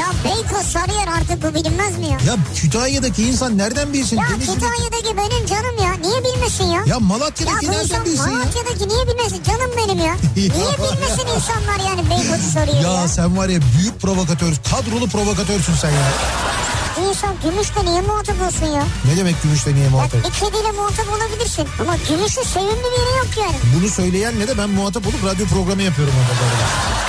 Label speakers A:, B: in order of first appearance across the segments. A: Ya Beykoz Sarıyer artık bu bilinmez mi ya?
B: Ya Kütahya'daki insan nereden bilsin?
A: Ya
B: Denizli'de-
A: Kütahya'daki benim canım ya. Niye bilmesin ya?
B: Ya
A: Ya
B: Malatya'daki
A: bu
B: nereden
A: insan
B: bilsin ya?
A: Malatya'daki niye bilmesin? Canım benim ya. Niye bilmesin insanlar yani Beykoz'u soruyor ya?
B: Ya sen var ya büyük provokatör, kadrolu provokatörsün sen ya.
A: İnsan gümüşle niye muhatap olsun ya?
B: Ne demek gümüşle niye
A: Bak
B: muhatap?
A: bir kediyle muhatap olabilirsin. Ama gümüşün sevimli biri yok yani.
B: Bunu söyleyen ne de ben muhatap olup radyo programı yapıyorum orada. bu arada.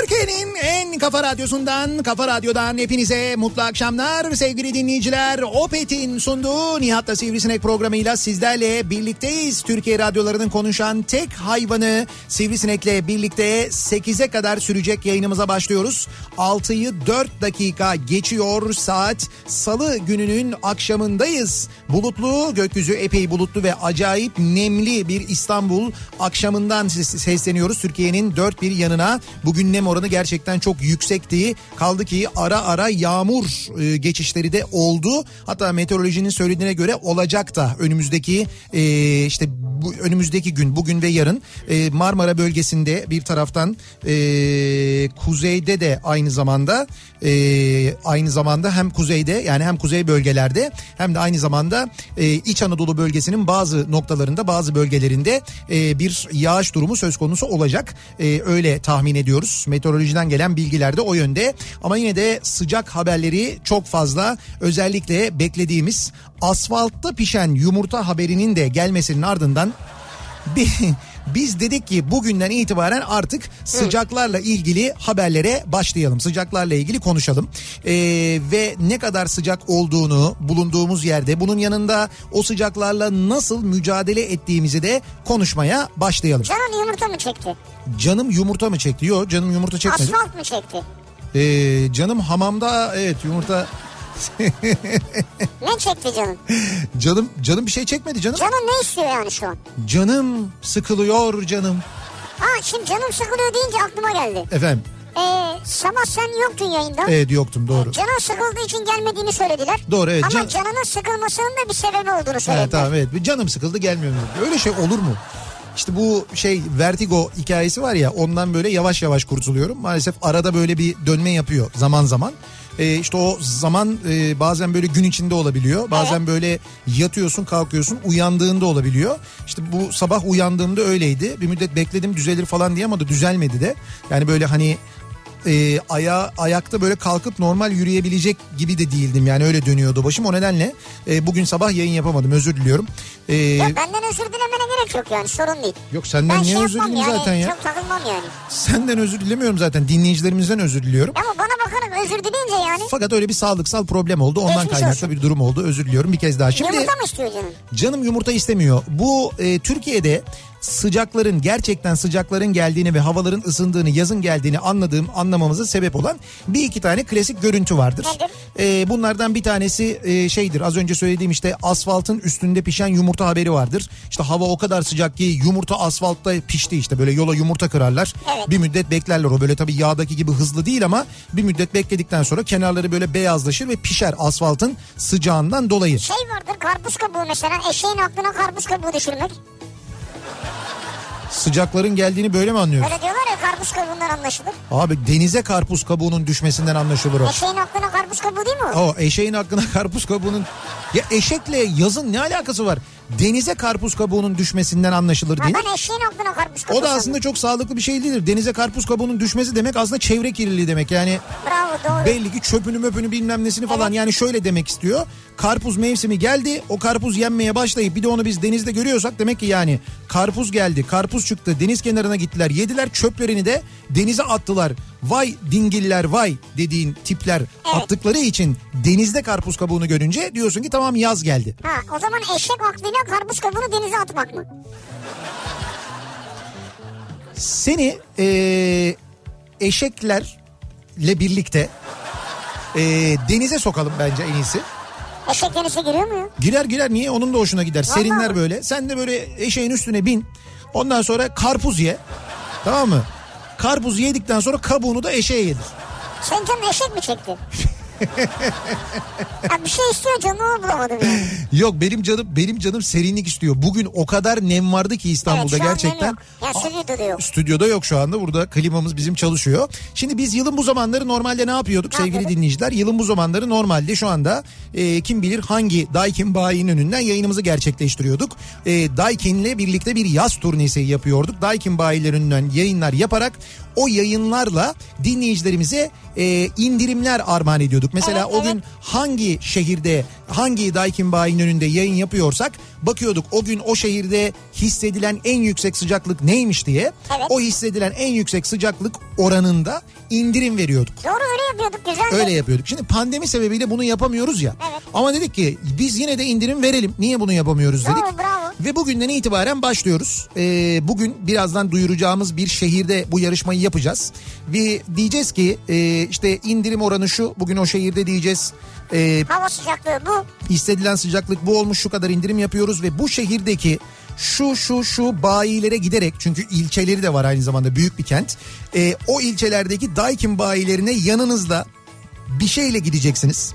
B: Türkiye'nin en kafa radyosundan, kafa radyodan hepinize mutlu akşamlar sevgili dinleyiciler. Opet'in sunduğu Nihat'la Sivrisinek programıyla sizlerle birlikteyiz. Türkiye radyolarının konuşan tek hayvanı Sivrisinek'le birlikte 8'e kadar sürecek yayınımıza başlıyoruz. 6'yı 4 dakika geçiyor saat. Salı gününün akşamındayız. Bulutlu, gökyüzü epey bulutlu ve acayip nemli bir İstanbul akşamından ses- sesleniyoruz. Türkiye'nin dört bir yanına bugün nem oranı gerçekten çok yüksekti. Kaldı ki ara ara yağmur e, geçişleri de oldu. Hatta meteorolojinin söylediğine göre olacak da önümüzdeki e, işte bu, önümüzdeki gün bugün ve yarın e, Marmara bölgesinde bir taraftan e, kuzeyde de aynı zamanda e, aynı zamanda hem kuzeyde yani hem kuzey bölgelerde hem de aynı zamanda e, İç Anadolu bölgesinin bazı noktalarında bazı bölgelerinde e, bir yağış durumu söz konusu olacak. E, öyle tahmin ediyoruz. Meteorolojiden gelen bilgiler de o yönde. Ama yine de sıcak haberleri çok fazla özellikle beklediğimiz asfaltta pişen yumurta haberinin de gelmesinin ardından Bi- Biz dedik ki bugünden itibaren artık sıcaklarla ilgili haberlere başlayalım. Sıcaklarla ilgili konuşalım. Ee, ve ne kadar sıcak olduğunu bulunduğumuz yerde bunun yanında o sıcaklarla nasıl mücadele ettiğimizi de konuşmaya başlayalım.
A: Canan yumurta mı çekti?
B: Canım yumurta mı çekti? Yok canım yumurta çekmedi.
A: Asfalt mı çekti?
B: Ee, canım hamamda evet yumurta...
A: Ne çekti canım?
B: Canım canım bir şey çekmedi canım.
A: Canım ne istiyor yani şu an?
B: Canım sıkılıyor canım.
A: Aa şimdi canım sıkılıyor deyince aklıma geldi.
B: Efendim
A: Ee, sabah sen yoktun yayında.
B: evet yoktum doğru.
A: Canın sıkıldığı için gelmediğini söylediler.
B: Ee, Doğru, evet.
A: Ama
B: Can-
A: canının sıkılmasının da bir sebebi olduğunu söylediler.
B: Evet tamam evet. Bir Canım sıkıldı gelmiyorum. dedi. Öyle şey olur mu? İşte bu şey vertigo hikayesi var ya ondan böyle yavaş yavaş kurtuluyorum. Maalesef arada böyle bir dönme yapıyor zaman zaman. Ee, işte o zaman e, bazen böyle gün içinde olabiliyor. Bazen böyle yatıyorsun kalkıyorsun uyandığında olabiliyor. İşte bu sabah uyandığımda öyleydi. Bir müddet bekledim düzelir falan diye ama da düzelmedi de. Yani böyle hani e, aya ayakta böyle kalkıp normal yürüyebilecek gibi de değildim yani öyle dönüyordu başım o nedenle e, bugün sabah yayın yapamadım özür diliyorum. E,
A: Ya benden özür dilemene gerek yok yani sorun değil.
B: yok senden
A: ben
B: niye
A: şey
B: özür
A: yapmam
B: dileyim
A: yani,
B: zaten ya?
A: Çok takılmam yani.
B: Senden özür dilemiyorum zaten dinleyicilerimizden özür diliyorum.
A: Ama bana bakarak özür dileyince yani
B: Fakat öyle bir sağlıksal problem oldu ondan
A: Geçmiş
B: kaynaklı
A: olsun.
B: bir durum oldu özür diliyorum bir kez daha. Şimdi
A: yumurta mı istiyor canım?
B: canım yumurta istemiyor. Bu e, Türkiye'de sıcakların gerçekten sıcakların geldiğini ve havaların ısındığını yazın geldiğini anladığım anlamamıza sebep olan bir iki tane klasik görüntü vardır.
A: Nedir?
B: E, bunlardan bir tanesi e, şeydir az önce söylediğim işte asfaltın üstünde pişen yumurta haberi vardır. İşte hava o kadar sıcak ki yumurta asfaltta pişti işte böyle yola yumurta kırarlar.
A: Evet.
B: Bir müddet beklerler o böyle tabii yağdaki gibi hızlı değil ama bir müddet bekledikten sonra kenarları böyle beyazlaşır ve pişer asfaltın sıcağından dolayı.
A: Şey vardır karpuz kabuğu mesela eşeğin aklına karpuz kabuğu düşürmek.
B: Sıcakların geldiğini böyle mi anlıyoruz?
A: Öyle diyorlar ya karpuz kabuğundan anlaşılır.
B: Abi denize karpuz kabuğunun düşmesinden anlaşılır o.
A: Eşeğin aklına karpuz kabuğu değil mi o?
B: O eşeğin hakkında karpuz kabuğunun... Ya eşekle yazın ne alakası var? Denize karpuz kabuğunun düşmesinden anlaşılır
A: Ha,
B: değil mi?
A: ben eşeğin aklına karpuz kabuğu
B: O da aslında
A: sandım.
B: çok sağlıklı bir şey değildir. Denize karpuz kabuğunun düşmesi demek aslında çevre kirliliği demek. Yani
A: Bravo doğru.
B: belli ki çöpünü möpünü bilmem nesini falan yani şöyle demek istiyor. Karpuz mevsimi geldi o karpuz yenmeye başlayıp bir de onu biz denizde görüyorsak demek ki yani karpuz geldi karpuz çıktı deniz kenarına gittiler yediler çöplerini de denize attılar. Vay dingiller vay dediğin tipler attıkları için denizde karpuz kabuğunu görünce diyorsun ki tamam yaz geldi.
A: Ha, o zaman eşek aklıyla karpuz kabuğunu denize atmak mı?
B: Seni eee, eşeklerle birlikte eee, denize sokalım bence en iyisi.
A: Eşek denize giriyor mu ya?
B: Girer girer niye onun da hoşuna gider.
A: Vallahi
B: Serinler
A: mi?
B: böyle. Sen de böyle eşeğin üstüne bin. Ondan sonra karpuz ye. Tamam mı? Karpuzu yedikten sonra kabuğunu da eşeğe yedir.
A: Sen canın eşek mi çekti? ya bir şey istiyor canını bulamadım ya.
B: Yok benim canım benim canım serinlik istiyor. Bugün o kadar nem vardı ki İstanbul'da
A: şu an nem
B: gerçekten.
A: yok. Ya stüdyoda da yok.
B: Stüdyoda yok şu anda. Burada klimamız bizim çalışıyor. Şimdi biz yılın bu zamanları normalde ne yapıyorduk
A: Ne
B: sevgili
A: yapıyorduk?
B: dinleyiciler? Yılın bu zamanları normalde şu anda e, kim bilir hangi Daikin bayinin önünden yayınımızı gerçekleştiriyorduk. E, Daikin'le birlikte bir yaz turnesi yapıyorduk. Daikin bayiler önünden yayınlar yaparak o yayınlarla dinleyicilerimize e, indirimler armağan ediyorduk. Mesela
A: Evet,
B: o gün hangi şehirde hangi Daikin bayinin önünde yayın yapıyorsak bakıyorduk o gün o şehirde hissedilen en yüksek sıcaklık neymiş diye
A: Evet.
B: o hissedilen en yüksek sıcaklık oranında indirim veriyorduk.
A: Doğru öyle yapıyorduk güzel.
B: Öyle yapıyorduk. Şimdi pandemi sebebiyle bunu yapamıyoruz ya.
A: Evet.
B: Ama dedik ki biz yine de indirim verelim. Niye bunu yapamıyoruz dedik.
A: Bravo, bravo.
B: Ve bugünden itibaren başlıyoruz. Ee, bugün birazdan duyuracağımız bir şehirde bu yarışmayı yapacağız. Ve diyeceğiz ki e, işte indirim oranı şu. Bugün o şehirde diyeceğiz. E,
A: Hava sıcaklığı bu.
B: İstedilen sıcaklık bu olmuş şu kadar indirim yapıyoruz ve bu şehirdeki şu şu şu bayilere giderek çünkü ilçeleri de var aynı zamanda büyük bir kent. Ee, o ilçelerdeki Daikin bayilerine yanınızda bir şeyle gideceksiniz.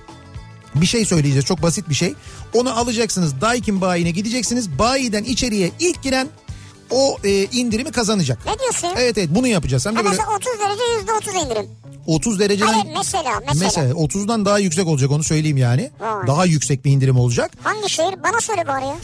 B: Bir şey söyleyeceğiz çok basit bir şey. Onu alacaksınız Daikin bayine gideceksiniz. Bayiden içeriye ilk giren o e, indirimi kazanacak.
A: Ne diyorsun? Evet.
B: Evet evet bunu yapacağız. Hem de böyle
A: mesela 30 derece yüzde 30 indirim.
B: 30 dereceden...
A: Hayır mesela mesela.
B: Mesela 30'dan daha yüksek olacak onu söyleyeyim yani.
A: Vay.
B: Daha yüksek bir indirim olacak.
A: Hangi şehir? Bana söyle bari ya.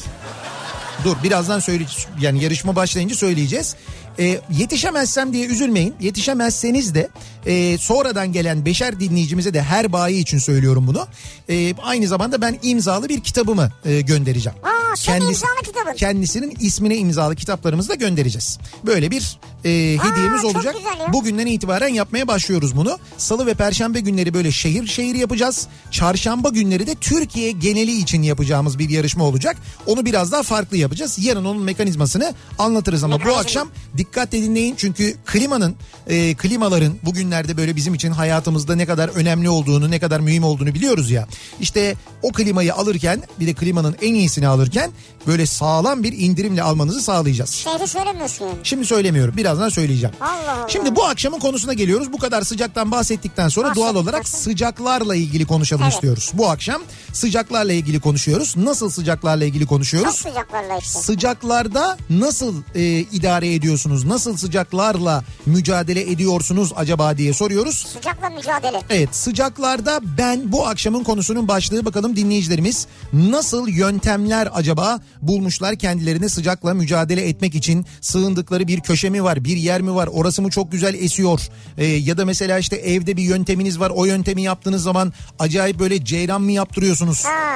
B: Dur birazdan söyle yani yarışma başlayınca söyleyeceğiz. Ee, yetişemezsem diye üzülmeyin. Yetişemezseniz de e, sonradan gelen beşer dinleyicimize de her bayi için söylüyorum bunu. E, aynı zamanda ben imzalı bir kitabımı e, göndereceğim.
A: Aa, senin imzalı kitabın.
B: Kendisinin ismine imzalı kitaplarımızı da göndereceğiz. Böyle bir e, hediyemiz
A: çok
B: olacak.
A: güzel
B: Bu
A: ya.
B: Bugünden itibaren yapmaya başlıyoruz bunu. Salı ve perşembe günleri böyle şehir şehir yapacağız. Çarşamba günleri de Türkiye geneli için yapacağımız bir yarışma olacak. Onu biraz daha farklı yapacağız. Yarın onun mekanizmasını anlatırız ama bu
A: Mekanizma.
B: akşam dikkatle dinleyin. Çünkü klimanın, e, klimaların bugünlerde böyle bizim için hayatımızda ne kadar önemli olduğunu, ne kadar mühim olduğunu biliyoruz ya. İşte o klimayı alırken bir de klimanın en iyisini alırken böyle sağlam bir indirimle almanızı sağlayacağız.
A: Şehri söylemiyorsun yani.
B: Şimdi söylemiyorum. Birazdan söyleyeceğim.
A: Allah Allah.
B: Şimdi bu akşamın konusuna geliyoruz. Bu kadar sıcaktan bahsettikten sonra doğal
A: Bahsettik
B: olarak
A: zaten.
B: sıcaklarla ilgili konuşalım
A: Evet.
B: istiyoruz. Bu akşam sıcaklarla ilgili konuşuyoruz. Nasıl sıcaklarla ilgili konuşuyoruz?
A: Çok sıcaklarla işte.
B: Sıcaklarda nasıl e, idare ediyorsunuz? Nasıl sıcaklarla mücadele ediyorsunuz acaba diye soruyoruz.
A: Sıcakla mücadele.
B: Evet sıcaklarda ben bu akşamın konusunun başlığı bakalım dinleyicilerimiz nasıl yöntemler acaba bulmuşlar kendilerini sıcakla mücadele etmek için sığındıkları bir köşe mi var bir yer mi var orası mı çok güzel esiyor Ee, ya da mesela işte evde bir yönteminiz var o yöntemi yaptığınız zaman acayip böyle ceyran mı yaptırıyorsunuz?
A: Ha.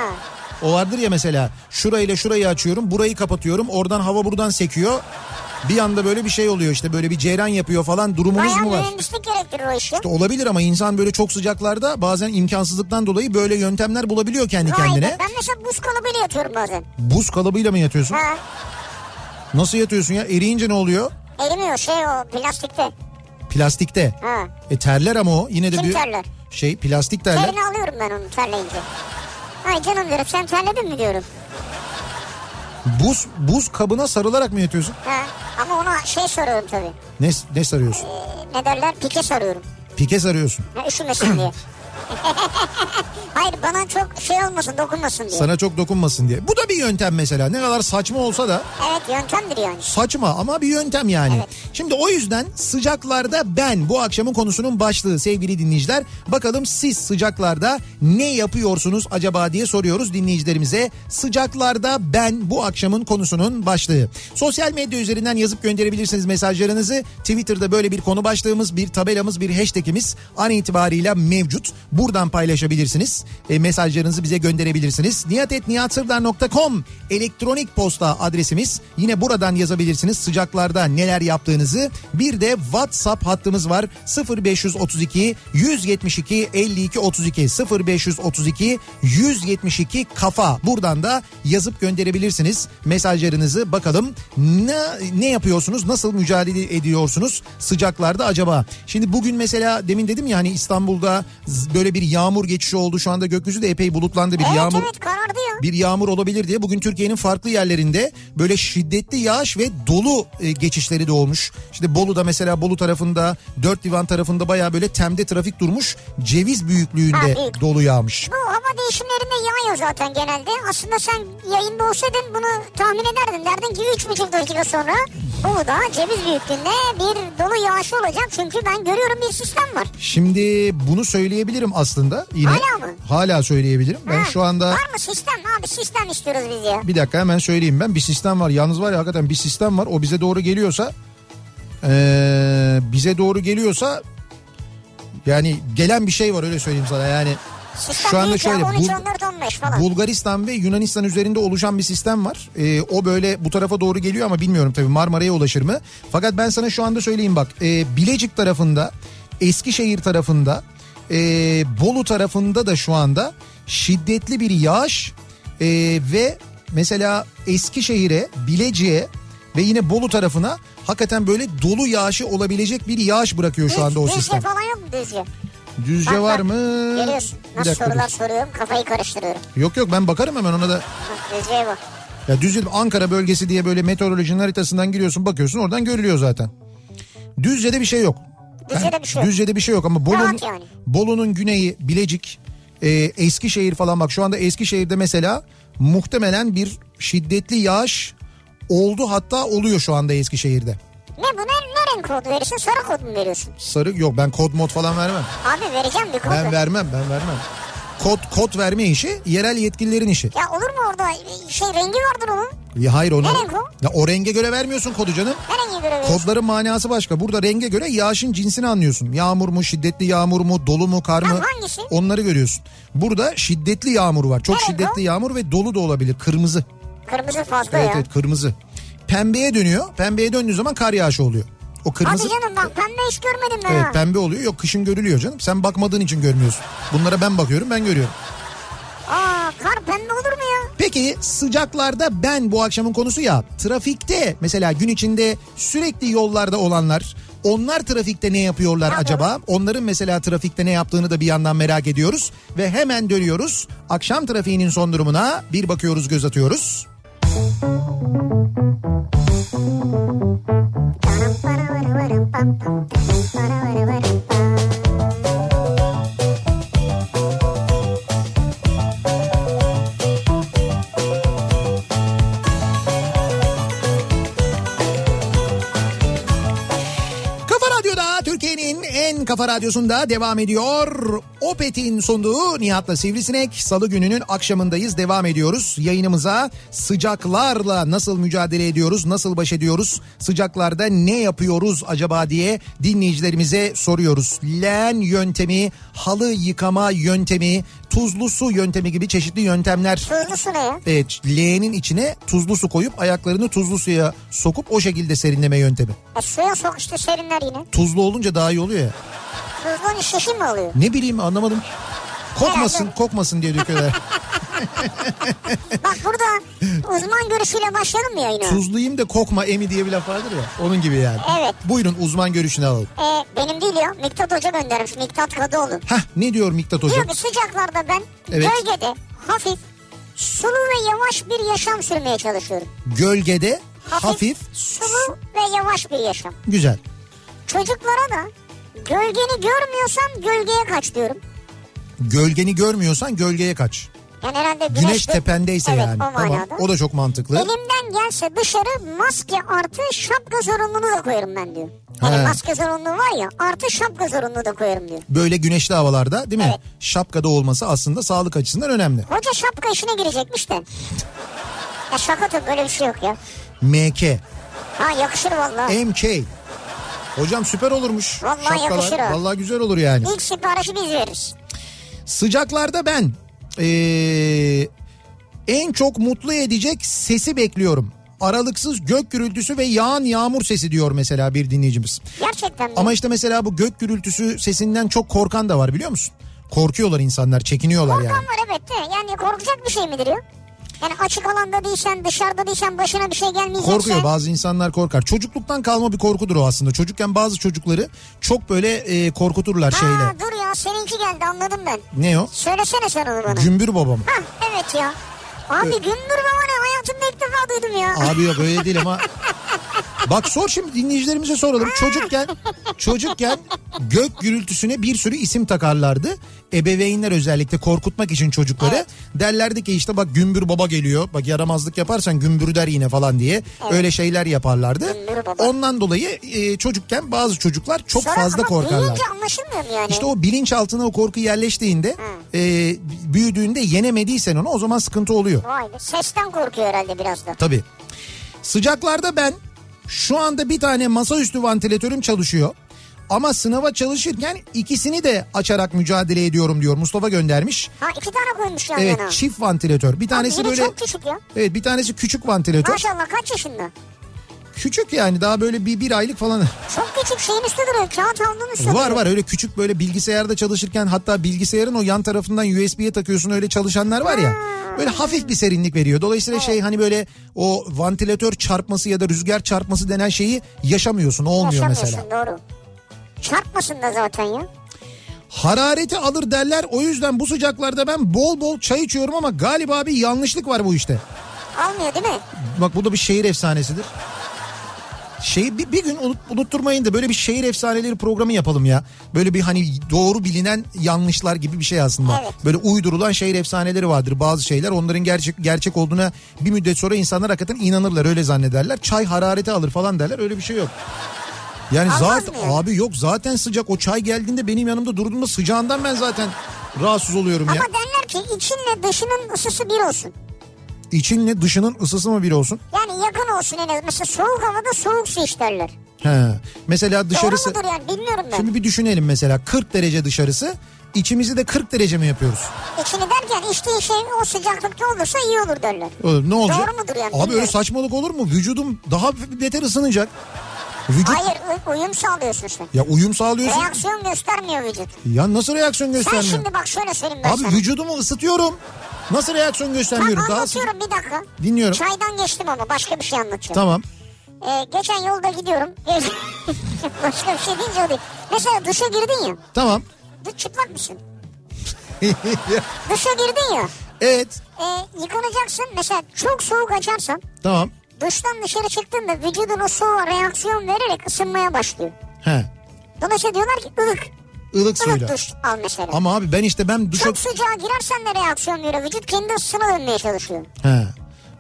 B: O vardır ya mesela şurayla şurayı açıyorum burayı kapatıyorum oradan hava buradan sekiyor bir anda böyle bir şey oluyor işte böyle bir ceyran yapıyor falan durumunuz
A: Bayağı
B: mu var?
A: mühendislik gerektirir o işi.
B: İşte olabilir ama insan böyle çok sıcaklarda bazen imkansızlıktan dolayı böyle yöntemler bulabiliyor kendi
A: Vay be,
B: kendine.
A: Ben mesela buz kalıbıyla yatıyorum bazen.
B: Buz kalıbıyla mı yatıyorsun?
A: Ha.
B: Nasıl yatıyorsun ya? Eriyince ne oluyor?
A: Erimiyor şey o plastikte.
B: Plastikte.
A: Ha.
B: E terler ama o yine de
A: Kim
B: bir
A: terler?
B: şey plastik terler.
A: Terini alıyorum ben onu terleyince. Ay canım diyorum sen terledin mi diyorum.
B: Buz buz kabına sarılarak mı yatıyorsun?
A: Ha. Ama ona şey soruyorum tabii.
B: Ne ne sarıyorsun?
A: Ee, ne derler pike soruyorum.
B: Pike sarıyorsun.
A: Ha, üşümesin diye. Hayır Hayır bana çok şey olmasın dokunmasın diye.
B: Sana çok dokunmasın diye. Bu da bir yöntem mesela. Ne kadar saçma olsa da
A: Evet yöntemdir yani.
B: saçma ama bir yöntem yani. Şimdi o yüzden sıcaklarda ben bu akşamın konusunun başlığı sevgili dinleyiciler. Bakalım siz sıcaklarda ne yapıyorsunuz acaba diye soruyoruz dinleyicilerimize. Sıcaklarda ben bu akşamın konusunun başlığı. Sosyal medya üzerinden yazıp gönderebilirsiniz mesajlarınızı. Twitter'da böyle bir konu başlığımız, bir tabelamız, bir hashtagimiz an itibariyle mevcut. Buradan paylaşabilirsiniz. E, mesajlarınızı bize gönderebilirsiniz. niyatetniyatsırdar.com elektronik posta adresimiz. Yine buradan yazabilirsiniz sıcaklarda neler yaptığınızı. Bir de WhatsApp hattımız var. 0532 172 52 32 0532 172 kafa. Buradan da yazıp gönderebilirsiniz mesajlarınızı. Bakalım ne ne yapıyorsunuz? Nasıl mücadele ediyorsunuz sıcaklarda acaba? Şimdi bugün mesela demin dedim ya hani İstanbul'da z- böyle bir yağmur geçişi oldu. Şu anda gökyüzü de epey bulutlandı. Bir
A: Evet
B: yağmur
A: evet karardı ya.
B: bir yağmur olabilir diye bugün Türkiye'nin farklı yerlerinde böyle şiddetli yağış ve dolu e, geçişleri de olmuş. İşte Bolu'da mesela Bolu tarafında, Dört Divan tarafında bayağı böyle temde trafik durmuş. Ceviz büyüklüğünde
A: Ha, büyük.
B: dolu yağmış.
A: Bu hava değişimlerinde yağıyor zaten genelde. Aslında sen yayında olsaydın bunu tahmin ederdin. Derdin ki 3,5 dakika sonra Bolu'da ceviz büyüklüğünde bir dolu yağışı olacak. Çünkü ben görüyorum bir sistem var.
B: Şimdi bunu söyleyebilirim aslında yine.
A: Hala mı?
B: Hala söyleyebilirim. Ben
A: Ha,
B: şu anda
A: Var mı sistem abi sistem istiyoruz biz ya.
B: bir dakika hemen söyleyeyim ben. Bir sistem var. Yalnız var ya hakikaten bir sistem var. O bize doğru geliyorsa eee, bize doğru geliyorsa yani gelen bir şey var öyle söyleyeyim sana. Yani
A: Sistem
B: şu anda
A: büyük ya,
B: şöyle
A: 13,
B: Bul-
A: 14, 15 falan.
B: Bulgaristan ve Yunanistan üzerinde oluşan bir sistem var. Ee, o böyle bu tarafa doğru geliyor ama bilmiyorum tabii Marmara'ya ulaşır mı? Fakat ben sana şu anda söyleyeyim bak. Ee, Bilecik tarafında, Eskişehir tarafında, ee, Bolu tarafında da şu anda şiddetli bir yağış ee, ve mesela Eskişehir'e, Bilecik'e ve yine Bolu tarafına hakikaten böyle dolu yağışı olabilecek bir yağış bırakıyor şu anda o
A: Düzce
B: sistem.
A: falan yok mu düzce?
B: Düzce
A: Bak,
B: var
A: bak.
B: mı?
A: Görüyorsun.
B: Bir
A: Nasıl
B: dakika dur.
A: sorular soruyorum kafayı karıştırıyorum.
B: Yok yok ben bakarım hemen ona da.
A: Bak Düzceye bak.
B: Ya Düzce Ankara bölgesi diye böyle meteorolojinin haritasından giriyorsun bakıyorsun oradan görülüyor zaten. Düzce'de bir şey yok.
A: Düzce'de bir şey yok.
B: Düzce'de bir şey yok ama Bolu'nun
A: Rahat yani.
B: Bolu'nun güneyi Bilecik, e, Eskişehir falan bak şu anda Eskişehir'de mesela muhtemelen bir şiddetli yağış oldu hatta oluyor şu anda Eskişehir'de.
A: Ne bu ne, ne renk kodu veriyorsun? Sarı kod mu veriyorsun?
B: Sarı yok ben kod mod falan vermem.
A: Abi vereceğim bir kod.
B: Ben
A: ver.
B: vermem ben vermem. Kod kod verme işi yerel yetkililerin işi.
A: Ya olur mu orada şey rengi vardır onun.
B: Ya hayır onu.
A: Nereye bu?
B: Ya o renge göre vermiyorsun kodu canım.
A: Ne rengi göre veriyorsun?
B: Kodların manası başka. Burada renge göre yağışın cinsini anlıyorsun. Yağmur mu, şiddetli yağmur mu, dolu mu, kar mı?
A: Tamam, hangisi?
B: Onları görüyorsun. Burada şiddetli yağmur var. Çok
A: Evet,
B: şiddetli
A: o.
B: yağmur ve dolu da olabilir. Kırmızı.
A: Kırmızı fazla
B: Evet
A: ya.
B: evet kırmızı. Pembeye dönüyor. Pembeye döndüğü zaman kar yağışı oluyor. O kırmızı
A: Hadi canım bak pembe hiç görmedim ben
B: evet,
A: ha.
B: pembe oluyor. Yok kışın görülüyor canım. Sen bakmadığın için görmüyorsun. Bunlara ben bakıyorum ben görüyorum.
A: Aa kar pembe olur mu ya?
B: Peki sıcaklarda ben bu akşamın konusu ya trafikte mesela gün içinde sürekli yollarda olanlar onlar trafikte ne yapıyorlar acaba? Onların mesela trafikte ne yaptığını da bir yandan merak ediyoruz ve hemen dönüyoruz. Akşam trafiğinin son durumuna bir bakıyoruz, göz atıyoruz. Kafa Radyo'da Türkiye'nin en kafa radyosunda devam ediyor. Opet'in sunduğu Nihat'la Sivrisinek. Salı gününün akşamındayız. Devam ediyoruz. Yayınımıza sıcaklarla nasıl mücadele ediyoruz, nasıl baş ediyoruz, sıcaklarda ne yapıyoruz acaba diye dinleyicilerimize soruyoruz. Len yöntemi, halı yıkama yöntemi, tuzlu su yöntemi gibi çeşitli yöntemler
A: Tuzlu su ne ya?
B: Evet, leğenin içine tuzlu su koyup ayaklarını tuzlu suya sokup o şekilde serinleme yöntemi.
A: E, suya sok işte serinler yine.
B: Tuzlu olunca daha iyi oluyor ya.
A: Tuzluğun şişi mi oluyor?
B: Ne bileyim anlamadım. Kokmasın,
A: Herhalde.
B: kokmasın diye döküyorlar.
A: Bak burada uzman görüşüyle başlayalım mı yayına?
B: Tuzluyum da kokma emi diye bir laf vardır ya. Onun gibi yani.
A: Evet.
B: Buyurun uzman görüşünü alalım.
A: E, benim değil ya. Miktat Hoca göndermiş. Miktat Kadıoğlu.
B: Hah ne diyor Miktat Hoca?
A: Diyor ki sıcaklarda ben
B: Evet.
A: gölgede hafif sulu ve yavaş bir yaşam sürmeye çalışıyorum.
B: Gölgede
A: Hafif,
B: hafif,
A: sulu ve yavaş bir yaşam.
B: güzel.
A: Çocuklara da gölgeni görmüyorsan gölgeye kaç diyorum.
B: Gölgeni görmüyorsan gölgeye kaç.
A: Yani herhalde güneş,
B: Güneş tependeyse
A: evet,
B: yani.
A: O
B: Tamam,
A: manada.
B: o da çok mantıklı.
A: Elimden gelse dışarı maske artı şapka zorunluluğu da koyarım ben diyor. Yani
B: He.
A: maske zorunluluğu var ya artı şapka zorunluluğu da koyarım diyor.
B: Böyle güneşli havalarda değil mi?
A: Evet.
B: Şapkada olması aslında sağlık açısından önemli.
A: Hoca şapka işine girecekmiş de. Ya şaka tabii böyle bir şey yok ya.
B: MK,
A: Ha yakışır valla.
B: E- MK. Hocam süper olurmuş.
A: Vallahi
B: Şapkalar.
A: yakışır o.
B: Vallahi güzel olur yani.
A: İlk siparişi biz veririz.
B: Sıcaklarda ben ee, en çok mutlu edecek sesi bekliyorum. Aralıksız gök gürültüsü ve yağan yağmur sesi diyor mesela bir dinleyicimiz.
A: Gerçekten mi?
B: Ama işte mesela bu gök gürültüsü sesinden çok korkan da var biliyor musun? Korkuyorlar insanlar, çekiniyorlar
A: Korkan
B: yani.
A: var evet de yani korkacak bir şey midir ya? Yani açık alanda değilsen dışarıda değilsen başına bir şey gelmeyecekse.
B: Korkuyor bazı insanlar korkar. Çocukluktan kalma bir korkudur o aslında. Çocukken bazı çocukları çok böyle e, korkuturlar
A: Ha
B: şeyle.
A: dur ya seninki geldi anladım ben.
B: Ne o?
A: Söylesene sen onu bana.
B: Cümbür babam.
A: Hah evet ya. Abi
B: Ee,
A: gümbür baba ne hayatımda ilk defa duydum ya.
B: Abi yok öyle değil ama. Bak sor şimdi dinleyicilerimize soralım. Çocukken çocukken gök gürültüsüne bir sürü isim takarlardı. Ebeveynler özellikle korkutmak için çocukları. Derlerdi ki işte bak gümbür baba geliyor. Bak yaramazlık yaparsan gümbür der yine falan diye. Öyle şeyler yaparlardı.
A: Gümbür baba.
B: Ondan dolayı e, çocukken bazı çocuklar çok
A: Sonra
B: fazla
A: ama
B: korkarlar.
A: büyüyünce anlaşılmıyor mu yani?
B: İşte o bilinçaltına o korku yerleştiğinde e, büyüdüğünde yenemediysen onu o zaman sıkıntı oluyor.
A: Vay be sesten korkuyor herhalde biraz da.
B: Tabii. Sıcaklarda ben şu anda bir tane masaüstü vantilatörüm çalışıyor. Ama sınava çalışırken ikisini de açarak mücadele ediyorum diyor Mustafa göndermiş.
A: Ha iki tane koymuş yan
B: Evet
A: yana.
B: çift vantilatör. Bir tanesi
A: Biri
B: böyle
A: çok küçük ya.
B: Evet bir tanesi küçük vantilatör.
A: Maşallah kaç yaşında?
B: Küçük yani daha böyle bir, bir aylık falan.
A: Çok küçük şeyin üstü duruyor. Kağıt havlunun üstü
B: Var
A: duruyor.
B: var öyle küçük böyle bilgisayarda çalışırken hatta bilgisayarın o yan tarafından USB'ye takıyorsun öyle çalışanlar var ya. Böyle hafif bir serinlik veriyor. Dolayısıyla şey hani böyle o vantilatör çarpması ya da rüzgar çarpması denen şeyi yaşamıyorsun. O olmuyor
A: Yaşamıyorsun,
B: mesela.
A: doğru. Çarpmasın da zaten ya.
B: Harareti alır derler. O yüzden bu sıcaklarda ben bol bol çay içiyorum ama galiba bir yanlışlık var bu işte.
A: Almıyor değil mi?
B: Bak bu da bir şehir efsanesidir. Şey bir, bir gün unut, unutturmayın da böyle bir şehir efsaneleri programı yapalım ya. Böyle bir hani doğru bilinen yanlışlar gibi bir şey aslında.
A: Evet.
B: Böyle uydurulan şehir efsaneleri vardır bazı şeyler. Onların gerçek gerçek olduğuna bir müddet sonra insanlar hakikaten inanırlar öyle zannederler. Çay harareti alır falan derler öyle bir şey yok. Yani
A: Almaz
B: zaten
A: mı yani?
B: abi yok zaten sıcak o çay geldiğinde benim yanımda durduğunda sıcağından ben zaten rahatsız oluyorum ya.
A: Ama derler ki içinle dışının ısısı bir olsun.
B: İçinle dışının ısısı mı bir olsun?
A: Yani yakın olsun en az. Mesela soğuk havada soğuk su içerler.
B: He. Mesela dışarısı
A: Doğru mudur yani bilmiyorum ben.
B: Şimdi bir düşünelim mesela 40 derece dışarısı içimizi de 40 derece mi yapıyoruz?
A: İçini derken içtiğin şey o sıcaklıkta olursa iyi olur derler.
B: Ee, Ne olacak?
A: Doğru mudur yani?
B: Abi öyle
A: Bilmiyorum.
B: saçmalık olur mu? Vücudum daha beter ısınacak. Vücut
A: Hayır uy- uyum sağlıyorsun sen.
B: ya uyum sağlıyorsun.
A: Reaksiyon göstermiyor vücut.
B: Ya nasıl reaksiyon
A: Sen
B: göstermiyor?
A: şimdi bak şöyle söyleyeyim ben
B: Abi
A: sana.
B: vücudumu ısıtıyorum. Nasıl reaksiyon
A: Tamam
B: göstermiyorum? daha sıcak-
A: anlatıyorum bir dakika.
B: Dinliyorum.
A: Çaydan geçtim ama başka bir şey anlatıyorum.
B: Tamam.
A: Ee, geçen yolda gidiyorum. başka bir şey deyince o değil. Mesela duşa girdin ya.
B: Tamam.
A: Dur çıplak mısın? Duşa girdin ya.
B: evet.
A: E, yıkanacaksın. Mesela çok soğuk açarsan
B: Tamam.
A: duştan dışarı çıktığında vücudun o soğuğa reaksiyon vererek ısınmaya başlıyor.
B: He.
A: Dolayısıyla diyorlar ki ılık.
B: Ilık
A: Ilık
B: suyla.
A: duş al mesela.
B: Ama abi ben işte ben duşa
A: Çok sıcağa girersen de reaksiyon veriyor. Vücut kendi ısısına dönmeye çalışıyor.
B: He.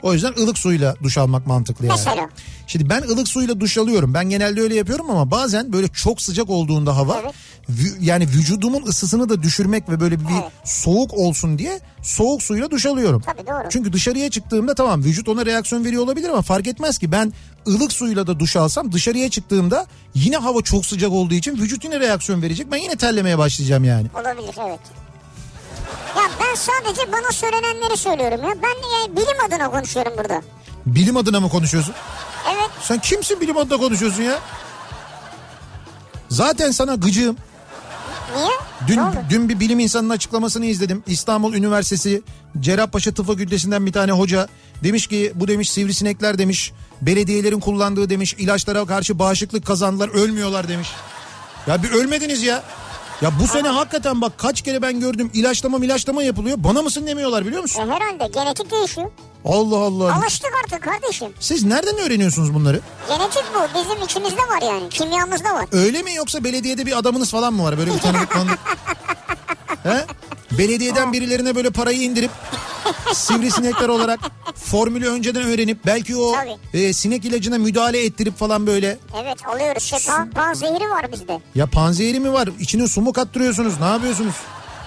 B: O yüzden ılık suyla duş almak mantıklı yani.
A: Mesela.
B: Şimdi ben ılık suyla duş alıyorum. Ben genelde öyle yapıyorum ama bazen böyle çok sıcak olduğunda hava
A: Evet.
B: vü- yani vücudumun ısısını da düşürmek ve böyle bir
A: Evet.
B: soğuk olsun diye soğuk suyla duş alıyorum.
A: Tabii doğru.
B: Çünkü dışarıya çıktığımda tamam vücut ona reaksiyon veriyor olabilir ama fark etmez ki ben ılık suyla da duş alsam dışarıya çıktığımda yine hava çok sıcak olduğu için vücut yine reaksiyon verecek. Ben yine terlemeye başlayacağım yani.
A: Olabilir evet. Ya ben sadece bana söylenenleri söylüyorum ya. Ben e, bilim adına konuşuyorum burada.
B: Bilim adına mı konuşuyorsun?
A: Evet
B: Sen kimsin bilim adına konuşuyorsun ya? Zaten sana gıcığım.
A: niye?
B: Dün
A: Ne oldu?
B: dün bir bilim insanının açıklamasını izledim. İstanbul Üniversitesi Cerrahpaşa Tıp Fakültesinden bir tane hoca demiş ki bu demiş sivrisinekler demiş belediyelerin kullandığı demiş ilaçlara karşı bağışıklık kazandılar ölmüyorlar demiş. Ya bir ölmediniz ya. Ya bu sene hakikaten bak kaç kere ben gördüm ilaçlama ilaçlama yapılıyor. Bana mısın demiyorlar biliyor musun?
A: E, herhalde genetik değişiyor.
B: Allah Allah.
A: Alıştık artık kardeşim.
B: Siz nereden öğreniyorsunuz bunları?
A: Genetik bu. Bizim içimizde var yani. Kimyamızda var.
B: Öyle mi yoksa belediyede bir adamınız falan mı var? Böyle bir tanıdık tanıdık. He? Belediyeden birilerine böyle parayı indirip sivrisinekler olarak formülü önceden öğrenip belki o
A: Tabii.
B: e, sinek ilacına müdahale ettirip falan böyle.
A: Evet alıyoruz. Şey, pan, pan zehri var bizde.
B: Ya panzehiri mi var? İçine su mu kattırıyorsunuz? Ne yapıyorsunuz?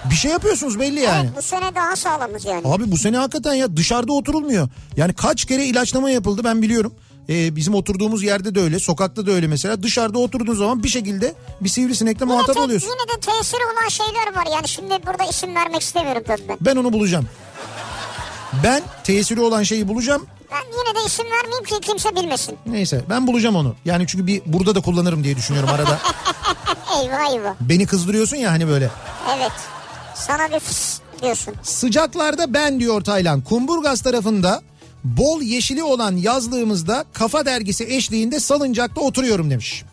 B: Bir şey yapıyorsunuz belli yani.
A: Evet, bu sene daha sağlamız yani.
B: Abi bu sene hakikaten ya dışarıda oturulmuyor. Yani kaç kere ilaçlama yapıldı ben biliyorum. Ee, bizim oturduğumuz yerde de öyle, sokakta da öyle mesela. Dışarıda oturduğun zaman bir şekilde bir sivrisinekle
A: Yine
B: muhatap
A: de-
B: oluyorsun.
A: Yine de tesiri olan şeyler var yani şimdi burada isim vermek istemiyorum tabii ben.
B: Ben onu bulacağım. Ben tesiri olan şeyi bulacağım.
A: Ben yine de isim vermeyeyim ki kimse bilmesin.
B: Neyse ben bulacağım onu. Yani çünkü bir burada da kullanırım diye düşünüyorum arada.
A: Eyvah eyvah.
B: Beni kızdırıyorsun ya hani böyle.
A: Evet. Sana bir fıs diyorsun.
B: Sıcaklarda ben diyor Taylan. Kumburgaz tarafında bol yeşili olan yazlığımızda kafa dergisi eşliğinde salıncakta oturuyorum demiş.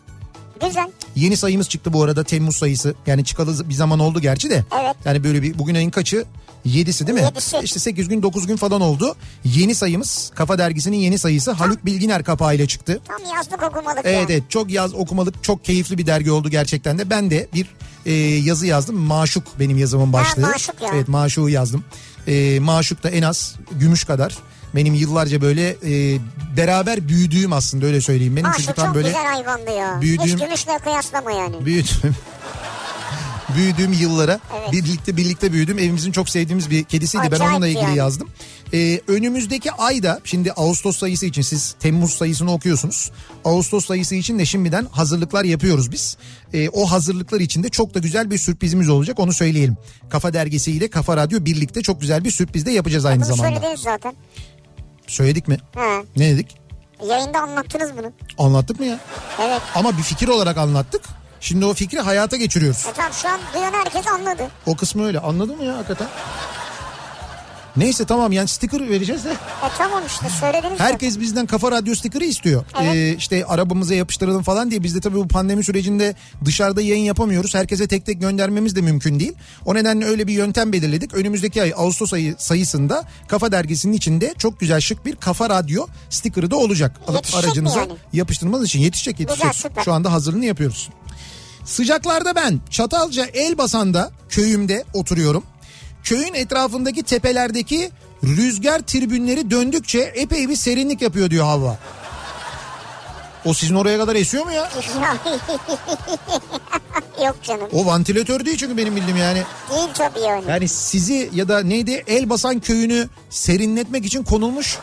A: Güzel.
B: Yeni sayımız çıktı bu arada Temmuz sayısı. Yani çıkalı bir zaman oldu gerçi de.
A: Evet.
B: Yani böyle bir bugün ayın kaçı? 7'si değil mi?
A: Yedisi.
B: İşte 8 gün 9 gün falan oldu. Yeni sayımız Kafa Dergisi'nin yeni sayısı Haluk Bilginer kapağıyla çıktı.
A: Tam yazlık okumalık
B: Evet
A: yani.
B: evet çok yaz okumalık çok keyifli bir dergi oldu gerçekten de. Ben de bir e, yazı yazdım. Maşuk benim yazımın başlığı.
A: Maşuk ya.
B: Evet Maşuk'u yazdım. E, Maşuk da en az gümüş kadar. Benim yıllarca böyle e, beraber büyüdüğüm aslında öyle söyleyeyim. Benim
A: Aşık
B: çocuktan
A: çok
B: böyle
A: güzel hayvandı ya.
B: büyüdüğüm-
A: Hiç gümüşle kıyaslama yani.
B: büyüdüğüm büyüdüğüm yıllara
A: Evet.
B: birlikte birlikte büyüdüm. Evimizin çok sevdiğimiz bir kedisiydi. ben
A: Acayip
B: onunla ilgili
A: yani.
B: yazdım. Ee, önümüzdeki ayda şimdi Ağustos sayısı için siz Temmuz sayısını okuyorsunuz. Ağustos sayısı için de şimdiden hazırlıklar yapıyoruz biz. Ee, o hazırlıklar içinde çok da güzel bir sürprizimiz olacak onu söyleyelim. Kafa Dergisi ile Kafa Radyo birlikte çok güzel bir sürpriz de yapacağız aynı
A: Bunu
B: zamanda.
A: söylediniz zaten.
B: Söyledik mi?
A: He.
B: Ne dedik?
A: Yayında anlattınız bunu.
B: Anlattık mı ya?
A: Evet.
B: Ama bir fikir olarak anlattık. Şimdi o fikri hayata geçiriyoruz.
A: E tamam şu an duyan herkes anladı.
B: O kısmı öyle anladın mı ya hakikaten? Neyse tamam yani sticker vereceğiz de.
A: E tamam işte söylediniz ya.
B: Herkes bizden kafa radyo sticker'ı istiyor.
A: Evet.
B: Ee, işte arabamıza yapıştıralım falan diye biz de tabii bu pandemi sürecinde dışarıda yayın yapamıyoruz. Herkese tek tek göndermemiz de mümkün değil. O nedenle öyle bir yöntem belirledik. Önümüzdeki ay Ağustos ayı sayısında Kafa Dergisi'nin içinde çok güzel şık bir Kafa Radyo sticker'ı da olacak. Alıp
A: Yetişecek mi
B: aracınıza
A: yani?
B: yapıştırmanız için yetişecek yetişecek.
A: süper.
B: Şu anda hazırlığını yapıyoruz. Sıcaklarda ben Çatalca Elbasan'da köyümde oturuyorum. Köyün etrafındaki tepelerdeki rüzgar tribünleri döndükçe epey bir serinlik yapıyor diyor hava. O sizin oraya kadar esiyor mu ya?
A: Yok canım.
B: O vantilatör değil çünkü benim bildiğim yani.
A: Değil tabii yani.
B: Yani sizi ya da neydi Elbasan köyünü serinletmek için konulmuş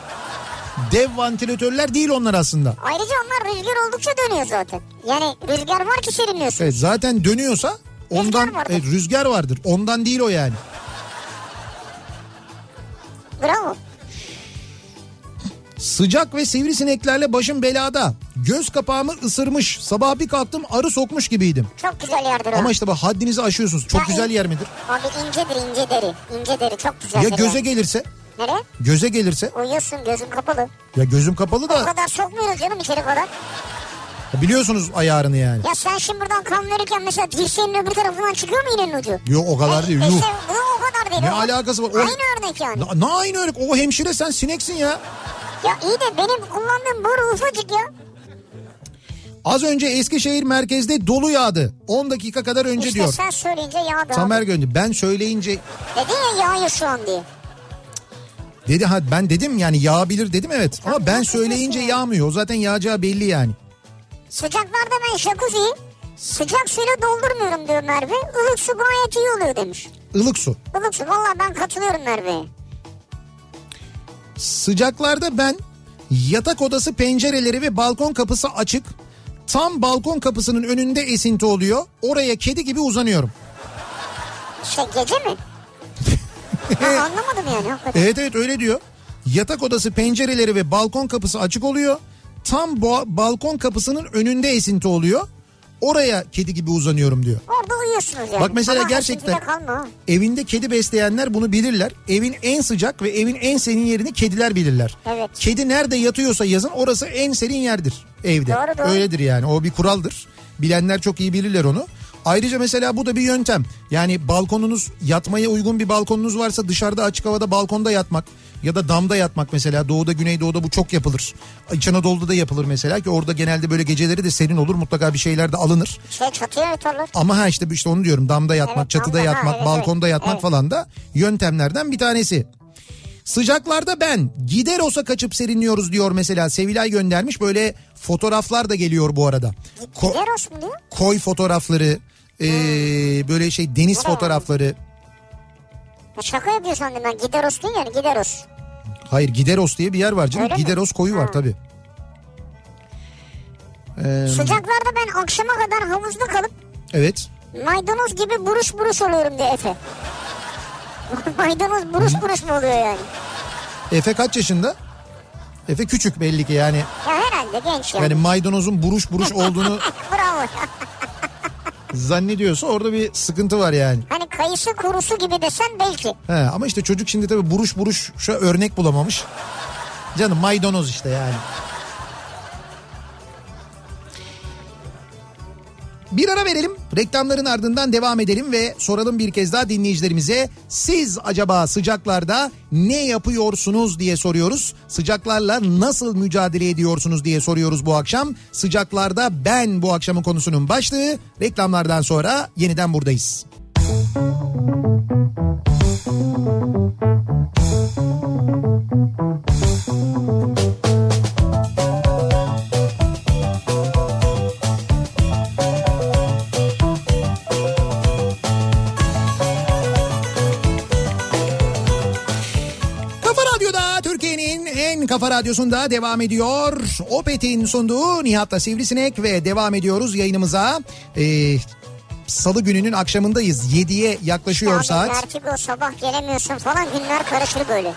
B: dev vantilatörler değil onlar aslında.
A: Ayrıca onlar rüzgar oldukça dönüyor zaten. Yani rüzgar var ki serinliyorsun.
B: Evet zaten dönüyorsa ondan
A: Rüzgar vardır.
B: evet, rüzgar vardır. Ondan değil o yani.
A: Bravo.
B: Sıcak ve sivrisineklerle başım belada. Göz kapağımı ısırmış. Sabah bir kalktım arı sokmuş gibiydim.
A: Çok güzel yerdir o.
B: Ama işte bak haddinizi aşıyorsunuz. Çok
A: Ya,
B: güzel yer midir?
A: Abi incedir ince deri. İnce deri çok güzel.
B: Ya göze gelirse?
A: Nereye?
B: Göze gelirse?
A: Uyuyorsun gözün kapalı.
B: Ya gözüm kapalı
A: O
B: da
A: kadar sokmuyoruz canım içeri kadar.
B: biliyorsunuz ayarını yani.
A: Ya sen şimdi buradan kan verirken mesela dirseğinin öbür tarafından çıkıyor mu iğnenin ucu?
B: Yok o kadar
A: E,
B: değil.
A: e
B: Yuh.
A: işte bu o kadar değil.
B: Ne
A: O-
B: alakası var? O-
A: Aynı örnek yani.
B: Na- Ne aynı örnek? O hemşire sen sineksin ya.
A: Ya iyi de benim kullandığım boru ufacık ya.
B: Az önce Eskişehir merkezde dolu yağdı. 10 dakika kadar önce
A: işte
B: diyor.
A: sen söyleyince yağdı. abi.
B: Tamer Gönlü ben söyleyince
A: Dedin ya yağıyor şu an diye.
B: dedi ha ben dedim yani yağabilir dedim evet. Ama
A: Tabii,
B: ben
A: haklısın
B: söyleyince
A: ya.
B: yağmıyor. O zaten yağacağı belli yani.
A: Sıcaklarda ben jacuzziyi sıcak suyla doldurmuyorum diyor Merve. Ilık su gayet iyi oluyor demiş.
B: Ilık su.
A: Ilık su valla ben katılıyorum Merve'ye.
B: Sıcaklarda ben yatak odası pencereleri ve balkon kapısı açık. Tam balkon kapısının önünde esinti oluyor. Oraya kedi gibi uzanıyorum.
A: Şey gece mi? ben anlamadım yani hakikaten.
B: Evet evet öyle diyor. Yatak odası pencereleri ve balkon kapısı açık oluyor. Tam ba- balkon kapısının önünde esinti oluyor. Oraya kedi gibi uzanıyorum diyor.
A: Orada uyuyorsunuz yani.
B: Bak mesela
A: Ama
B: gerçekten-
A: esinti de kalma. ha.
B: Evinde kedi besleyenler bunu bilirler. Evin en sıcak ve evin en serin yerini kediler bilirler.
A: Evet.
B: Kedi nerede yatıyorsa yazın orası en serin yerdir evde.
A: Doğru, doğru.
B: Öyledir yani o bir kuraldır. Bilenler çok iyi bilirler onu. Ayrıca mesela bu da bir yöntem. Yani balkonunuz yatmaya uygun bir balkonunuz varsa dışarıda açık havada balkonda yatmak ya da damda yatmak mesela doğuda güneydoğuda bu çok yapılır. İç Anadolu'da da yapılır mesela ki orada genelde böyle geceleri de serin olur mutlaka bir şeyler de alınır.
A: Şey çatıya evet olur.
B: Ama ha işte işte onu diyorum damda yatmak,
A: Evet,
B: çatıda
A: damda, ha,
B: yatmak,
A: evet,
B: balkonda
A: evet.
B: yatmak
A: Evet.
B: falan da yöntemlerden bir tanesi. Sıcaklarda ben Gideros'a kaçıp serinliyoruz diyor mesela Sevilay göndermiş böyle fotoğraflar da geliyor bu arada. Ko-
A: Gideros mu diyor?
B: koy fotoğrafları, ee,
A: Hmm.
B: böyle şey deniz
A: Bravo.
B: fotoğrafları.
A: Ya şaka yapıyor sandım ben. Gideros değil yani Gideros.
B: Hayır Gideros diye bir yer var canım.
A: Öyle mi?
B: Gideros koyu var
A: Ha.
B: tabii. Ee,
A: Sıcaklarda ben akşama kadar havuzda kalıp
B: evet.
A: maydanoz gibi buruş buruş oluyorum diyor Efe. maydanoz buruş buruş mu oluyor yani?
B: Efe kaç yaşında? Efe küçük belli ki yani.
A: Ya herhalde genç yani.
B: Yani maydanozun buruş buruş olduğunu
A: Bravo.
B: zannediyorsa orada bir sıkıntı var yani.
A: Hani kayısı kurusu gibi desen belki.
B: He, ama işte çocuk şimdi tabii buruş buruş şu örnek bulamamış. Canım maydanoz işte yani. Bir ara verelim. Reklamların ardından devam edelim ve soralım bir kez daha dinleyicilerimize. Siz acaba sıcaklarda ne yapıyorsunuz diye soruyoruz. Sıcaklarla nasıl mücadele ediyorsunuz diye soruyoruz bu akşam. Sıcaklarda ben bu akşamın konusunun başlığı. Reklamlardan sonra yeniden buradayız. Kafa Radyo'da Türkiye'nin en kafa radyosunda devam ediyor. Opet'in sunduğu Nihat'la Sivrisinek ve devam ediyoruz yayınımıza. Ee, Salı gününün akşamındayız. 7'ye yaklaşıyor
A: Abi
B: saat.
A: Vertigo sabah gelemiyorsun falan günler karışır böyle.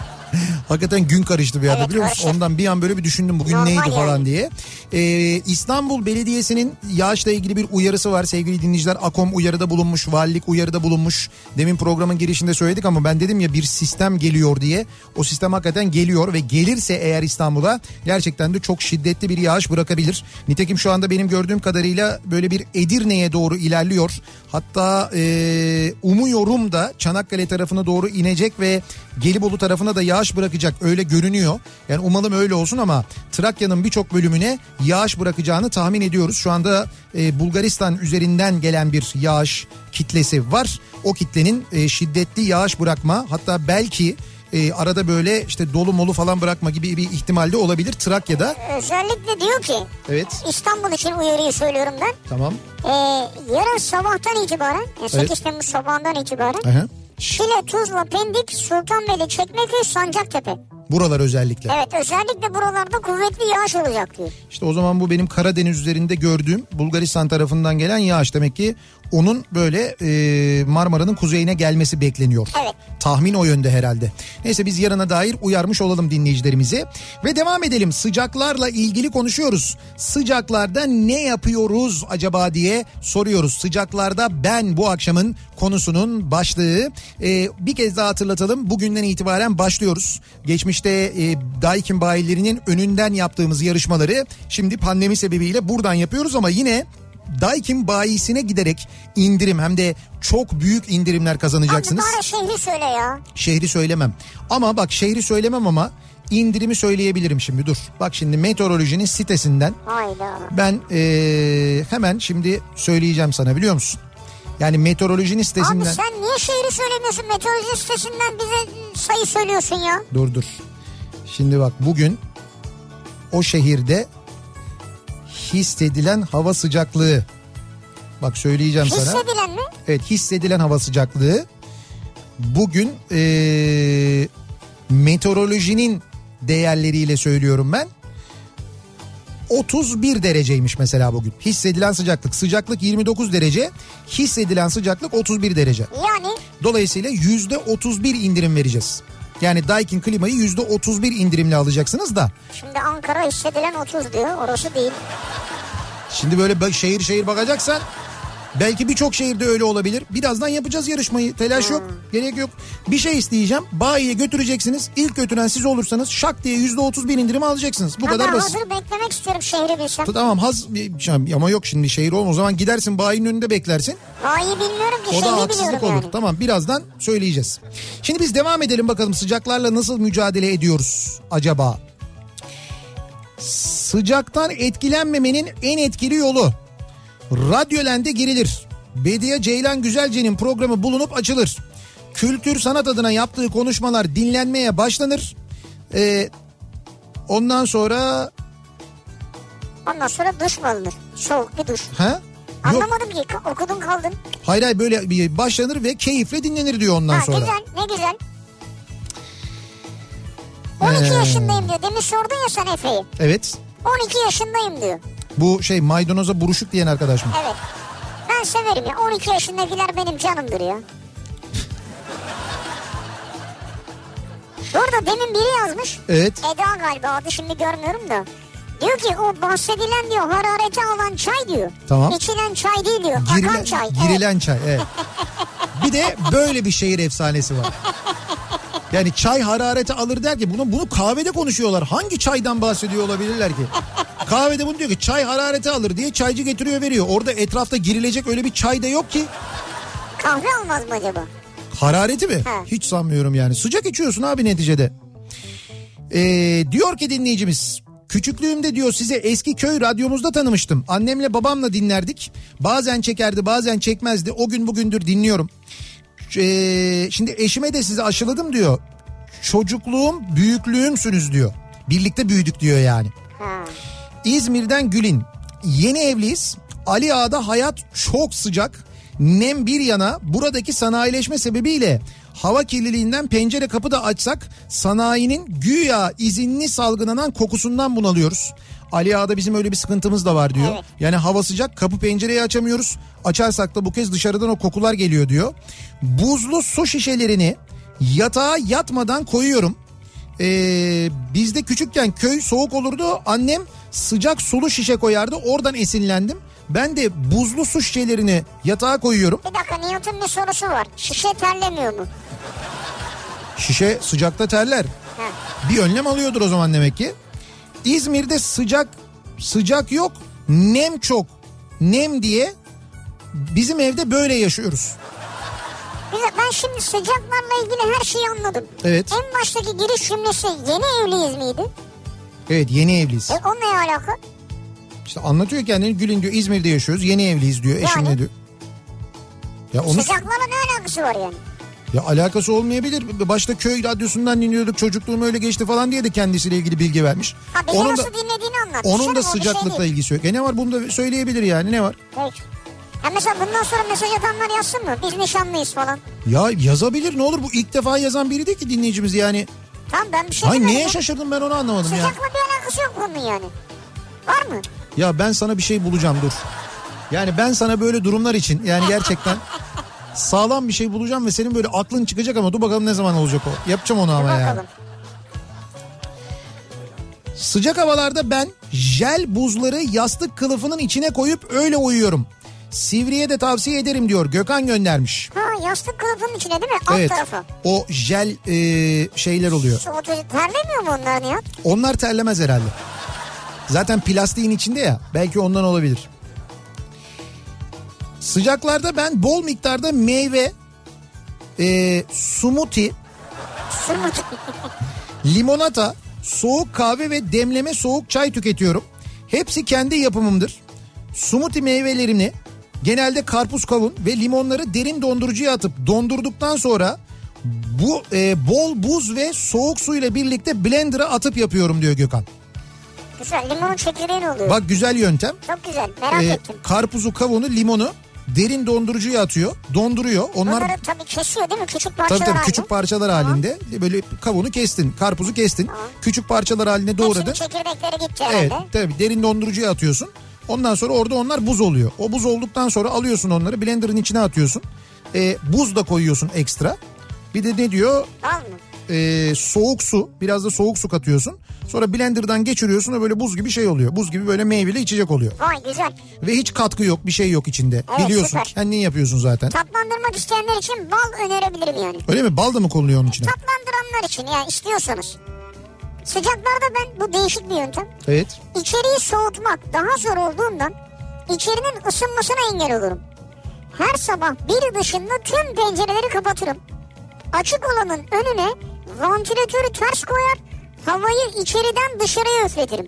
B: Hakikaten gün karıştı bir anda
A: Evet,
B: biliyor musun?
A: karışık.
B: Ondan bir an böyle bir düşündüm bugün
A: Normal
B: neydi
A: yani.
B: falan diye. Ee, İstanbul Belediyesi'nin yağışla ilgili bir uyarısı var sevgili dinleyiciler. AKOM uyarıda bulunmuş, valilik uyarıda bulunmuş. Demin programın girişinde söyledik ama ben dedim ya bir sistem geliyor diye. O sistem hakikaten geliyor ve gelirse eğer İstanbul'a gerçekten de çok şiddetli bir yağış bırakabilir. Nitekim şu anda benim gördüğüm kadarıyla böyle bir Edirne'ye doğru ilerliyor. Hatta e, umuyorum da Çanakkale tarafına doğru inecek ve Gelibolu tarafına da yağış bırakacak öyle görünüyor. Yani umalım öyle olsun ama Trakya'nın birçok bölümüne yağış bırakacağını tahmin ediyoruz. Şu anda e, Bulgaristan üzerinden gelen bir yağış kitlesi var. O kitlenin e, şiddetli yağış bırakma hatta belki e, arada böyle işte dolu molu falan bırakma gibi bir ihtimalde olabilir Trakya'da.
A: Özellikle diyor ki
B: Evet
A: İstanbul için uyarıyı söylüyorum ben.
B: tamam.
A: Ee, yarın sabahtan itibaren yani 8
B: Evet.
A: Temmuz sabahından itibaren
B: Aha.
A: Şile, Tuzla, Pendik, Sultanbeyli, Çekmeköy, Sancaktepe.
B: Buralar özellikle.
A: Evet özellikle buralarda kuvvetli yağış olacak diyor.
B: İşte o zaman bu benim Karadeniz üzerinde gördüğüm Bulgaristan tarafından gelen yağış demek ki onun böyle e, Marmara'nın kuzeyine gelmesi bekleniyor.
A: Evet.
B: Tahmin o yönde herhalde. Neyse biz yarına dair uyarmış olalım dinleyicilerimizi. Ve devam edelim sıcaklarla ilgili konuşuyoruz. Sıcaklarda ne yapıyoruz acaba diye soruyoruz. Sıcaklarda ben bu akşamın konusunun başlığı. Ee, bir kez daha hatırlatalım bugünden itibaren başlıyoruz. Geçmişte e, Daikin bayilerinin önünden yaptığımız yarışmaları şimdi pandemi sebebiyle buradan yapıyoruz ama yine... Daikin bayisine giderek indirim hem de çok büyük indirimler
A: Abi
B: kazanacaksınız.
A: bari şehri söyle ya.
B: Şehri söylemem. Ama bak şehri söylemem ama indirimi söyleyebilirim şimdi dur. Bak şimdi meteorolojinin sitesinden
A: Hayda.
B: ben ee, hemen şimdi söyleyeceğim sana biliyor musun? Yani meteorolojinin
A: Abi
B: sitesinden...
A: sen niye şehri söylemiyorsun? Meteoroloji sitesinden bize sayı söylüyorsun ya.
B: Dur dur. Şimdi bak bugün o şehirde hissedilen hava sıcaklığı. Bak söyleyeceğim sana.
A: Hissedilen mi?
B: Evet hissedilen hava sıcaklığı bugün eee, meteorolojinin değerleriyle söylüyorum ben. 31 dereceymiş mesela bugün. Hissedilen sıcaklık. Sıcaklık 29 derece. Hissedilen sıcaklık 31 derece.
A: Yani
B: Dolayısıyla %31 indirim vereceğiz. Yani Daikin klimayı %31 indirimle alacaksınız da.
A: şimdi Ankara hissedilen 30 diyor. Orası değil.
B: Şimdi böyle bak- şehir şehir bakacaksan Belki birçok şehirde öyle olabilir. Birazdan yapacağız yarışmayı. Telaş yok.
A: Hmm.
B: Gerek yok. Bir şey isteyeceğim. Bayiye götüreceksiniz. İlk götüren siz olursanız şak diye yüzde otuz bir indirim alacaksınız. Bu
A: Ama
B: kadar basit.
A: hazır beklemek istiyorum şehri bilsem.
B: Tamam haz ama yok şimdi şehir olma. O zaman gidersin bayinin önünde beklersin.
A: Vay bilmiyorum ki
B: O da
A: şehri
B: haksızlık
A: biliyorum
B: olur.
A: yani.
B: Tamam birazdan söyleyeceğiz. Şimdi biz devam edelim bakalım sıcaklarla nasıl mücadele ediyoruz acaba? Sıcaktan etkilenmemenin en etkili yolu. Radyolende girilir. Bediye Ceylan Güzelce'nin programı bulunup açılır. Kültür sanat adına yaptığı konuşmalar dinlenmeye başlanır. Ee, ondan sonra...
A: Ondan sonra duş mu alınır? Soğuk bir duş.
B: Ha? Yok
A: Anlamadım ki Ka- okudun kaldın.
B: hayır hayır böyle bir başlanır ve keyifle dinlenir diyor ondan
A: Ha,
B: sonra.
A: güzel ne güzel. 12
B: Ee.
A: yaşındayım diyor. Demin sordun ya sen Efe'yi.
B: Evet
A: 12 yaşındayım diyor.
B: bu şey maydanoza buruşuk diyen arkadaş mı?
A: Evet. Ben severim ya. 12 yaşındakiler benim canımdır ya. Burada demin biri yazmış.
B: Evet.
A: Eda galiba adı şimdi görmüyorum da. Diyor ki o bahsedilen diyor harareti alan çay diyor.
B: Tamam.
A: İçilen çay değil diyor. Akan
B: Girilen
A: çay. Evet.
B: Girilen çay. Evet. bir de böyle bir şehir efsanesi var. Yani çay harareti alır der ki bunu bunu kahvede konuşuyorlar. Hangi çaydan bahsediyor olabilirler ki? Kahvede bunu diyor ki çay harareti alır diye çaycı getiriyor veriyor. Orada etrafta girilecek öyle bir çay da yok ki.
A: Kahve almaz mı acaba?
B: Harareti mi?
A: Ha.
B: Hiç sanmıyorum yani. Sıcak içiyorsun abi neticede. Ee, diyor ki dinleyicimiz. Küçüklüğümde diyor size eski köy radyomuzda tanımıştım. Annemle babamla dinlerdik. Bazen çekerdi bazen çekmezdi. O gün bugündür dinliyorum. Ee, şimdi eşime de sizi aşıladım diyor. Çocukluğum büyüklüğümsünüz diyor. Birlikte büyüdük diyor yani.
A: Ha.
B: İzmir'den Gül'in. Yeni evliyiz. Ali Ağa'da hayat çok sıcak. Nem bir yana buradaki sanayileşme sebebiyle hava kirliliğinden pencere kapı da açsak sanayinin güya izinli salgılanan kokusundan bunalıyoruz. Ali Ağa'da bizim öyle bir sıkıntımız da var diyor.
A: Evet.
B: Yani hava sıcak kapı pencereyi açamıyoruz. Açarsak da bu kez dışarıdan o kokular geliyor diyor. Buzlu su şişelerini yatağa yatmadan koyuyorum. Ee, bizde küçükken köy soğuk olurdu. Annem sıcak sulu şişe koyardı. Oradan esinlendim. Ben de buzlu su şişelerini yatağa koyuyorum.
A: Bir dakika Newton bir sorusu var. Şişe terlemiyor mu?
B: Şişe sıcakta terler.
A: Ha.
B: Bir önlem alıyordur o zaman demek ki. İzmir'de sıcak sıcak yok, nem çok. Nem diye bizim evde böyle yaşıyoruz.
A: Güzel. Ben şimdi sıcaklarla ilgili her şeyi anladım.
B: Evet.
A: En baştaki giriş cümlesi yeni evliyiz miydi?
B: Evet yeni evliyiz.
A: E o ne alaka?
B: İşte anlatıyor kendini Gül'ün diyor İzmir'de yaşıyoruz. Yeni evliyiz diyor eşimle
A: Yani?
B: diyor. Ya onu
A: Sıcaklarla ne alakası var yani?
B: Ya alakası olmayabilir. Başta köy radyosundan dinliyorduk çocukluğum öyle geçti falan diye de kendisiyle ilgili bilgi vermiş.
A: Ha bize
B: onun da,
A: nasıl dinlediğini anlat.
B: onun da
A: Canım, o bir şey
B: sıcaklıkla
A: değil.
B: ilgisi yok. E ne var bunu da söyleyebilir yani ne var?
A: Peki. Ya mesela bundan sonra mesaj atanlar yazsın mı? Biz nişanlıyız falan.
B: Ya yazabilir ne olur bu ilk defa yazan biri değil ki dinleyicimiz yani.
A: Tamam ben bir şey
B: Hayır
A: demedim.
B: niye
A: ya.
B: şaşırdım ben onu anlamadım ya.
A: Sıcakla bir alakası yok bunun yani. Var mı?
B: Ya ben sana bir şey bulacağım dur. Yani ben sana böyle durumlar için yani gerçekten sağlam bir şey bulacağım ve senin böyle aklın çıkacak ama dur bakalım ne zaman olacak o. Yapacağım onu ama
A: Dur
B: yani.
A: bakalım.
B: Sıcak havalarda ben jel buzları yastık kılıfının içine koyup öyle uyuyorum. Sivriye de tavsiye ederim diyor. Gökhan göndermiş.
A: Ha yastık kılıfının içine değil mi? Alt
B: Evet.
A: tarafı.
B: O jel e, şeyler oluyor.
A: Şu otuz terlemiyor mu onların ya?
B: Onlar terlemez herhalde. Zaten plastiğin içinde ya. Belki ondan olabilir. Sıcaklarda ben bol miktarda meyve, e, smoothie,
A: Sırmıcık.
B: limonata, soğuk kahve ve demleme soğuk çay tüketiyorum. Hepsi kendi yapımımdır. Smoothie meyvelerini genelde karpuz kavun ve limonları derin dondurucuya atıp dondurduktan sonra bu e, bol buz ve soğuk suyla birlikte blender'a atıp yapıyorum diyor Gökhan.
A: güzel limonun çekirdeği ne oluyor?
B: Bak güzel yöntem.
A: Çok güzel merak
B: Ee,
A: ettim.
B: karpuzu, kavunu, limonu derin dondurucuya atıyor. Donduruyor. Onlar
A: Bunları tabii kesiyor değil mi? Küçük parçalar
B: tabii tabii
A: halinde.
B: küçük parçalar halinde. Böyle kavunu kestin, karpuzu kestin. Küçük parçalar haline doğradın.
A: Hepsinin çekirdekleri gitti
B: Evet
A: herhalde.
B: tabii derin dondurucuya atıyorsun. Ondan sonra orada onlar buz oluyor. O buz olduktan sonra alıyorsun onları E, blenderın içine atıyorsun. Ee, buz da koyuyorsun ekstra. Bir de ne diyor?
A: Al mı?
B: e, soğuk su biraz da soğuk su katıyorsun. Sonra blenderdan geçiriyorsun o böyle buz gibi şey oluyor. Buz gibi böyle meyveli içecek oluyor.
A: Vay güzel.
B: Ve hiç katkı yok bir şey yok içinde.
A: Evet,
B: Biliyorsun
A: süper.
B: kendin yapıyorsun zaten.
A: Tatlandırmak isteyenler için bal önerebilirim yani.
B: Öyle mi bal da mı konuluyor onun içine?
A: Tatlandıranlar için yani istiyorsanız. Sıcaklarda ben bu değişik bir yöntem.
B: Evet.
A: İçeriği soğutmak daha zor olduğundan içerinin ısınmasına engel olurum. Her sabah bir dışında tüm pencereleri kapatırım. Açık olanın önüne vantilatörü ters koyar, havayı içeriden dışarıya üfletirim.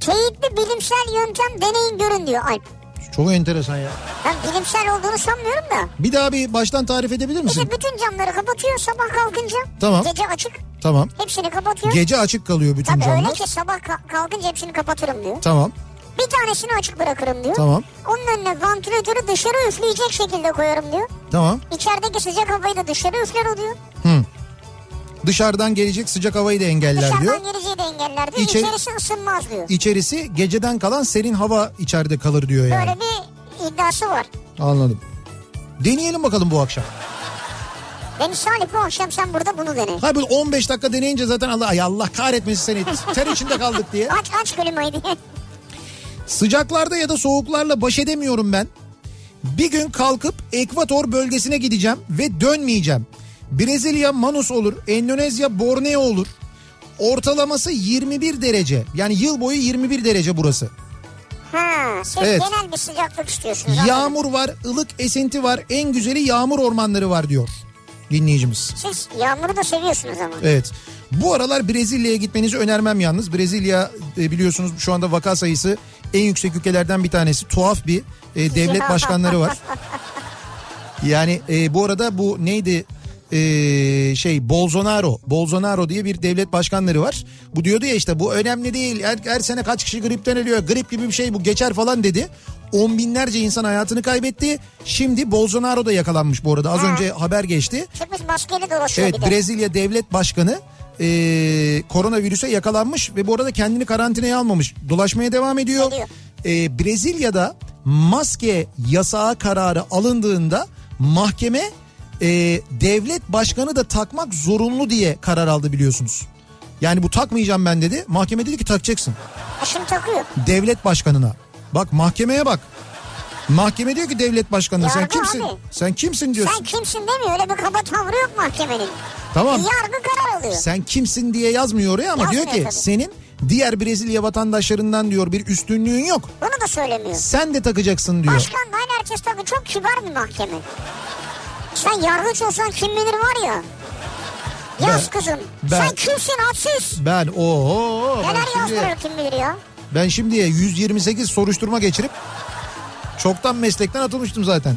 A: Teyitli bilimsel yöntem deneyin görün diyor Alp.
B: Çok enteresan ya.
A: Ben bilimsel olduğunu sanmıyorum da.
B: Bir daha bir baştan tarif edebilir misin?
A: İşte bütün camları kapatıyor sabah kalkınca.
B: Tamam.
A: Gece açık.
B: Tamam.
A: Hepsini kapatıyor.
B: Gece açık kalıyor bütün
A: Tabii öyle
B: camlar.
A: ki sabah ka- kalkınca hepsini kapatırım diyor.
B: Tamam.
A: Bir tanesini açık bırakırım diyor.
B: Tamam.
A: Onun önüne vantilatörü dışarı üfleyecek şekilde koyarım diyor.
B: Tamam.
A: İçerideki sıcak havayı da dışarı üfler o diyor.
B: Hı. Dışarıdan gelecek sıcak havayı da engeller diyor.
A: Dışarıdan geleceği de engeller diyor.
B: İçeri-
A: İçerisi ısınmaz diyor.
B: İçerisi geceden kalan serin hava içeride kalır diyor yani.
A: Böyle bir iddiası var.
B: Anladım. Deneyelim bakalım bu akşam.
A: Deniz Salih bu akşam sen burada bunu dene.
B: Hayır böyle 15 dakika deneyince zaten Allah ay Allah kahretmesin seni ter içinde kaldık diye.
A: Aç aç klimayı diye.
B: Sıcaklarda ya da soğuklarla baş edemiyorum ben. Bir gün kalkıp Ekvator bölgesine gideceğim ve dönmeyeceğim. Brezilya Manus olur, Endonezya Borneo olur. Ortalaması 21 derece. Yani yıl boyu 21 derece burası.
A: Ha, siz
B: Evet.
A: genel bir sıcaklık istiyorsunuz. anladım.
B: Yağmur var, ılık esinti var. En güzeli yağmur ormanları var diyor dinleyicimiz.
A: Siz yağmuru da seviyorsunuz ama.
B: Evet. Bu aralar Brezilya'ya gitmenizi önermem yalnız. Brezilya e, biliyorsunuz şu anda vaka sayısı en yüksek ülkelerden bir tanesi. Tuhaf bir e, devlet başkanları var. Yani e, bu arada bu neydi E, şey Bolsonaro, Bolsonaro diye bir devlet başkanları var. Bu diyordu ya işte bu önemli değil. Her, her sene kaç kişi gripten ölüyor? Grip gibi bir şey bu geçer falan dedi. On binlerce insan hayatını kaybetti. Şimdi Bolsonaro da yakalanmış bu arada. Az önce haber geçti.
A: Çıkmış maskeli dolaşıyor
B: Evet
A: bir de.
B: Brezilya Devlet Başkanı e, koronavirüse yakalanmış ve bu arada kendini karantinaya almamış. Dolaşmaya devam ediyor.
A: Ediyor.
B: E, Brezilya'da maske yasağı kararı alındığında mahkeme e, devlet başkanı da takmak zorunlu diye karar aldı biliyorsunuz. Yani bu takmayacağım ben dedi. Mahkeme dedi ki takacaksın
A: Ha, Şimdi takıyor.
B: devlet başkanına. Bak mahkemeye bak. Mahkeme diyor ki devlet başkanına sen
A: Yargı
B: kimsin?
A: abi.
B: Sen kimsin diyorsun.
A: Sen kimsin demiyor öyle bir kaba tavrı yok mahkemenin.
B: Tamam.
A: Yargı karar alıyor.
B: Sen kimsin diye yazmıyor oraya ama
A: Yazmıyor
B: diyor ki
A: tabii.
B: senin diğer Brezilya vatandaşlarından diyor bir üstünlüğün yok.
A: Bunu da söylemiyor.
B: Sen de takacaksın diyor.
A: Başkan da aynı herkes tabii çok kibar bir mahkeme. Sen yargıç olsan kim bilir var ya. Yaz
B: Ben-
A: kızım.
B: ben-
A: Sen kimsin hadsiz.
B: Ben o
A: Neler
B: ben şimdi
A: yazdırır kim bilir ya.
B: ben şimdiye 128 soruşturma geçirip çoktan meslekten atılmıştım zaten.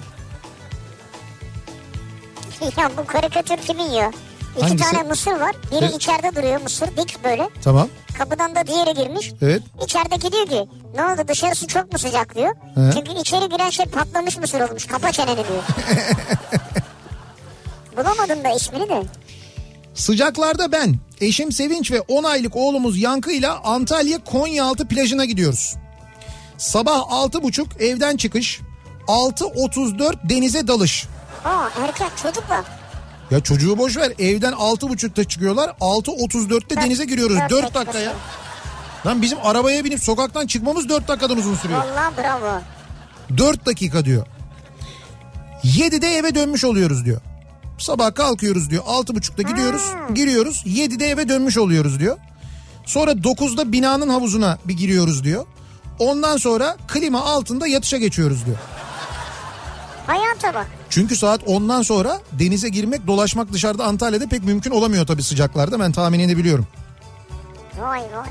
A: ya bu karikatür kimin ya? İki
B: Hangisi? E-
A: tane mısır var. Biri
B: Evet.
A: içeride duruyor mısır dik böyle.
B: Tamam.
A: Kapıdan da diğeri girmiş.
B: Evet.
A: İçerideki diyor ki ne oldu dışarısı çok mu sıcak diyor.
B: He.
A: Çünkü içeri giren şey patlamış mısır olmuş. Kapa çeneni diyor. Bulamadım da ismini de.
B: Sıcaklarda ben, eşim Sevinç ve 10 aylık oğlumuz Yankı ile Antalya Konyaaltı plajına gidiyoruz. Sabah 6.30 evden çıkış, 6.34 denize dalış.
A: Aa erkek çocuk var.
B: Ya çocuğu boş ver. Evden 6.30'da çıkıyorlar. 6.34'te denize giriyoruz.
A: dört
B: 4
A: dakika
B: dakikaya. Lan bizim arabaya binip sokaktan çıkmamız 4 dakikadan uzun sürüyor.
A: Vallahi bravo.
B: 4 dakika diyor. 7'de eve dönmüş oluyoruz diyor. Sabah kalkıyoruz diyor. 6.30'da gidiyoruz. Giriyoruz. 7'de eve dönmüş oluyoruz diyor. Sonra 9'da binanın havuzuna bir giriyoruz diyor. Ondan sonra klima altında yatışa geçiyoruz diyor.
A: Hayata bak.
B: Çünkü saat 10'dan sonra denize girmek, dolaşmak dışarıda Antalya'da pek mümkün olamıyor tabii sıcaklarda. Ben tahmin edebiliyorum.
A: Vay vay.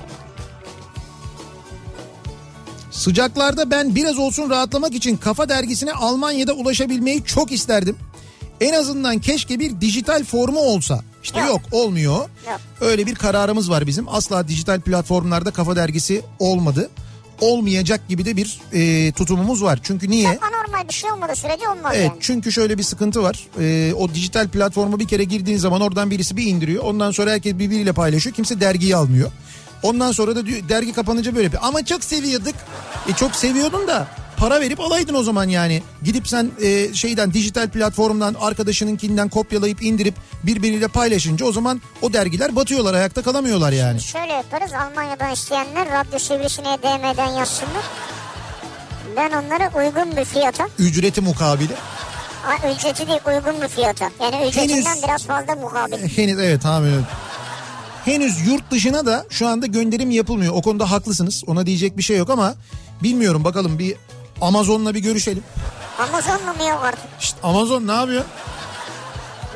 B: Sıcaklarda ben biraz olsun rahatlamak için Kafa dergisine Almanya'da ulaşabilmeyi çok isterdim. En azından keşke bir dijital formu olsa. İşte yok,
A: Yok.
B: olmuyor.
A: Yok.
B: Öyle bir kararımız var bizim. Asla dijital platformlarda Kafa dergisi olmadı. Olmayacak gibi de bir e, tutumumuz var. Çünkü niye?
A: Anormal bir şey olmadığı sürece olmaz
B: E? Evet
A: yani.
B: çünkü şöyle bir sıkıntı var. Ee, o dijital platforma bir kere girdiğin zaman oradan birisi bir indiriyor. Ondan sonra herkes birbiriyle paylaşıyor. Kimse dergiyi almıyor. Ondan sonra da diyor, dergi kapanınca böyle bir ama çok seviyorduk. E çok seviyordun da para verip alaydın o zaman yani. Gidip sen e, şeyden dijital platformdan arkadaşınınkinden kopyalayıp indirip birbiriyle paylaşınca o zaman o dergiler batıyorlar ayakta kalamıyorlar yani.
A: Şöyle yaparız Almanya'dan isteyenler radyo sivrisine DM'den yazsınlar. Ben onlara uygun bir fiyata,
B: Ücreti mukabili.
A: a, ücreti değil uygun bir fiyata. Yani ücretinden
B: Henüz-
A: biraz fazla mukabil.
B: Henüz evet tahmin ediyorum. Henüz yurt dışına da şu anda gönderim yapılmıyor. O konuda haklısınız. Ona diyecek bir şey yok ama bilmiyorum bakalım bir Amazon'la bir görüşelim.
A: Amazon'la mı yok artık?
B: İşte Amazon ne yapıyor?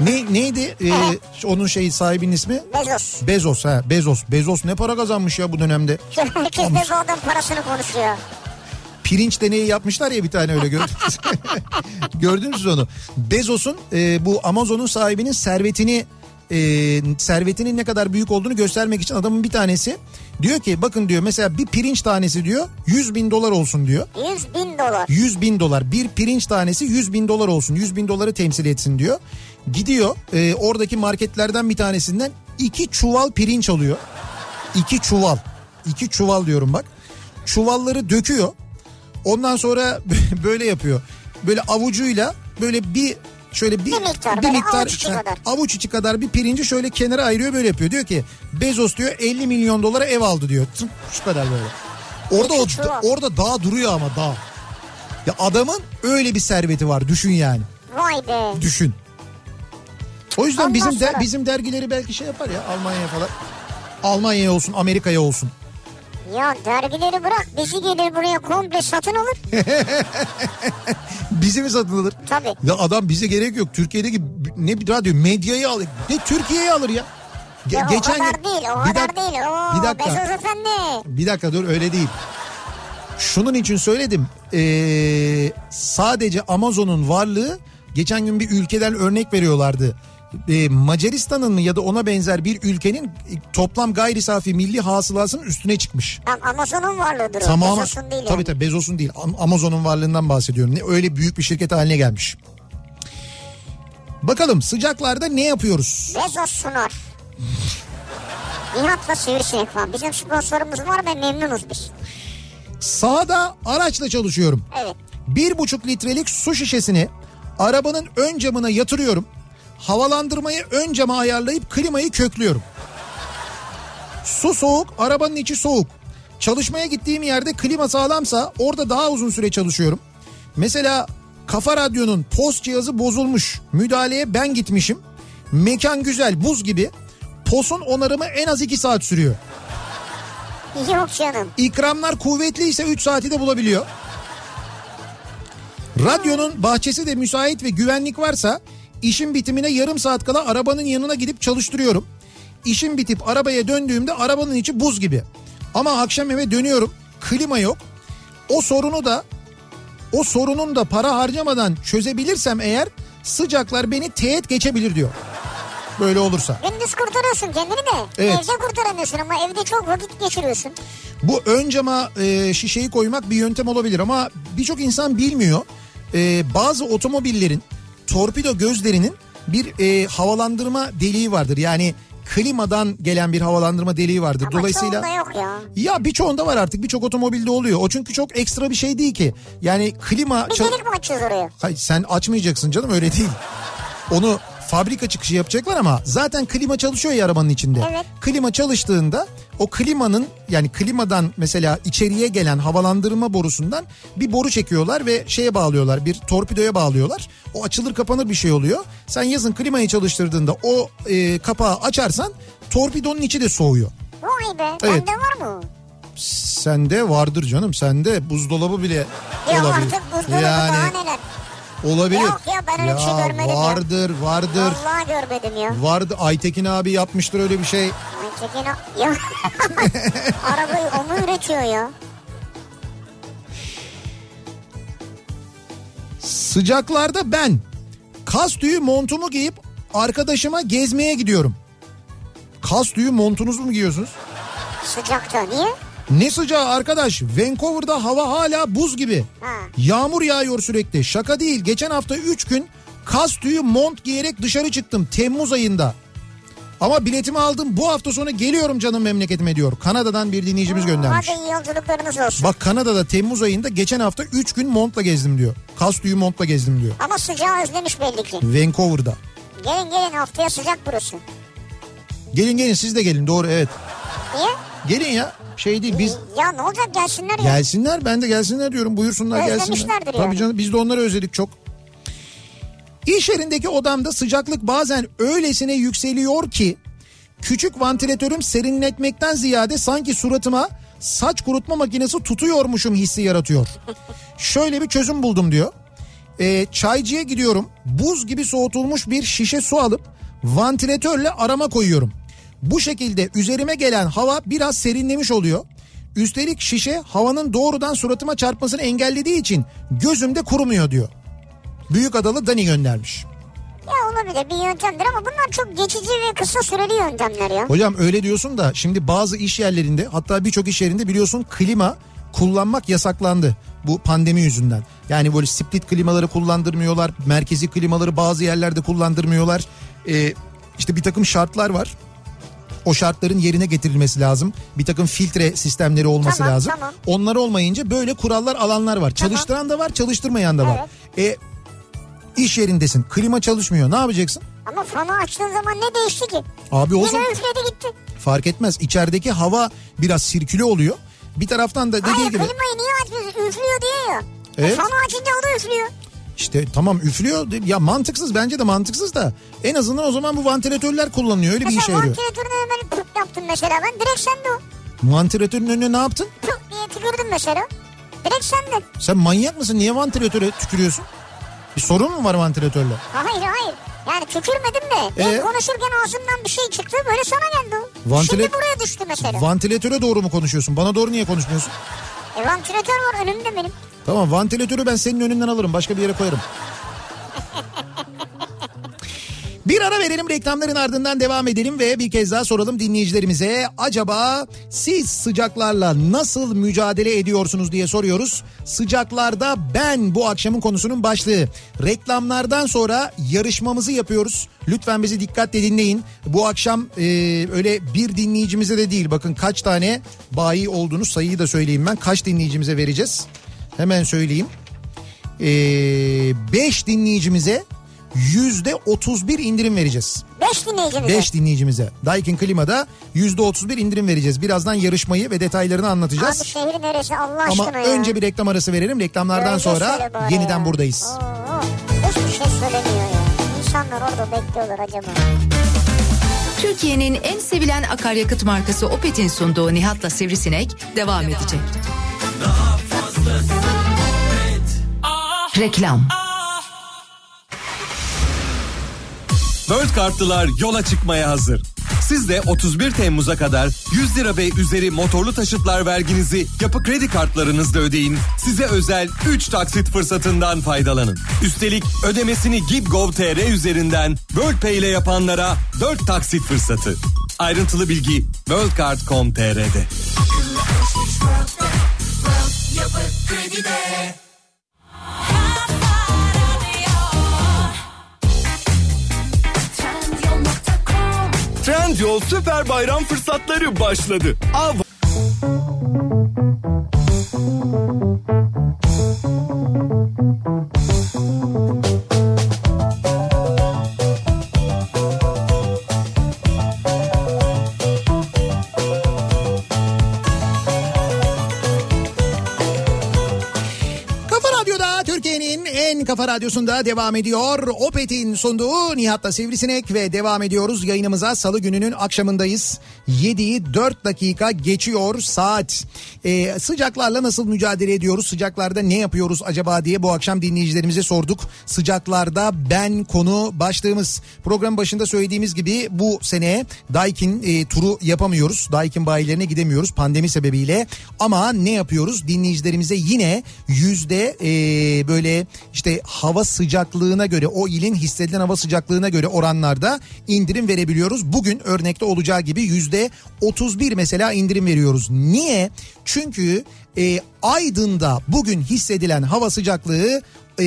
B: Ne neydi ee, onun şey sahibinin ismi?
A: Bezos.
B: Bezos ha Bezos. Bezos ne para kazanmış ya bu dönemde.
A: Herkes Bezos'dan parasını konuşuyor.
B: Pirinç deneyi yapmışlar ya bir tane öyle gördünüz. gördünüz mü onu? Bezos'un e, bu Amazon'un sahibinin servetini e, servetinin ne kadar büyük olduğunu göstermek için adamın bir tanesi diyor ki bakın diyor mesela bir pirinç tanesi diyor 100 bin dolar olsun diyor.
A: 100 bin dolar.
B: 100 bin dolar bir pirinç tanesi 100 bin dolar olsun 100 bin doları temsil etsin diyor. Gidiyor e, oradaki marketlerden bir tanesinden iki çuval pirinç alıyor. İki çuval. iki çuval diyorum bak. Çuvalları döküyor. Ondan sonra böyle yapıyor. Böyle avucuyla böyle bir şöyle bir,
A: Bir miktar, böyle avuç içi kadar.
B: avuç içi kadar bir pirinci şöyle kenara ayırıyor böyle yapıyor. Diyor ki Bezos diyor 50 milyon dolara ev aldı diyor. Tık, Şu kadar böyle. Orada o,
A: İki çuval.
B: orada dağ duruyor ama dağ. Ya adamın öyle bir serveti var düşün yani.
A: Vay be.
B: Düşün. O yüzden
A: Ondan
B: bizim de,
A: sonra-
B: bizim dergileri belki şey yapar ya Almanya'ya falan. Almanya'ya olsun, Amerika'ya olsun.
A: Ya dergileri bırak bizi gelir buraya komple satın alır.
B: Bizi mi satın alır?
A: Tabii.
B: Ya adam bize gerek yok. Türkiye'deki ne bir radyo medyayı alır. Ne Türkiye'yi alır ya. Ge-
A: Ya o kadar
B: gün-
A: değil o
B: Bir
A: kadar
B: dak-
A: değil. Oo,
B: bir dakika.
A: Bezos efendi.
B: Bir dakika dur öyle değil. Şunun için söyledim. Ee, sadece Amazon'un varlığı geçen gün bir ülkeden örnek veriyorlardı. Ee, Macaristan'ın mı ya da ona benzer bir ülkenin e, toplam gayri safi milli hasılasının üstüne çıkmış.
A: Tam Amazon'un varlığı duruyor.
B: Tamam.
A: Bezos'un değil
B: Tabii
A: yani.
B: tabii Bezos'un değil. Am- Amazon'un varlığından bahsediyorum. Ne öyle büyük bir şirket haline gelmiş. Bakalım sıcaklarda ne yapıyoruz?
A: Bezos sunar. Nihat'la Sivrisinek falan. Bizim sponsorumuz var ve memnunuz biz.
B: Sahada araçla çalışıyorum.
A: Evet.
B: Bir buçuk litrelik su şişesini arabanın ön camına yatırıyorum. Havalandırmayı ön cama ayarlayıp klimayı köklüyorum. Su soğuk, arabanın içi soğuk. Çalışmaya gittiğim yerde klima sağlamsa orada daha uzun süre çalışıyorum. Mesela kafa radyonun post cihazı bozulmuş. Müdahaleye ben gitmişim. Mekan güzel, buz gibi. Posun onarımı en az 2 saat sürüyor.
A: Yok canım.
B: İkramlar kuvvetli ise 3 saati de bulabiliyor. Radyonun bahçesi de müsait ve güvenlik varsa işin bitimine yarım saat kala arabanın yanına gidip çalıştırıyorum. İşim bitip arabaya döndüğümde arabanın içi buz gibi. Ama akşam eve dönüyorum. Klima yok. O sorunu da o sorunun da para harcamadan çözebilirsem eğer sıcaklar beni teğet geçebilir diyor. Böyle olursa.
A: Gündüz kurtarıyorsun kendini de.
B: Evet.
A: Evde kurtaramıyorsun ama evde çok vakit geçiriyorsun.
B: Bu ön cama e, şişeyi koymak bir yöntem olabilir ama birçok insan bilmiyor. E, bazı otomobillerin torpido gözlerinin bir e, havalandırma deliği vardır. Yani klimadan gelen bir havalandırma deliği vardır.
A: Ama
B: Dolayısıyla
A: çoğunda yok ya.
B: ya birçoğunda var artık birçok otomobilde oluyor. O çünkü çok ekstra bir şey değil ki. Yani klima
A: Bir
B: çal-
A: delik mi açıyoruz oraya?
B: Hayır, sen açmayacaksın canım öyle değil. Onu fabrika çıkışı yapacaklar ama zaten klima çalışıyor ya arabanın içinde.
A: Evet.
B: Klima çalıştığında o klimanın yani klimadan mesela içeriye gelen havalandırma borusundan bir boru çekiyorlar ve şeye bağlıyorlar bir torpidoya bağlıyorlar. O açılır kapanır bir şey oluyor. Sen yazın klimayı çalıştırdığında o e, kapağı açarsan torpidonun içi de soğuyor.
A: Vay be.
B: Evet.
A: Bende var mı?
B: Sende vardır canım sende buzdolabı bile
A: Ya
B: olabilir.
A: artık buzdolabı daha neler.
B: Olabilir.
A: Yok ya, ben öyle bir şey görmedim ya.
B: Vardır vardır.
A: Vallahi görmedim ya.
B: Vardı Aytekin abi yapmıştır öyle bir şey.
A: Ay çekin o- Ya. Arabayı o mu üretiyor ya?
B: Sıcaklarda ben kas tüyü montumu giyip arkadaşıma gezmeye gidiyorum. Kas tüyü montunuzu mu giyiyorsunuz?
A: Sıcakta. Niye?
B: Ne sıcağı arkadaş. Vancouver'da hava hala buz gibi.
A: Ha.
B: Yağmur yağıyor sürekli. Şaka değil. Geçen hafta 3 gün kas tüyü mont giyerek dışarı çıktım Temmuz ayında. Ama biletimi aldım bu hafta sonu geliyorum canım memleketime diyor. Kanada'dan bir dinleyicimiz göndermiş.
A: Hadi iyi yolculuklarınız olsun.
B: Bak Kanada'da Temmuz ayında geçen hafta 3 gün montla gezdim diyor. Kas tüyü montla gezdim diyor.
A: Ama sıcağı özlemiş belli ki.
B: Vancouver'da.
A: Gelin gelin haftaya sıcak burası.
B: Gelin gelin siz de gelin doğru evet.
A: Niye?
B: Gelin ya şey değil biz
A: Ya ne olacak gelsinler ya.
B: gelsinler ben de gelsinler diyorum buyursunlar gelsinler.
A: Özlemişlerdir
B: Tabii
A: yani.
B: canım biz de onları özledik çok. İş yerindeki odamda sıcaklık bazen öylesine yükseliyor ki küçük vantilatörüm serinletmekten ziyade sanki suratıma saç kurutma makinesi tutuyormuşum hissi yaratıyor. Şöyle bir çözüm buldum diyor. Ee, çaycıya gidiyorum. Buz gibi soğutulmuş bir şişe su alıp vantilatörle arama koyuyorum. Bu şekilde üzerime gelen hava biraz serinlemiş oluyor. Üstelik şişe havanın doğrudan suratıma çarpmasını engellediği için gözümde kurumuyor diyor. Büyükadalı Dani göndermiş.
A: Ya olabilir bir yöntemdir ama bunlar çok geçici ve kısa süreli yöntemler ya.
B: Hocam öyle diyorsun da şimdi bazı iş yerlerinde hatta birçok iş yerinde biliyorsun klima kullanmak yasaklandı bu pandemi yüzünden. Yani böyle split klimaları kullandırmıyorlar, merkezi klimaları bazı yerlerde kullandırmıyorlar. Ee, işte bir takım şartlar var. O şartların yerine getirilmesi lazım. Bir takım filtre sistemleri olması
A: Tamam,
B: lazım.
A: tamam.
B: Onlar olmayınca böyle kurallar alanlar var. Çalıştıran da var, çalıştırmayan da var. E, iş yerindesin, klima çalışmıyor. Ne yapacaksın?
A: Ama fanı açtığın zaman ne değişti ki?
B: Abi olsun.
A: Yine üfledi gitti.
B: Fark etmez. İçerideki hava biraz sirküle oluyor. Bir taraftan da dediği
A: Hayır
B: gibi
A: klimayı niye açmıyorsun? Üflüyor diye ya.
B: Evet.
A: E, fanı açınca o da üflüyor.
B: işte tamam üflüyor. Ya mantıksız bence de mantıksız da en azından o zaman bu vantilatörler kullanıyor. Öyle bir işe
A: Mesela
B: yarıyor.
A: vantilatörün önüne böyle pıt yaptın mesela ben. Direkt sen de o.
B: Vantilatörün önüne ne yaptın?
A: Pıt diye tükürdün mesela. Direkt sen de.
B: Sen manyak mısın? Niye vantilatöre tükürüyorsun? Bir sorun mu var vantilatörle?
A: Hayır hayır. Yani tükürmedim de. Ben
B: Ee?
A: konuşurken ağzımdan bir şey çıktı böyle sana geldi o.
B: Vantile-
A: Şimdi buraya düştü mesela.
B: Vantilatöre doğru mu konuşuyorsun? Bana doğru niye konuşmuyorsun?
A: e, vantilatör var önümde benim.
B: Tamam vantilatörü ben senin önünden alırım. Başka bir yere koyarım. Bir ara verelim reklamların ardından devam edelim ve bir kez daha soralım dinleyicilerimize. Acaba siz sıcaklarla nasıl mücadele ediyorsunuz diye soruyoruz. Sıcaklarda ben bu akşamın konusunun başlığı. Reklamlardan sonra yarışmamızı yapıyoruz. Lütfen bizi dikkatle dinleyin. Bu akşam e, öyle bir dinleyicimize de değil bakın kaç tane bayi olduğunu sayıyı da söyleyeyim ben. Kaç dinleyicimize vereceğiz hemen söyleyeyim. 5 Ee, dinleyicimize yüzde 31 indirim vereceğiz.
A: Beş dinleyicimize.
B: 5 dinleyicimize Daikin Klima'da yüzde 31 indirim vereceğiz. Birazdan yarışmayı ve detaylarını anlatacağız.
A: Abi şehir neresi Allah
B: Ama
A: aşkına ya. şey
B: önce bir reklam arası verelim. Reklamlardan
A: Önce
B: sonra
A: söyle bari
B: yeniden
A: ya.
B: buradayız.
A: Oo, hiçbir şey söylemiyor ya. İnsanlar orada bekliyorlar acaba.
C: Türkiye'nin en sevilen akaryakıt markası Opet'in sunduğu Nihat'la Sivrisinek devam edecek. Reklam.
D: World Kartlılar yola çıkmaya hazır. Siz de 31 Temmuz'a kadar 100 lira ve üzeri motorlu taşıtlar verginizi yapı kredi kartlarınızla ödeyin. Size özel 3 taksit fırsatından faydalanın. Üstelik ödemesini Gib.gov.tr üzerinden WorldPay ile yapanlara 4 taksit fırsatı. Ayrıntılı bilgi worldcard.com.tr'de.
E: Trendyol Süper Bayram fırsatları başladı. Av
B: Kafa Radyo'da Türkiye'nin en kafa radyosunda devam ediyor. Opet'in sunduğu Nihat'la Sivrisinek ve devam ediyoruz. Yayınımıza salı gününün akşamındayız. 7'yi 4 dakika geçiyor saat. Ee, sıcaklarla nasıl mücadele ediyoruz? Sıcaklarda ne yapıyoruz acaba diye bu akşam dinleyicilerimize sorduk. Sıcaklarda ben konu başlığımız. Program başında söylediğimiz gibi bu sene Daikin e, turu yapamıyoruz. Daikin bayilerine gidemiyoruz pandemi sebebiyle. Ama ne yapıyoruz? Dinleyicilerimize yine yüzde e, böyle işte hava sıcaklığına göre o ilin hissedilen hava sıcaklığına göre oranlarda indirim verebiliyoruz. Bugün örnekte olacağı gibi yüzde 31 mesela indirim veriyoruz. Niye? Çünkü e, E, Aydın'da bugün hissedilen hava sıcaklığı e,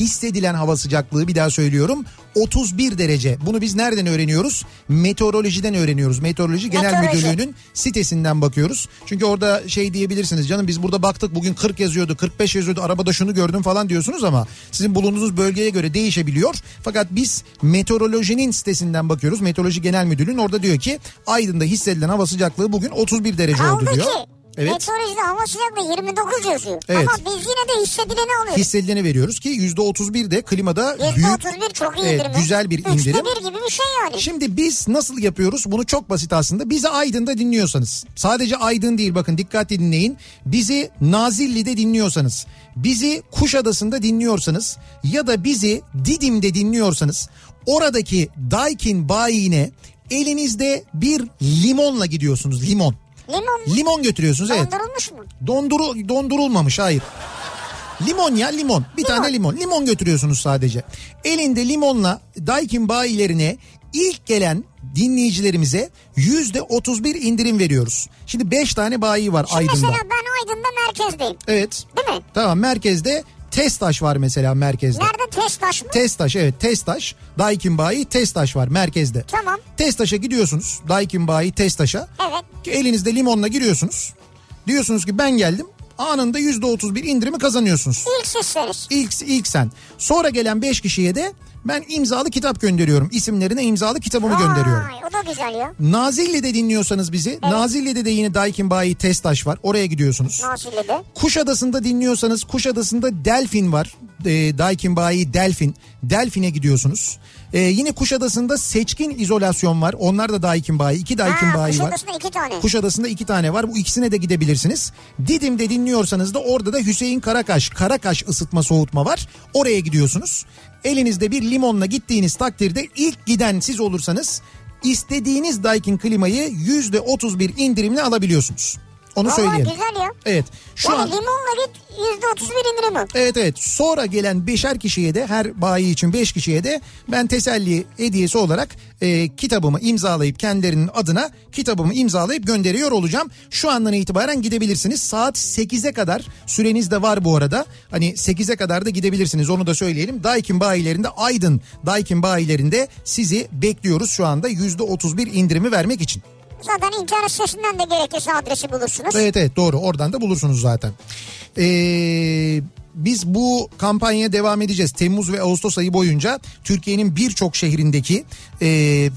B: hissedilen hava sıcaklığı bir daha söylüyorum 31 derece. Bunu biz nereden öğreniyoruz? Meteorolojiden öğreniyoruz. Meteoroloji Genel
A: Meteoroloji.
B: Müdürlüğü'nün sitesinden bakıyoruz. Çünkü orada şey diyebilirsiniz canım biz burada baktık bugün 40 yazıyordu 45 yazıyordu arabada şunu gördüm falan diyorsunuz ama sizin bulunduğunuz bölgeye göre değişebiliyor. Fakat biz meteorolojinin sitesinden bakıyoruz. Meteoroloji Genel Müdürlüğü'nün orada diyor ki Aydın'da hissedilen hava sıcaklığı bugün 31 derece oldu
A: Kaldı
B: diyor.
A: ki
B: Evet.
A: meteorolojide hava sıcaklığı 29 yazıyor.
B: Evet.
A: Ama biz yine de hissedileni alıyoruz.
B: Hissedileni veriyoruz ki %31 de klimada büyük
A: %31 çok iyi
B: Evet,
A: indirim.
B: güzel bir indirim.
A: Üçte bir gibi bir şey yani.
B: Şimdi biz nasıl yapıyoruz? Bunu çok basit aslında. Bizi Aydın'da dinliyorsanız. Sadece Aydın değil bakın dikkatli dinleyin. Bizi Nazilli'de dinliyorsanız. Bizi Kuşadası'nda dinliyorsanız. Ya da bizi Didim'de dinliyorsanız. Oradaki Daikin bayiine elinizde bir limonla gidiyorsunuz. Limon.
A: Limon
B: Limon götürüyorsunuz evet.
A: dondurulmuş mu?
B: Donduru, dondurulmamış hayır. Limon ya limon. Bir tane limon. Limon götürüyorsunuz sadece. Elinde limonla Daikin bayilerine ilk gelen dinleyicilerimize yüzde 31 indirim veriyoruz. Şimdi 5 tane bayi var
A: Şimdi
B: Aydın'da.
A: Mesela ben Aydın'da merkezdeyim.
B: Evet.
A: Değil mi?
B: Tamam merkezde Testaş var mesela merkezde.
A: Nerede Testaş mı?
B: Testaş evet Testaş. Daikin bayi Testaş var merkezde.
A: Tamam.
B: Testaş'a gidiyorsunuz. Daikin bayi Testaş'a.
A: Evet.
B: Elinizde limonla giriyorsunuz. Diyorsunuz ki ben geldim. Anında %31 indirimi kazanıyorsunuz.
A: İlk sizsiniz.
B: İlk, ilk sen. Sonra gelen 5 kişiye de ben imzalı kitap gönderiyorum. İsimlerine imzalı kitabımı gönderiyorum.
A: Vay, o da güzel ya.
B: Nazilli'de dinliyorsanız bizi. Nazilli'de de yine Daikin Bayi Testaş var. Oraya gidiyorsunuz.
A: Nazilli'de.
B: Kuşadası'nda dinliyorsanız Kuşadası'nda Delfin var. E, Daikin Bayi Delfin. Delfin'e gidiyorsunuz. Ee, yine Kuşadası'nda Seçkin İzolasyon var. Onlar da Daikin Bayi. iki Daikin
A: Ha,
B: Bayi var.
A: Kuşadası'nda iki tane.
B: Kuşadası'nda iki tane var. Bu ikisine de gidebilirsiniz. Didim'de dinliyorsanız da orada da Hüseyin Karakaş, Karakaş ısıtma soğutma var. Oraya gidiyorsunuz. Elinizde bir limonla gittiğiniz takdirde ilk giden siz olursanız istediğiniz Daikin klimayı yüzde 31 indirimle alabiliyorsunuz. Onu
A: Vallahi
B: söyleyelim.
A: güzel ya.
B: Evet. Şu
A: yani
B: an
A: limonla git %31 indirimi.
B: Evet evet sonra gelen beşer kişiye de her bayi için beş kişiye de ben teselli hediyesi olarak e, kitabımı imzalayıp kendilerinin adına kitabımı imzalayıp gönderiyor olacağım. Şu andan itibaren gidebilirsiniz saat 8'e kadar süreniz de var bu arada hani 8'e kadar da gidebilirsiniz onu da söyleyelim. Daikin bayilerinde Aydın Daikin bayilerinde sizi bekliyoruz şu anda %31 indirimi vermek için.
A: Zaten internet sitesinden de gerekirse adresi bulursunuz.
B: Evet evet doğru oradan da bulursunuz zaten. Ee, biz bu kampanyaya devam edeceğiz. Temmuz ve Ağustos ayı boyunca Türkiye'nin birçok şehrindeki e,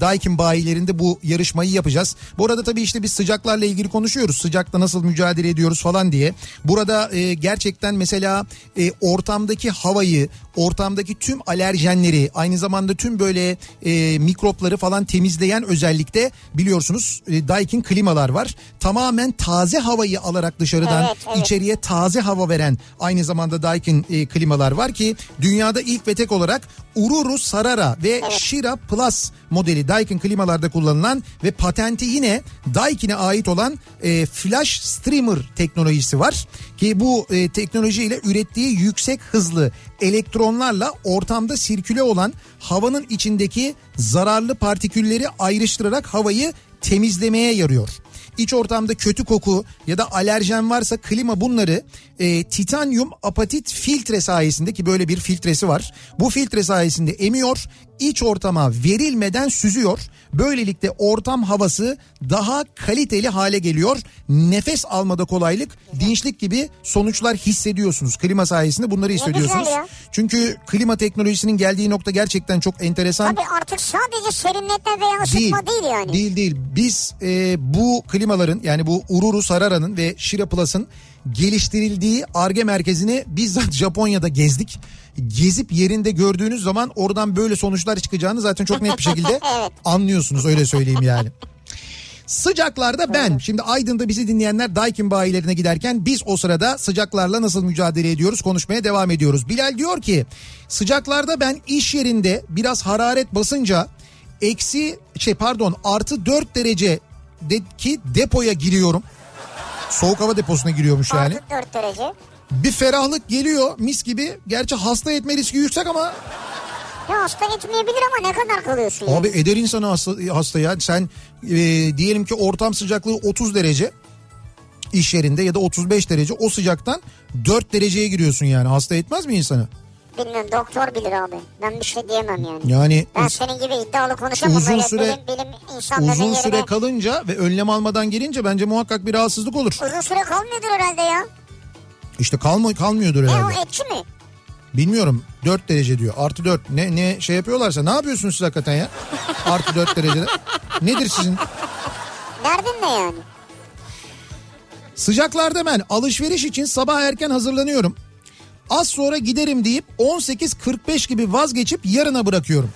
B: Daikin bayilerinde bu yarışmayı yapacağız. Bu arada tabii işte biz sıcaklarla ilgili konuşuyoruz. Sıcakla nasıl mücadele ediyoruz falan diye. Burada e, gerçekten mesela e, ortamdaki havayı, ortamdaki tüm alerjenleri, aynı zamanda tüm böyle e, mikropları falan temizleyen özellikle biliyorsunuz e, Daikin klimalar var. Tamamen taze havayı alarak dışarıdan
A: Evet, evet.
B: içeriye taze hava veren aynı zamanda Daikin e, klimalar var ki dünyada ilk ve tek olarak Ururu Sarara ve Shira Plus modeli Daikin klimalarda kullanılan ve patenti yine Daikin'e ait olan e, Flash Streamer teknolojisi var ki bu e, teknolojiyle ürettiği yüksek hızlı elektronlarla ortamda sirküle olan havanın içindeki zararlı partikülleri ayrıştırarak havayı temizlemeye yarıyor. İç ortamda kötü koku ya da alerjen varsa klima bunları e, titanyum apatit filtre sayesinde ki böyle bir filtresi var. Bu filtre sayesinde emiyor, iç ortama verilmeden süzüyor. Böylelikle ortam havası daha kaliteli hale geliyor. Nefes almada kolaylık, dinçlik gibi sonuçlar hissediyorsunuz. Klima sayesinde bunları hissediyorsunuz.
A: ya.
B: Çünkü klima teknolojisinin geldiği nokta gerçekten çok enteresan.
A: Tabii artık sadece serinletme veya ısıtma değil, yani.
B: Değil değil. Biz e, bu klimaların yani bu Ururu Sarara'nın ve Shira Plus'ın geliştirildiği ARGE merkezini bizzat Japonya'da gezdik. Gezip yerinde gördüğünüz zaman oradan böyle sonuçlar çıkacağını zaten çok net bir şekilde anlıyorsunuz öyle söyleyeyim yani. Sıcaklarda ben şimdi Aydın'da bizi dinleyenler Daikin bayilerine giderken biz o sırada sıcaklarla nasıl mücadele ediyoruz konuşmaya devam ediyoruz. Bilal diyor ki sıcaklarda ben iş yerinde biraz hararet basınca eksi şey pardon artı 4 derecedeki depoya giriyorum. Soğuk hava deposuna giriyormuş yani.
A: Artık 4 derece.
B: Bir ferahlık geliyor mis gibi. Gerçi hasta etme riski yüksek ama
A: Ya hasta etmeyebilir ama ne kadar kalıyorsun? ya?
B: Abi eder insanı hasta, hasta ya. Sen e, diyelim ki ortam sıcaklığı 30 derece. iş yerinde ya da 35 derece o sıcaktan 4 dereceye giriyorsun yani hasta etmez mi insanı?
A: Bilmiyorum doktor bilir abi. Ben bir şey diyemem yani.
B: Yani
A: Ben senin gibi iddialı konuşamam.
B: Uzun
A: Uzun
B: süre-
A: süre, bilim, bilim insanların
B: uzun
A: yerine.
B: süre kalınca ve önlem almadan gelince bence muhakkak bir rahatsızlık olur.
A: uzun süre kalmıyordur herhalde ya.
B: İşte kalma, kalmıyordur
A: E o
B: herhalde.
A: etçi mi?
B: Bilmiyorum 4 derece diyor artı 4 ne, ne şey yapıyorlarsa ne yapıyorsunuz siz hakikaten ya artı 4 derecede nedir sizin?
A: Derdin ne yani?
B: Sıcaklarda ben alışveriş için sabah erken hazırlanıyorum. Az sonra giderim deyip 18.45 gibi vazgeçip yarına bırakıyorum.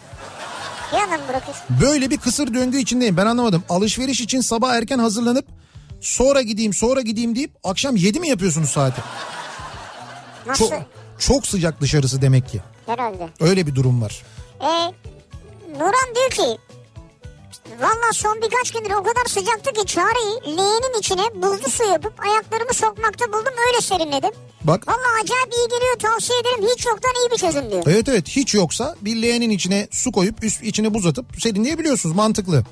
A: Yanım bırakıyorsun.
B: Böyle bir kısır döngü içindeyim ben anlamadım. Alışveriş için sabah erken hazırlanıp sonra gideyim sonra gideyim deyip akşam 7 mi yapıyorsunuz saati?
A: Nasıl?
B: Çok, çok sıcak dışarısı demek ki.
A: Herhalde.
B: Öyle bir durum var.
A: E, Nuran diyor ki Valla son birkaç gündür o kadar sıcaktı ki çareyi leğenin içine buzlu su yapıp ayaklarımı sokmakta buldum öyle serinledim.
B: Bak
A: Valla acayip iyi geliyor tavsiye ederim hiç yoktan iyi bir çözüm diyor.
B: evet evet hiç yoksa bir leğenin içine su koyup üst içine buz atıp serinleyebiliyorsunuz mantıklı.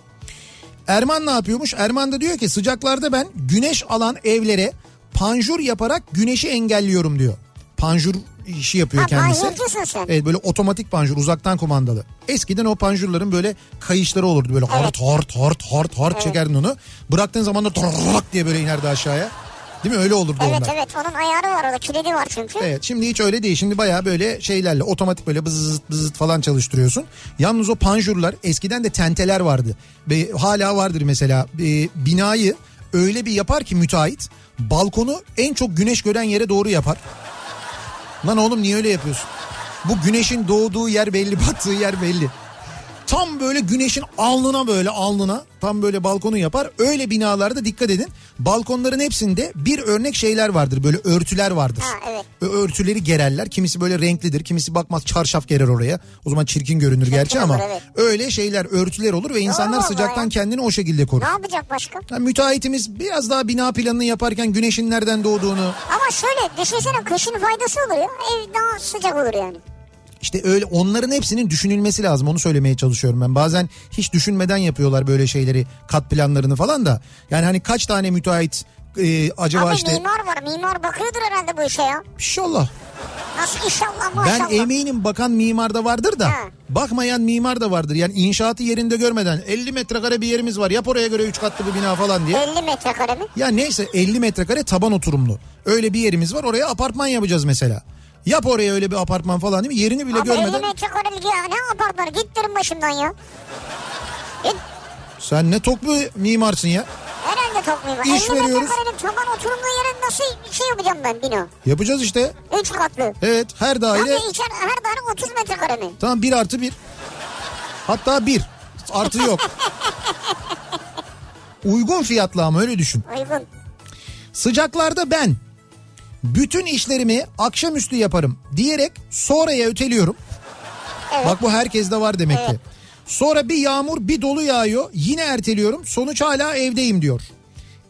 B: Erman ne yapıyormuş? Erman da diyor ki sıcaklarda ben güneş alan evlere panjur yaparak güneşi engelliyorum diyor. Panjur işi yapıyor
A: Ha,
B: kendisi.
A: panjurcusun sen.
B: Evet böyle otomatik panjur uzaktan kumandalı. Eskiden o panjurların böyle kayışları olurdu böyle hart hart hart hart hart çekerdin onu. Bıraktığın zaman da tırrrrak diye böyle inerdi aşağıya. Değil mi öyle olurdu
A: Evet
B: onlar.
A: evet onun ayarı var orada kilidi var çünkü.
B: Evet şimdi hiç öyle değil. Şimdi bayağı böyle şeylerle otomatik böyle bızızıt bızızıt falan çalıştırıyorsun. Yalnız o panjurlar eskiden de tenteler vardı. Ve hala vardır mesela e, binayı öyle bir yapar ki müteahhit balkonu en çok güneş gören yere doğru yapar. Lan oğlum niye öyle yapıyorsun? Bu güneşin doğduğu yer belli battığı yer belli. Tam böyle güneşin alnına böyle alnına tam böyle balkonu yapar. Öyle binalarda dikkat edin. Balkonların hepsinde bir örnek şeyler vardır. Böyle örtüler vardır.
A: Ha, evet.
B: Ö- Örtüleri gererler. Kimisi böyle renklidir. Kimisi bakmaz çarşaf gerer oraya. O zaman çirkin görünür gerçi ama
A: olur, evet.
B: öyle şeyler örtüler olur ve insanlar
A: vallahi
B: sıcaktan
A: ya.
B: kendini o şekilde korur.
A: Ne yapacak başka?
B: Yani müteahhitimiz biraz daha bina planını yaparken güneşin nereden doğduğunu
A: Ama şöyle düşünsene kışın faydası olur ya. Ev daha sıcak olur yani.
B: İşte öyle onların hepsinin düşünülmesi lazım onu söylemeye çalışıyorum ben. Bazen hiç düşünmeden yapıyorlar böyle şeyleri kat planlarını falan da. Yani hani kaç tane müteahhit e, acaba
A: Ama
B: işte
A: mimar var. Mimar bakıyordur herhalde bu işe ya.
B: inşallah.
A: Nasıl inşallah
B: Ben
A: maşallah.
B: eminim bakan mimarda vardır da
A: Ha.
B: bakmayan mimar da vardır. Yani inşaatı yerinde görmeden 50 metrekare bir yerimiz var yap oraya göre 3 katlı bir bina falan diye.
A: 50 metrekare mi?
B: Ya neyse 50 metrekare taban oturumlu. Öyle bir yerimiz var oraya apartman yapacağız mesela. Yap oraya öyle bir apartman falan değil mi? Yerini bile
A: Abi 50
B: görmeden.
A: metrekarelik ya. Ne apartmanı? Git derim başımdan ya. Git.
B: Sen ne tok bir mimarsın ya.
A: Herhalde tok mimar.
B: İş
A: 50
B: veriyoruz.
A: metrekarelik çoban oturumlu yere nasıl şey yapacağım ben bina?
B: Yapacağız işte.
A: 3 katlı.
B: Evet her
A: Abi
B: daire
A: içer her daire 30 metrekare mi?
B: tamam bir artı bir. Hatta bir artı yok. Uygun fiyatlı ama öyle düşün.
A: Uygun.
B: Sıcaklarda ben bütün işlerimi akşamüstü yaparım diyerek sonraya öteliyorum.
A: Evet.
B: Bak bu herkeste var demek ki. Sonra bir yağmur bir dolu yağıyor yine erteliyorum sonuç hala evdeyim diyor.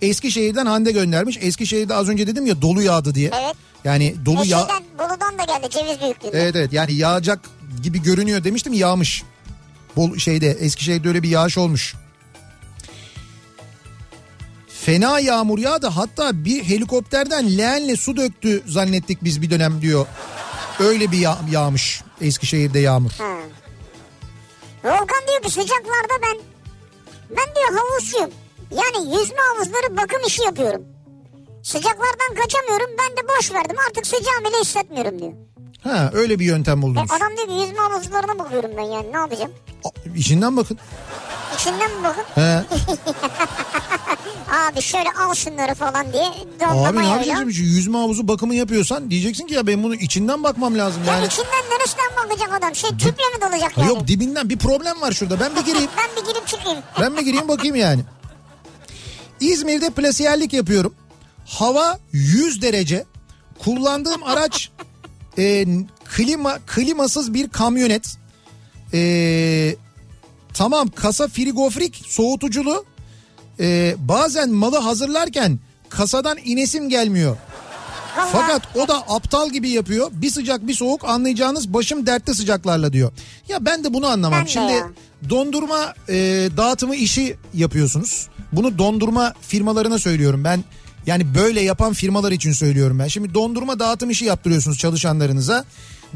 B: Eskişehir'den Hande göndermiş. Eskişehir'de az önce dedim ya dolu yağdı diye.
A: Evet.
B: Yani dolu yağ...
A: Eşinden Bolu'dan da geldi ceviz büyüklüğünde.
B: Evet evet yani yağacak gibi görünüyor demiştim yağmış. Bol şeyde Eskişehir'de öyle bir yağış olmuş. Fena yağmur yağdı hatta bir helikopterden leğenle su döktü zannettik biz bir dönem diyor. Öyle bir yağ- yağmış Eskişehir'de yağmur.
A: Ha.
B: E-
A: Volkan diyor ki sıcaklarda ben ben diyor havuzcuyum. Yani yüzme havuzları bakım işi yapıyorum. Sıcaklardan kaçamıyorum ben de boş verdim artık sıcağı bile hissetmiyorum diyor.
B: Ha öyle bir yöntem
A: E
B: buldunuz.
A: adam diyor ki yüzme havuzlarına bakıyorum ben yani ne yapacağım?
B: A- İçinden bakın.
A: İçinden mi bakın?
B: He.
A: Abi şöyle al şunları falan diye
B: Abi ne
A: donlama yapıyor.
B: yapacaksın? Yüzme havuzu bakımı yapıyorsan diyeceksin ki ya ben bunu içinden bakmam lazım
A: Ya
B: yani.
A: içinden neresinden bakacak adam? Şey tüple mi dolacak
B: Ha,
A: yani?
B: Yok dibinden bir problem var şurada ben bir gireyim.
A: Ben bir girip çıkayım.
B: Ben mi gireyim bakayım yani. İzmir'de plasiyerlik yapıyorum. Hava 100 derece. Kullandığım araç e, klima klimasız bir kamyonet. E, tamam kasa frigofrik soğutuculu. E, bazen malı hazırlarken kasadan inesim gelmiyor.
A: Vallahi.
B: Fakat o da aptal gibi yapıyor. Bir sıcak bir soğuk anlayacağınız başım dertte sıcaklarla diyor. Ya ben de bunu anlamam.
A: Ben de
B: Şimdi
A: ya.
B: dondurma e, dağıtımı işi yapıyorsunuz. Bunu dondurma firmalarına söylüyorum. Ben Yani böyle yapan firmalar için söylüyorum ben. Şimdi dondurma dağıtım işi yaptırıyorsunuz çalışanlarınıza.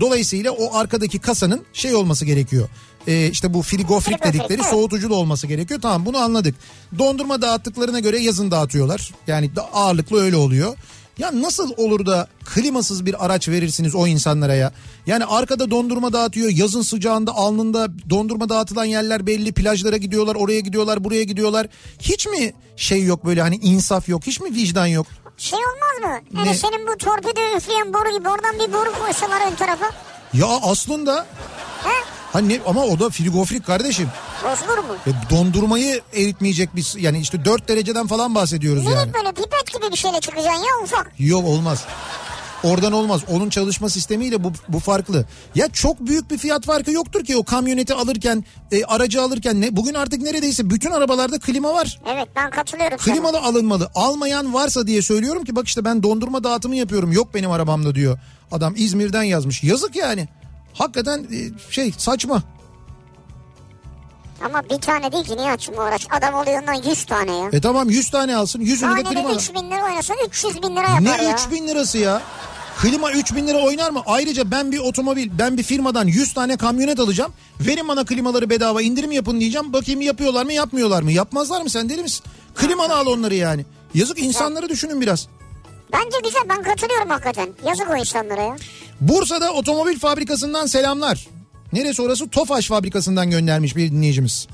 B: Dolayısıyla o arkadaki kasanın şey olması gerekiyor. Ee, işte bu frigofrik
A: Frigofrik,
B: dedikleri
A: evet.
B: soğutuculu olması gerekiyor. Tamam bunu anladık. Dondurma dağıttıklarına göre yazın dağıtıyorlar. Yani da ağırlıklı öyle oluyor. Ya nasıl olur da klimasız bir araç verirsiniz o insanlara ya? Yani arkada dondurma dağıtıyor. Yazın sıcağında alnında dondurma dağıtılan yerler belli. Plajlara gidiyorlar, oraya gidiyorlar, buraya gidiyorlar. Hiç mi şey yok böyle hani insaf yok? Hiç mi vicdan yok?
A: Şey olmaz mı? Hani
B: Ne?
A: senin bu torpido üfleyen boru gibi oradan bir boru koysalar ön tarafa.
B: Ya aslında
A: He?
B: hani ne- ama o da frigofrik kardeşim.
A: Bozulur mu?
B: E, dondurmayı eritmeyecek biz yani işte 4 dereceden falan bahsediyoruz yani.
A: Minik böyle pipet gibi bir şeyle çıkacaksın ya ufak.
B: Yok olmaz. Oradan olmaz. Onun çalışma sistemiyle bu, bu farklı. Ya çok büyük bir fiyat farkı yoktur ki o kamyoneti alırken, e, aracı alırken ne bugün artık neredeyse bütün arabalarda klima var.
A: Evet ben katılıyorum sana.
B: Klimalı alınmalı. Almayan varsa diye söylüyorum ki bak işte ben dondurma dağıtımı yapıyorum. Yok benim arabamda diyor. Adam İzmir'den yazmış. Yazık yani. Hakikaten e, şey saçma.
A: Ama bir tane değil ki niye açım uğraş? Adam oluyor ondan 100 tane ya.
B: E tamam 100 tane alsın. 100'ünü de klima.
A: Tanede
B: alın.
A: 3 bin lira oynasa 300 bin lira yapar
B: Ne
A: ya.
B: 3000 lirası ya? Klima 3000 lira oynar mı? Ayrıca ben bir otomobil, ben bir firmadan 100 tane kamyonet alacağım. Verin bana klimaları bedava indirim yapın diyeceğim. Bakayım yapıyorlar mı yapmıyorlar mı? Yapmazlar mı sen deli misin? Klimanı al onları yani. Yazık insanları düşünün biraz.
A: Bence güzel ben katılıyorum hakikaten. Yazık o insanlara ya.
B: Bursa'da otomobil fabrikasından selamlar. Neresi orası? Tofaş fabrikasından göndermiş bir dinleyicimiz.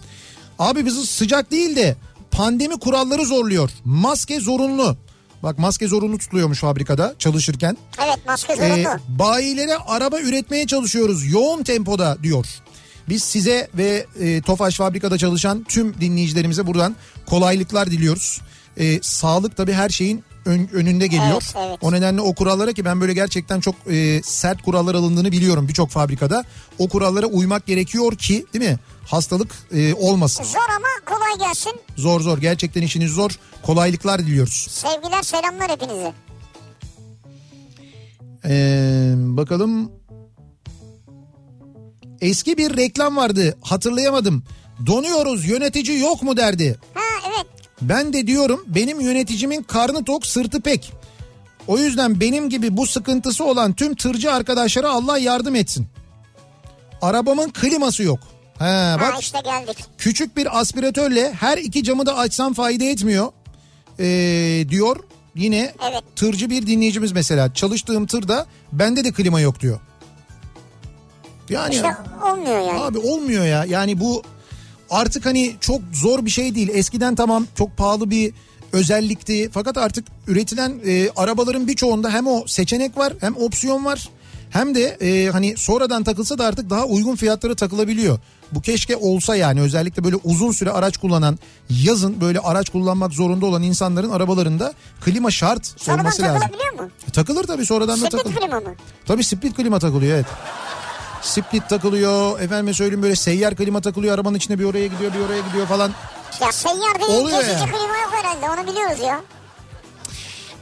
B: Abi bizi sıcak değil de pandemi kuralları zorluyor. Maske zorunlu. Bak maske zorunlu tutuluyormuş fabrikada çalışırken.
A: Evet maske
B: Ee,
A: zorunlu.
B: bayilere araba üretmeye çalışıyoruz yoğun tempoda diyor. Biz size ve e, Tofaş fabrikada çalışan tüm dinleyicilerimize buradan kolaylıklar diliyoruz. E, sağlık tabii her şeyin ön- önünde geliyor.
A: Evet, evet.
B: O nedenle o kurallara ki ben böyle gerçekten çok e, sert kurallar alındığını biliyorum birçok fabrikada. O kurallara uymak gerekiyor ki değil mi? Hastalık e, olmasın.
A: Zor ama kolay gelsin.
B: Zor zor gerçekten işiniz zor. Kolaylıklar diliyoruz.
A: Sevgiler selamlar hepinize.
B: Ee, bakalım. Eski bir reklam vardı hatırlayamadım. Donuyoruz yönetici yok mu derdi.
A: Ha evet.
B: Ben de diyorum benim yöneticimin karnı tok sırtı pek. O yüzden benim gibi bu sıkıntısı olan tüm tırcı arkadaşlara Allah yardım etsin. Arabamın kliması yok. Ha, bak
A: Ha işte geldik.
B: Küçük bir aspiratörle her iki camı da açsam fayda etmiyor ee, diyor. Yine
A: Evet.
B: tırcı bir dinleyicimiz mesela çalıştığım tırda bende de klima yok diyor. Yani
A: İşte olmuyor yani.
B: abi olmuyor ya yani bu artık hani çok zor bir şey değil. Eskiden tamam çok pahalı bir özellikti fakat artık üretilen e, arabaların birçoğunda hem o seçenek var hem opsiyon var. Hem de e, hani sonradan takılsa da artık daha uygun fiyatlara takılabiliyor. Bu keşke olsa yani özellikle böyle uzun süre araç kullanan yazın böyle araç kullanmak zorunda olan insanların arabalarında klima şart
A: Sonradan
B: olması lazım. E,
A: takılabiliyor mu?
B: Takılır tabii sonradan da takılır.
A: Sepet klima mı?
B: Tabii split klima takılıyor evet. Split takılıyor efendime söyleyeyim böyle seyyar klima takılıyor arabanın içinde bir oraya gidiyor bir oraya gidiyor falan.
A: Ya seyyar değil
B: Oluyor
A: geçici
B: yani.
A: klima yok herhalde onu biliyoruz ya.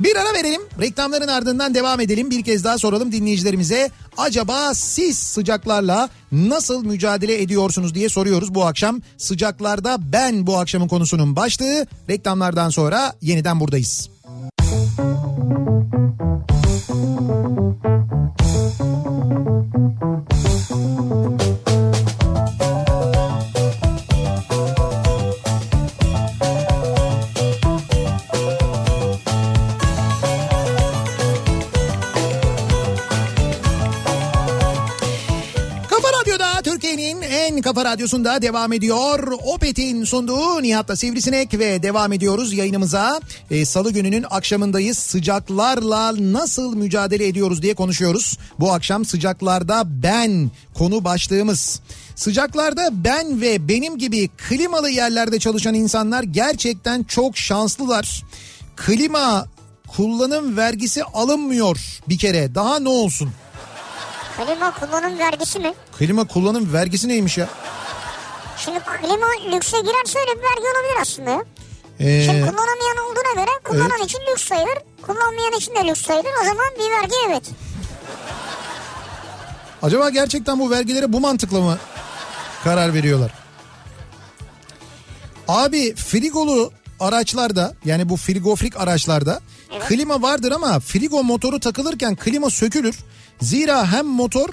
B: Bir ara verelim reklamların ardından devam edelim bir kez daha soralım dinleyicilerimize. Acaba siz sıcaklarla nasıl mücadele ediyorsunuz diye soruyoruz bu akşam. Sıcaklarda ben bu akşamın konusunun başlığı reklamlardan sonra yeniden buradayız. Kafa Radyo'da Türkiye'nin en kafa radyosunda devam ediyor. Opet'in sunduğu Nihat'la Sivrisinek ve devam ediyoruz yayınımıza. Ee, Salı gününün akşamındayız. Sıcaklarla nasıl mücadele ediyoruz diye konuşuyoruz. Bu akşam sıcaklarda ben konu başlığımız. Sıcaklarda ben ve benim gibi klimalı yerlerde çalışan insanlar gerçekten çok şanslılar. Klima kullanım vergisi alınmıyor bir kere. Daha ne olsun?
A: Klima kullanım vergisi mi?
B: Klima kullanım vergisi neymiş ya?
A: Şimdi klima lükse girerse öyle bir vergi olabilir aslında ya.
B: Ee,
A: Şimdi kullanamayan olduğuna göre kullanan
B: evet.
A: için lüks sayılır. Kullanmayan için de lüks sayılır. O zaman bir vergi evet.
B: Acaba gerçekten bu vergilere bu mantıkla mı karar veriyorlar? Abi frigolu araçlarda yani bu frigofrik araçlarda
A: Evet.
B: Klima vardır ama frigo motoru takılırken klima sökülür. Zira hem motor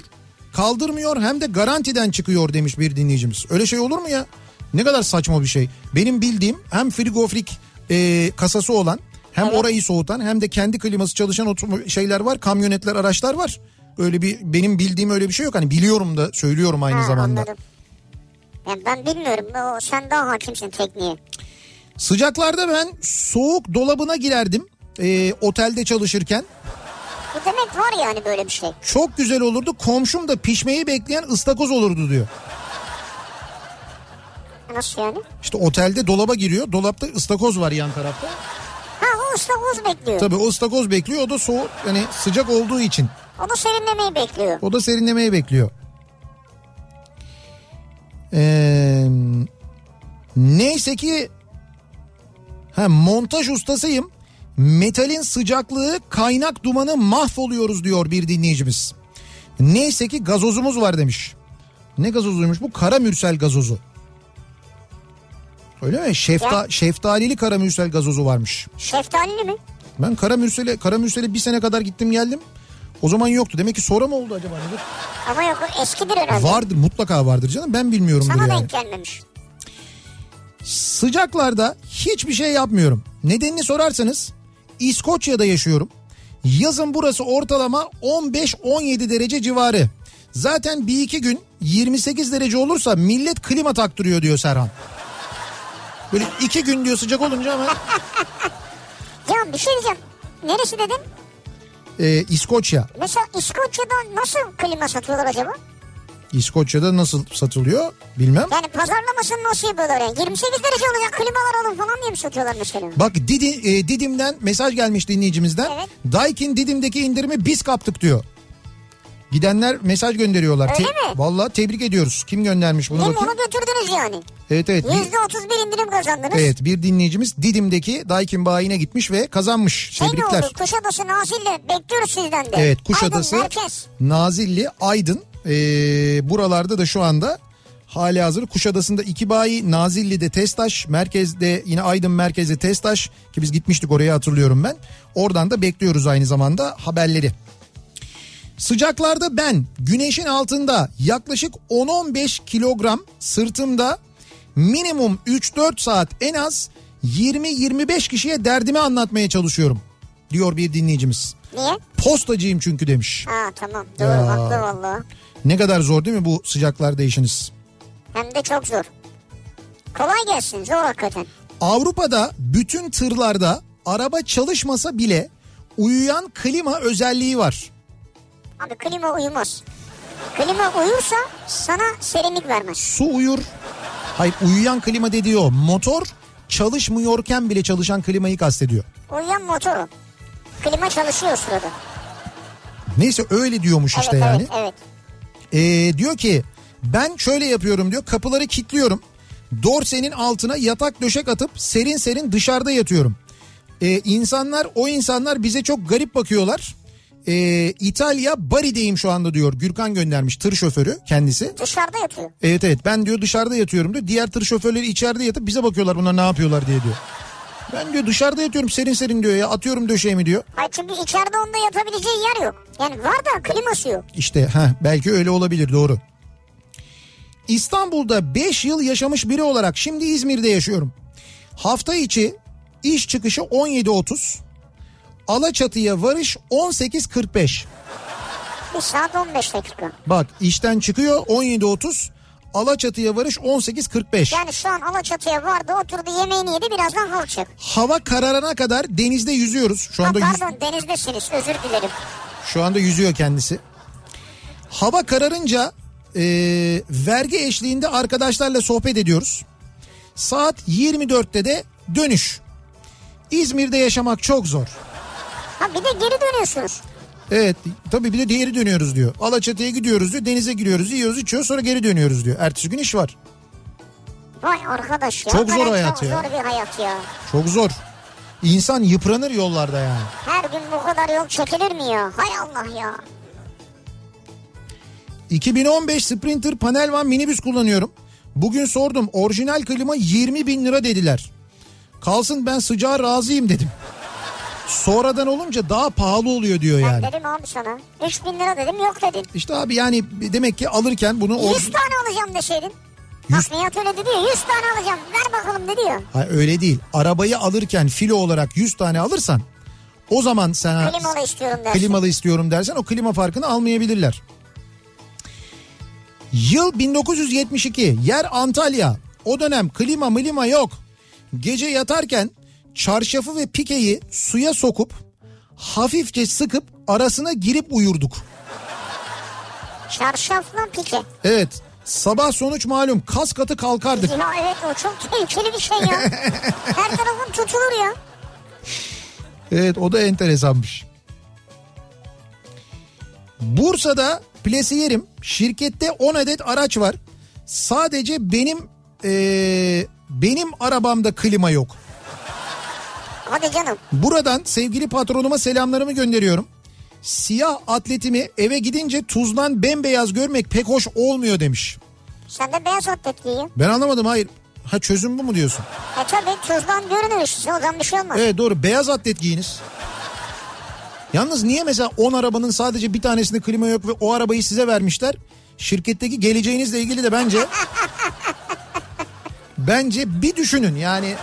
B: kaldırmıyor hem de garantiden çıkıyor demiş bir dinleyicimiz. Öyle şey olur mu ya? Ne kadar saçma bir şey. Benim bildiğim hem frigofrik e, kasası olan hem orayı soğutan hem de kendi kliması çalışan otomo- şeyler var. Kamyonetler, araçlar var. Öyle bir benim bildiğim öyle bir şey yok. Hani biliyorum da söylüyorum aynı
A: Ha,
B: zamanda.
A: Anladım. Ya ben bilmiyorum. O, sen daha hakimsin tekniğe.
B: Sıcaklarda ben soğuk dolabına girerdim. e, otelde çalışırken.
A: Bu demek var yani böyle bir şey.
B: Çok güzel olurdu. Komşum da pişmeyi bekleyen ıstakoz olurdu diyor.
A: Nasıl yani?
B: İşte otelde dolaba giriyor. Dolapta ıstakoz var yan tarafta.
A: Ha o usta uz bekliyor.
B: Tabii o ıstakoz bekliyor. O da soğuk yani sıcak olduğu için.
A: O da serinlemeyi bekliyor.
B: O da serinlemeyi bekliyor. Ee, neyse ki ha, montaj ustasıyım. Metalin sıcaklığı kaynak dumanı mahvoluyoruz diyor bir dinleyicimiz. Neyse ki gazozumuz var demiş. Ne gazozuymuş bu? Kara mürsel gazozu. Öyle mi? Şefta, şeftalili kara mürsel gazozu varmış.
A: Şeftalili mi?
B: Ben kara mürsele, kara mürsele bir sene kadar gittim geldim. O zaman yoktu. Demek ki sonra mı oldu acaba? Nedir?
A: Ama yok o eskidir herhalde.
B: Vardır mutlaka vardır canım ben bilmiyorum
A: Sana
B: bunu yani.
A: denk gelmemiş.
B: Sıcaklarda hiçbir şey yapmıyorum. Nedenini sorarsanız İskoçya'da yaşıyorum. Yazın burası ortalama 15-17 derece civarı. Zaten bir iki gün 28 derece olursa millet klima taktırıyor diyor Serhan. Böyle iki gün diyor sıcak olunca ama
A: Ya bir şey diyeceğim. Neresi dedin?
B: e, İskoçya.
A: Mesela İskoçya'da nasıl klima satıyorlar acaba?
B: İskoçya'da nasıl satılıyor bilmem.
A: Yani pazarlamasını nasıl yapıyorlar yani? 28 derece olacak klimalar alın falan diye mi satıyorlar mesela?
B: Bak Didi, e, Didim'den mesaj gelmiş dinleyicimizden.
A: Evet.
B: Daikin Didim'deki indirimi biz kaptık diyor. Gidenler mesaj gönderiyorlar.
A: Öyle mi?
B: Vallahi tebrik ediyoruz. Kim göndermiş bunu
A: Değil mi?
B: bakayım.
A: Onu götürdünüz yani.
B: Evet evet. Bir,
A: %31 indirim kazandınız.
B: evet bir dinleyicimiz Didim'deki Daikin bayine gitmiş ve kazanmış.
A: Şey ne
B: Tebrikler.
A: oldu? Kuşadası Nazilli bekliyoruz sizden de.
B: Evet Kuşadası,
A: Aydın merkez.
B: Nazilli, Aydın e, buralarda da şu anda hali hazır. Kuşadası'nda iki bayi, Nazilli'de Testaş, merkezde yine Aydın merkezde Testaş ki biz gitmiştik oraya hatırlıyorum ben. Oradan da bekliyoruz aynı zamanda haberleri. Sıcaklarda ben güneşin altında yaklaşık 10-15 kilogram sırtımda minimum 3-4 saat en az 20-25 kişiye derdimi anlatmaya çalışıyorum diyor bir dinleyicimiz.
A: Niye?
B: Postacıyım çünkü demiş.
A: Ha tamam doğru
B: Ya.
A: haklı valla.
B: Ne kadar zor değil mi bu sıcaklarda işiniz?
A: Hem de çok zor. Kolay gelsin zor hakikaten.
B: Avrupa'da bütün tırlarda araba çalışmasa bile uyuyan klima özelliği var.
A: Abi klima uyumaz. Klima uyursa sana serinlik vermez.
B: Su uyur. Hayır uyuyan klima dediği o. Motor çalışmıyorken bile çalışan klimayı kastediyor.
A: Uyuyan motoru. Klima çalışıyor o sırada.
B: Neyse öyle diyormuş işte
A: evet
B: yani.
A: evet evet.
B: Ee, diyor ki ben şöyle yapıyorum diyor kapıları kilitliyorum. Dorsenin altına yatak döşek atıp serin serin dışarıda yatıyorum. Ee, insanlar o insanlar bize çok garip bakıyorlar. Ee, İtalya Bari'deyim şu anda diyor Gürkan göndermiş tır şoförü kendisi.
A: Dışarıda yatıyor.
B: Evet evet ben diyor dışarıda yatıyorum diyor. Diğer tır şoförleri içeride yatıp bize bakıyorlar bunlar ne yapıyorlar diye diyor. Ben diyor dışarıda yatıyorum serin serin diyor ya atıyorum döşeğimi diyor.
A: Hayır çünkü içeride onda yatabileceği yer yok. Yani var da kliması yok.
B: İşte ha belki öyle olabilir doğru. İstanbul'da 5 yıl yaşamış biri olarak şimdi İzmir'de yaşıyorum. Hafta içi iş çıkışı 17.30. Alaçatı'ya varış 18.45.
A: Bir saat 15 dakika.
B: Bak işten çıkıyor 17.30. Alaçatı'ya varış 18.45.
A: Yani şu an Alaçatı'ya vardı oturdu yemeğini yedi birazdan kalkacak.
B: Hava kararana kadar denizde yüzüyoruz. Şu
A: Ha,
B: anda yüz-
A: pardon denizdesiniz özür dilerim.
B: Şu anda yüzüyor kendisi. Hava kararınca e, vergi eşliğinde arkadaşlarla sohbet ediyoruz. Saat 24'te de dönüş. İzmir'de yaşamak çok zor.
A: Ha bir de geri dönüyorsunuz.
B: Evet tabii bir de diğeri dönüyoruz diyor. Alaçatı'ya gidiyoruz diyor. Denize giriyoruz yiyoruz içiyoruz sonra geri dönüyoruz diyor. Ertesi gün iş var.
A: Vay arkadaş ya.
B: Çok zor
A: Hakikaten
B: hayat
A: çok
B: ya.
A: zor bir hayat ya.
B: Çok zor. İnsan yıpranır yollarda yani.
A: Her gün bu kadar yol çekilir mi ya? Hay Allah ya.
B: 2015 Sprinter panel van minibüs kullanıyorum. Bugün sordum orijinal klima 20 bin lira dediler. Kalsın ben sıcağa razıyım dedim. Sonradan olunca daha pahalı oluyor diyor
A: Ben
B: yani.
A: dedim abi sana. 3000 lira dedim yok dedin.
B: İşte abi yani demek ki alırken bunu... o-
A: 100 tane alacağım deseydin. Bak Nihat öyle dedi ya 100 tane alacağım ver bakalım dedi ya.
B: Hayır, öyle değil. Arabayı alırken filo olarak 100 tane alırsan o zaman sana
A: Klimalı istiyorum dersin.
B: klimalı istiyorum dersen o klima farkını almayabilirler. Yıl 1972. Yer Antalya. O dönem klima milima yok. Gece yatarken çarşafı ve pikeyi suya sokup hafifçe sıkıp arasına girip uyurduk.
A: Çarşafla pike.
B: Evet. Sabah sonuç malum kas katı kalkardık.
A: Ya evet o çok tehlikeli bir şey ya. Her tarafın tutulur ya.
B: Evet o da enteresanmış. Bursa'da plesiyerim. Şirkette 10 adet araç var. Sadece benim eee, benim arabamda klima yok.
A: Hadi canım.
B: Buradan sevgili patronuma selamlarımı gönderiyorum. Siyah atletimi eve gidince tuzdan bembeyaz görmek pek hoş olmuyor demiş.
A: Sen de beyaz atlet giyin.
B: Ben anlamadım hayır. Ha çözüm bu mu diyorsun?
A: E tabi tuzdan görünür işte o zaman bir şey olmaz.
B: Evet doğru beyaz atlet giyiniz. Yalnız niye mesela 10 arabanın sadece bir tanesinde klima yok ve o arabayı size vermişler? Şirketteki geleceğinizle ilgili de bence bence bir düşünün yani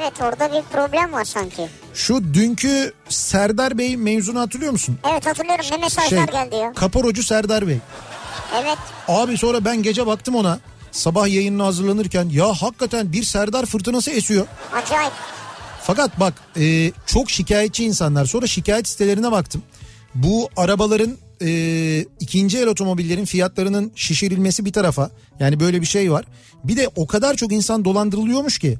A: Evet orada bir problem var sanki.
B: şu dünkü Serdar Bey mevzunu hatırlıyor musun?
A: Evet hatırlıyorum
B: Şey,
A: ne mesajlar geldi ya.
B: kaparocu Serdar Bey.
A: Evet
B: Abi sonra ben gece baktım ona sabah yayınına hazırlanırken ya hakikaten bir Serdar fırtınası esiyor.
A: acayip.
B: Fakat bak e, çok şikayetçi insanlar. Sonra şikayet sitelerine baktım. Bu arabaların e, ikinci el otomobillerin fiyatlarının şişirilmesi bir tarafa. Yani böyle bir şey var. Bir de o kadar çok insan dolandırılıyormuş ki.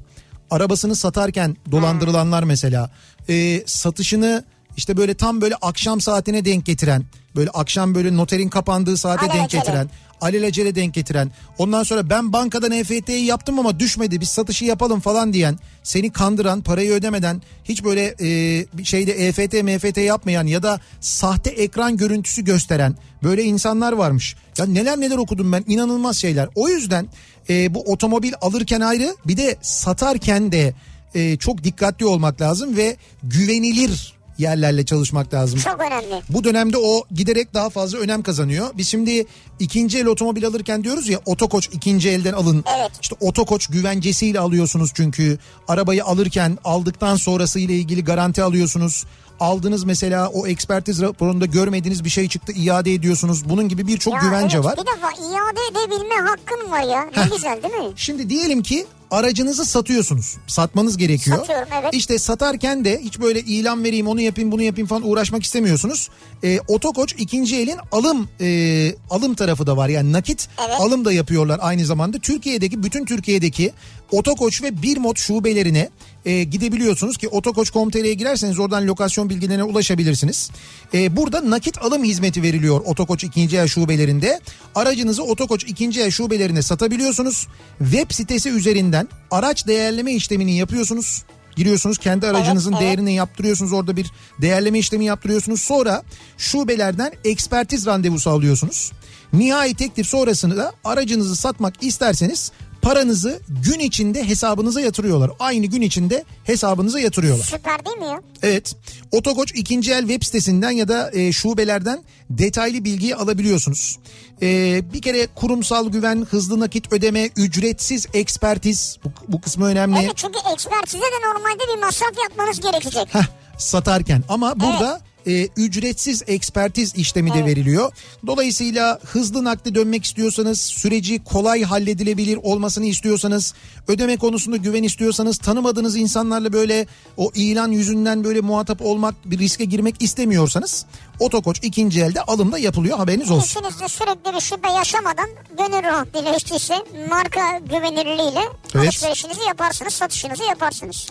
B: Arabasını satarken dolandırılanlar mesela. E, satışını işte böyle tam böyle akşam saatine denk getiren. Böyle akşam böyle noterin kapandığı saate denk
A: Alelacele.
B: getiren alelacele denk getiren ondan sonra ben bankadan EFT'yi yaptım ama düşmedi biz satışı yapalım falan diyen seni kandıran parayı ödemeden hiç böyle e, bir şeyde EFT MFT yapmayan ya da sahte ekran görüntüsü gösteren böyle insanlar varmış. Ya neler neler okudum ben inanılmaz şeyler o yüzden e, bu otomobil alırken ayrı bir de satarken de e, çok dikkatli olmak lazım ve güvenilir yerlerle çalışmak lazım.
A: Çok önemli.
B: Bu dönemde o giderek daha fazla önem kazanıyor. Biz şimdi ikinci el otomobil alırken diyoruz ya otokoç ikinci elden alın.
A: Evet.
B: İşte otokoç güvencesiyle alıyorsunuz çünkü. Arabayı alırken aldıktan sonrası ile ilgili garanti alıyorsunuz. Aldınız mesela o ekspertiz raporunda görmediğiniz bir şey çıktı iade ediyorsunuz. Bunun gibi birçok
A: Ya
B: güvence
A: evet,
B: var.
A: Bir defa iade edebilme hakkın var ya. Ne
B: Heh.
A: güzel değil mi?
B: Şimdi diyelim ki aracınızı satıyorsunuz. Satmanız gerekiyor.
A: Satıyorum, evet.
B: İşte satarken de hiç böyle ilan vereyim onu yapayım bunu yapayım falan uğraşmak istemiyorsunuz. Ee, Otokoç ikinci elin alım e, alım tarafı da var. Yani nakit
A: Evet.
B: alım da yapıyorlar aynı zamanda. Türkiye'deki bütün Türkiye'deki Otokoç ve Birmot şubelerine e, gidebiliyorsunuz ki otokoç.com.tr'ye girerseniz oradan lokasyon bilgilerine ulaşabilirsiniz. E, burada nakit alım hizmeti veriliyor Otokoç ikinci el şubelerinde. Aracınızı Otokoç ikinci el şubelerine satabiliyorsunuz. Web sitesi üzerinden araç değerleme işlemini yapıyorsunuz. Giriyorsunuz kendi aracınızın
A: evet.
B: değerini yaptırıyorsunuz. Orada bir değerleme işlemi yaptırıyorsunuz. Sonra şubelerden ekspertiz randevusu alıyorsunuz. Nihai teklif sonrasında aracınızı satmak isterseniz paranızı gün içinde hesabınıza yatırıyorlar. Aynı gün içinde hesabınıza yatırıyorlar.
A: Süper değil mi ya?
B: Evet. Otokoç ikinci el web sitesinden ya da e, şubelerden detaylı bilgiyi alabiliyorsunuz. E, bir kere kurumsal güven, hızlı nakit ödeme, ücretsiz ekspertiz bu, bu kısmı önemli.
A: Evet çünkü ekspertize de normalde bir masraf yapmanız gerekecek.
B: Heh, satarken ama burada e, ücretsiz ekspertiz işlemi de veriliyor. Dolayısıyla hızlı nakli dönmek istiyorsanız, süreci kolay halledilebilir olmasını istiyorsanız, ödeme konusunda güven istiyorsanız, tanımadığınız insanlarla böyle o ilan yüzünden böyle muhatap olmak, bir riske girmek istemiyorsanız Otokoç ikinci elde alımda yapılıyor haberiniz olsun.
A: İşinizde sürekli bir şüphe yaşamadan gönül rahatlığıyla işte, işte marka güvenirliğiyle
B: Evet.
A: alışverişinizi yaparsınız, satışınızı yaparsınız.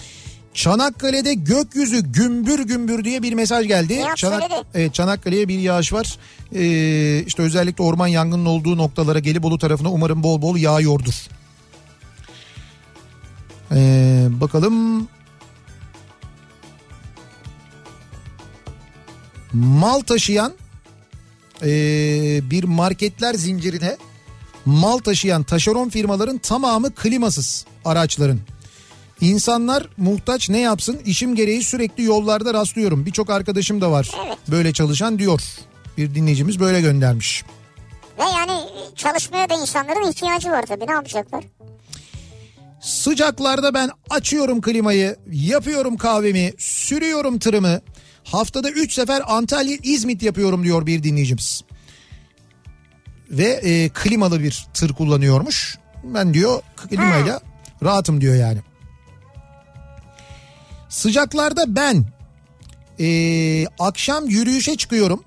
B: Çanakkale'de gökyüzü gümbür gümbür diye bir mesaj geldi.
A: Ya söyledi.
B: evet, Çanakkale'ye bir yağış var. Ee, işte özellikle orman yangının olduğu noktalara Gelibolu tarafına umarım bol bol yağıyordur. Ee, bakalım. Mal taşıyan ee, bir marketler zincirine mal taşıyan taşeron firmaların tamamı klimasız araçların. İnsanlar muhtaç ne yapsın? İşim gereği sürekli yollarda rastlıyorum. Birçok arkadaşım da var böyle çalışan diyor. Bir dinleyicimiz böyle göndermiş.
A: Ve yani çalışmaya da insanların ihtiyacı var tabii ne yapacaklar?
B: Sıcaklarda ben açıyorum klimayı, yapıyorum kahvemi, sürüyorum tırımı. Haftada 3 sefer Antalya İzmit yapıyorum diyor bir dinleyicimiz. Ve e, klimalı bir tır kullanıyormuş. Ben diyor klimayla rahatım diyor yani. Sıcaklarda ben e, akşam yürüyüşe çıkıyorum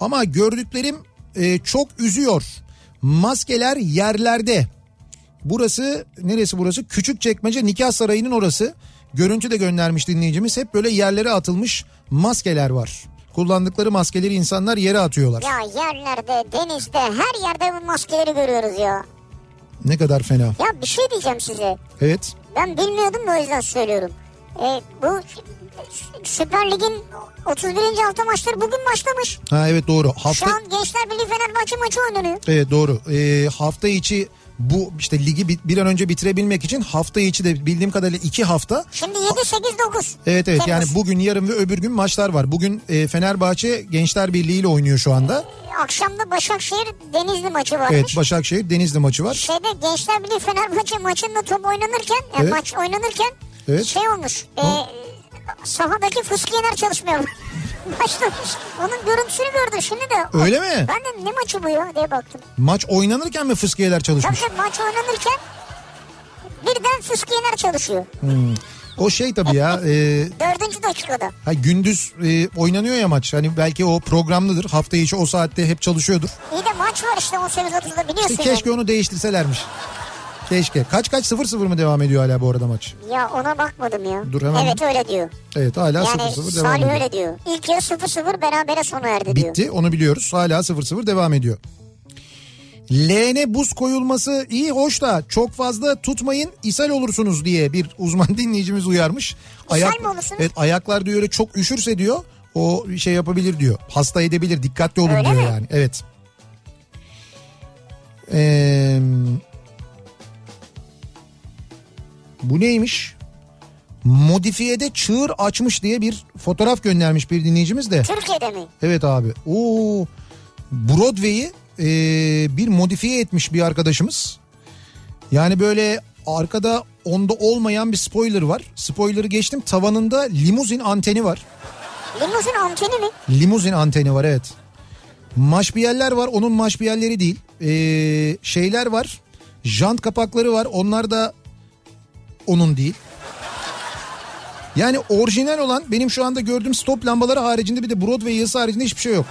B: ama gördüklerim e, çok üzüyor. Maskeler yerlerde. Burası neresi burası? Küçükçekmece Nikah Sarayı'nın orası. Görüntü de göndermiş dinleyicimiz. Hep böyle yerlere atılmış maskeler var. Kullandıkları maskeleri insanlar yere atıyorlar.
A: Ya yerlerde, denizde, her yerde bu maskeleri görüyoruz ya.
B: Ne kadar fena.
A: Ya bir şey diyeceğim size.
B: Evet.
A: Ben bilmiyordum da o yüzden söylüyorum. E, bu Süper Lig'in 31. hafta maçları bugün başlamış.
B: Ha evet doğru.
A: Şu
B: Hafta
A: an Gençler Birliği Fenerbahçe maçı oynanıyor.
B: Evet doğru. Ee, hafta içi bu işte ligi bi- bir an önce bitirebilmek için hafta içi de bildiğim kadarıyla iki hafta
A: Şimdi 7, 8, 9.
B: Evet evet yani
A: Temmuz.
B: bugün yarın ve öbür gün maçlar var. Bugün e, Fenerbahçe Gençler Birliği ile oynuyor şu anda.
A: Akşamda Başakşehir Denizli maçı varmış.
B: Evet Başakşehir Denizli maçı var.
A: Şeyde Gençler Birliği Fenerbahçe maçında top oynanırken, yani
B: Evet.
A: maç oynanırken
B: Evet.
A: şey olmuş. E, sahadaki fıskiyeler çalışmıyor. Başlamış. Onun görüntüsünü gördüm şimdi de.
B: Öyle mi?
A: Ben de ne maçı bu ya diye baktım.
B: Maç oynanırken mi fıskiyeler
A: Tabii
B: çalışmış?
A: tabii maç oynanırken birden fıskiyeler çalışıyor.
B: O şey tabii ya e,
A: Dördüncü dakikada.
B: ha, gündüz e, oynanıyor ya maç. Hani belki o programlıdır. Hafta içi o saatte hep çalışıyordur.
A: İyi de maç var işte 18.30'da biliyorsun.
B: İşte keşke
A: yani.
B: onu değiştirselermiş. Keşke. Kaç kaç 0-0 mı devam ediyor hala bu arada maç?
A: Ya ona bakmadım ya.
B: Dur hemen-
A: Evet öyle diyor.
B: Evet hala 0-0
A: Yani
B: devam
A: Salih
B: ediyor.
A: öyle diyor. İlk yarı 0-0 berabere sona erdi diyor.
B: Bitti onu biliyoruz. Hala 0-0 devam ediyor. Leğene buz koyulması iyi hoş da çok fazla tutmayın ishal olursunuz diye bir uzman dinleyicimiz uyarmış.
A: İshal mi olursunuz?
B: Evet ayaklar diyor öyle çok üşürse diyor o şey yapabilir diyor. Hasta edebilir dikkatli olun
A: Öyle
B: diyor
A: mi?
B: yani. Evet. Ee, bu neymiş? Modifiyede çığır açmış diye bir fotoğraf göndermiş bir dinleyicimiz de.
A: Türkiye'de mi?
B: Evet abi. Oo. Broadway'i e, bir modifiye etmiş bir arkadaşımız. Yani böyle arkada onda olmayan bir spoiler var. Spoiler'ı geçtim tavanında limuzin anteni var.
A: Limuzin anteni mi?
B: Limuzin anteni var evet. Maşbiyeller var onun maşbiyelleri değil. Ee, şeyler var. Jant kapakları var onlar da onun değil. Yani orijinal olan benim şu anda gördüğüm stop lambaları haricinde bir de Broadway yazısı haricinde hiçbir şey yok.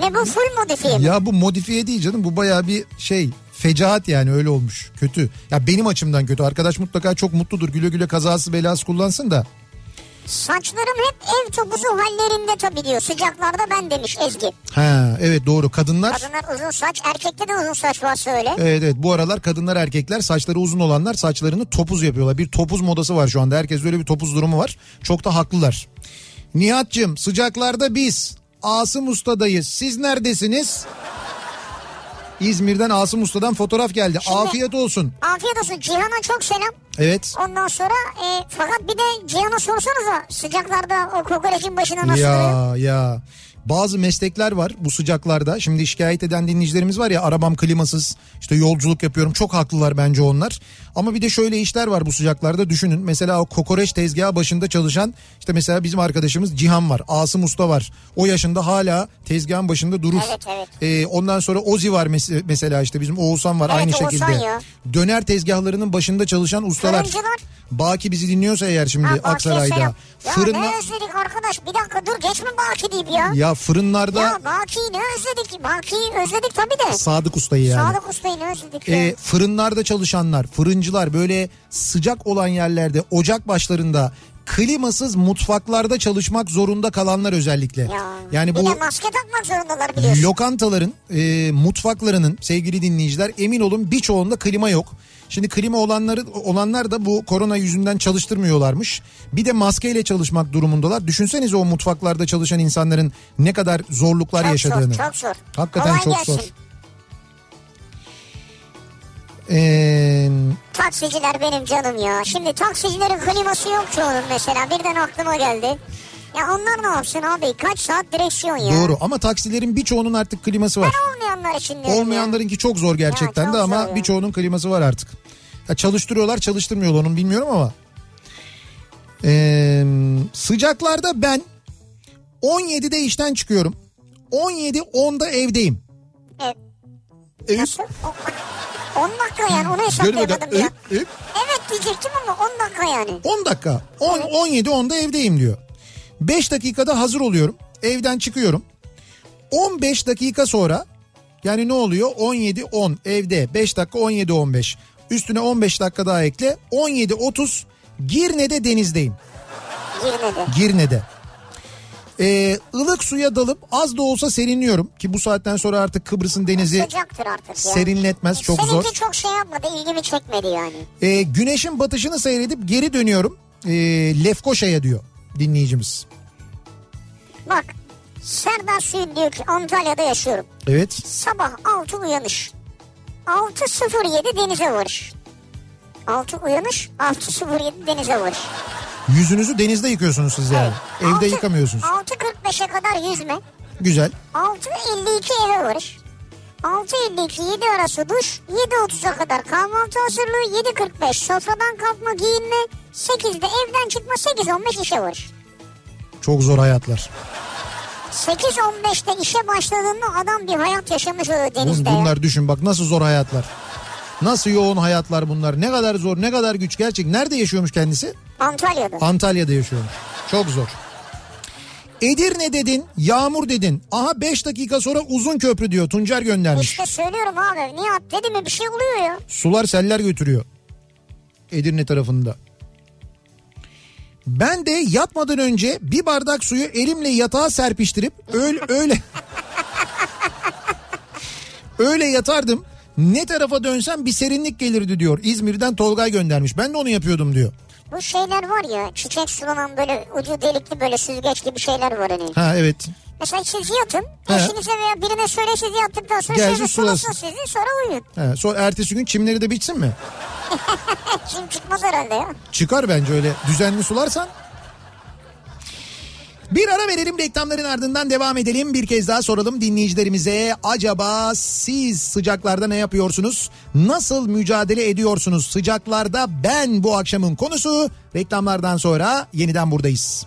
A: Ne bu full modifiye mi?
B: Ya bu modifiye değil canım bu bayağı bir şey fecaat yani öyle olmuş kötü. Ya benim açımdan kötü arkadaş mutlaka çok mutludur güle güle kazası belası kullansın da.
A: Saçlarım hep ev topuzu hallerinde tabii diyor. Sıcaklarda ben demiş Ezgi.
B: Ha evet doğru kadınlar.
A: Kadınlar uzun saç, erkekte de uzun saç varsa öyle.
B: Evet evet bu aralar kadınlar erkekler saçları uzun olanlar saçlarını topuz yapıyorlar. Bir topuz modası var şu anda. Herkes öyle bir topuz durumu var. Çok da haklılar. Nihat'cığım sıcaklarda biz Asım Usta'dayız. Siz neredesiniz? İzmir'den Asım Usta'dan fotoğraf geldi.
A: Şimdi-
B: Afiyet olsun.
A: Afiyet olsun Cihan'a çok selam.
B: Evet.
A: Ondan sonra e, fakat bir de Cihan'a sorsanıza sıcaklarda o kokoreçin başına nasıl duruyor?
B: Ya ya. Bazı meslekler var bu sıcaklarda. Şimdi şikayet eden dinleyicilerimiz var ya arabam klimasız işte yolculuk yapıyorum. Çok haklılar bence onlar. Ama bir de şöyle işler var bu sıcaklarda düşünün. Mesela o kokoreç tezgahı başında çalışan işte mesela bizim arkadaşımız Cihan var. Asım Usta var. O yaşında hala tezgahın başında durur.
A: Evet, evet.
B: Ee, ondan sonra Ozi var mes- mesela işte bizim Oğuzhan var
A: Evet,
B: aynı
A: Oğuzhan
B: şekilde.
A: ya.
B: Döner tezgahlarının başında çalışan ustalar.
A: Fırıncılar.
B: Baki bizi dinliyorsa eğer şimdi
A: Ha, Baki'ye
B: Aksaray'da.
A: selam. Ya ne özledik arkadaş bir dakika dur geçme Baki deyip ya. Ya,
B: Ya fırınlarda
A: Baki'yi ne özledik? Baki'yi özledik tabii de.
B: Sadık Usta'yı yani.
A: Sağlık ustayı ne özledik ya.
B: Ee, fırınlarda çalışanlar, fırıncılar böyle sıcak olan yerlerde, ocak başlarında klimasız mutfaklarda çalışmak zorunda kalanlar özellikle.
A: ya.
B: Yani
A: Bir
B: bu
A: de maske takmak zorundalar biliyorsun.
B: Lokantaların, e, mutfaklarının sevgili dinleyiciler emin olun birçoğunda klima yok. Şimdi klima olanları olanlar da bu korona yüzünden çalıştırmıyorlarmış. Bir de maskeyle çalışmak durumundalar. Düşünsenize o mutfaklarda çalışan insanların ne kadar zorluklar
A: çok
B: yaşadığını.
A: zor, çok zor.
B: Hakikaten
A: Kolay
B: çok
A: gelsin.
B: zor. Ee,
A: Taksiciler benim canım ya. Şimdi taksicilerin kliması yok çoğunun mesela. Birden aklıma geldi. Ya onlar ne yapsın abi? Kaç saat direksiyon ya?
B: doğru ama taksilerin birçoğunun artık kliması var.
A: Ben olmayanlar için diyorum ya.
B: Olmayanlarınki çok zor gerçekten
A: Ya,
B: de
A: çok
B: ama
A: zor ya.
B: birçoğunun kliması var artık. Ya çalıştırıyorlar çalıştırmıyorlar onu bilmiyorum ama. Ee, sıcaklarda ben 17'de işten çıkıyorum. 17-10'da evdeyim.
A: Evet.
B: Öp,
A: Nasıl? 10 dakika yani onu
B: görmeden
A: hesaplayamadım ya.
B: öp, öp.
A: Evet diyecektim ama 10 dakika yani.
B: 10 dakika. 10, 17 10'da evdeyim diyor. 5 dakikada hazır oluyorum. Evden çıkıyorum. 15 dakika sonra yani ne oluyor? 17 10 evde 5 dakika 17 15. Üstüne 15 dakika daha ekle. 17 30 Girne'de denizdeyim.
A: Girmedi.
B: Girne'de. Ee, ılık suya dalıp az da olsa serinliyorum ki bu saatten sonra artık Kıbrıs'ın denizi
A: Sıcaktır artık ya.
B: serinletmez çok
A: Seninki
B: zor.
A: çok şey yapmadı ilgimi çekmedi yani.
B: Ee, güneşin batışını seyredip geri dönüyorum. Ee, Lefkoşa'ya diyor dinleyicimiz.
A: Bak Serdar Suyun diyor ki Antalya'da yaşıyorum.
B: Evet.
A: Sabah 6 uyanış. 6.07 denize varış. 6 uyanış 6.07 denize varış.
B: Yüzünüzü denizde yıkıyorsunuz siz yani. Evde yıkamıyorsunuz.
A: 6.45'e kadar yüzme.
B: Güzel.
A: 6.52 eve varış. 6.52 7 arası duş. 7.30'a kadar kahvaltı hazırlığı. 7.45 sofradan kalkma giyinme. 8'de evden çıkma 8.15 işe varış.
B: Çok zor hayatlar.
A: 8.15'te işe başladığında adam bir hayat yaşamış oluyor
B: Oğlum
A: denizde ya.
B: bunlar düşün bak nasıl zor hayatlar. Nasıl yoğun hayatlar bunlar. Ne kadar zor, ne kadar güç gerçek. Nerede yaşıyormuş kendisi?
A: Antalya'da.
B: Antalya'da yaşıyormuş. Çok zor. Edirne dedin, yağmur dedin. Aha 5 dakika sonra uzun köprü diyor. Tuncer göndermiş.
A: İşte söylüyorum abi Nihat dedi mi bir şey oluyor ya.
B: Sular seller götürüyor. Edirne tarafında. Ben de yatmadan önce bir bardak suyu elimle yatağa serpiştirip öyle öyle öyle yatardım. Ne tarafa dönsem bir serinlik gelirdi diyor. İzmir'den Tolgay göndermiş. Ben de onu yapıyordum diyor.
A: Bu şeyler var ya çiçek sulanan böyle ucu delikli böyle süzgeç gibi şeyler var hani.
B: Ha evet.
A: Mesela siz yatın
B: He.
A: eşinize veya birine söyle siz yattıktan sonra
B: Gelsin
A: şöyle sulasın
B: sulasın.
A: sizi sonra uyuyun.
B: Ha, sonra ertesi gün çimleri de bitsin mi?
A: Şimdi çıkmaz herhalde ya.
B: Çıkar bence öyle düzenli sularsan. Bir ara verelim reklamların ardından devam edelim. Bir kez daha soralım dinleyicilerimize. Acaba siz sıcaklarda ne yapıyorsunuz? Nasıl mücadele ediyorsunuz? Sıcaklarda ben bu akşamın konusu. Reklamlardan sonra yeniden buradayız.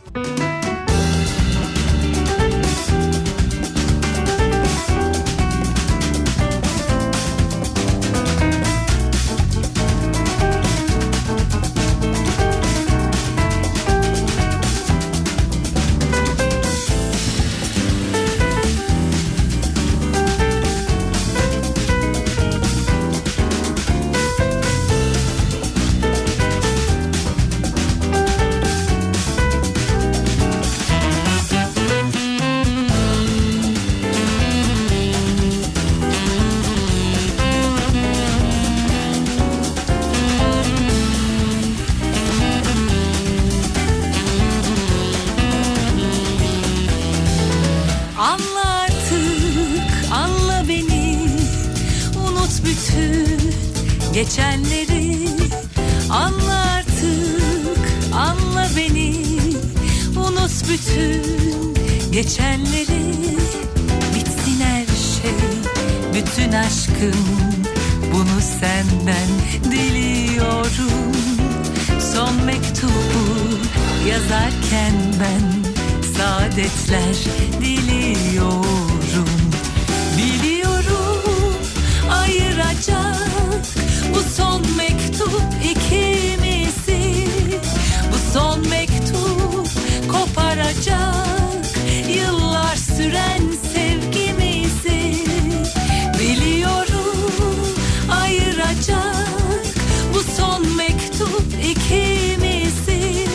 F: Anla artık, anla beni. Unut bütün geçenleri. Anla artık, anla beni. Unut bütün geçenleri. Bitsin her şey, bütün aşkım. Bunu senden diliyorum. Son mektubu yazarken ben saadetler diliyorum. Biliyorum ayıracak bu son mektup ikimizi. Bu son mektup koparacak yıllar süren sevgimizi. Biliyorum ayıracak bu son mektup ikimizi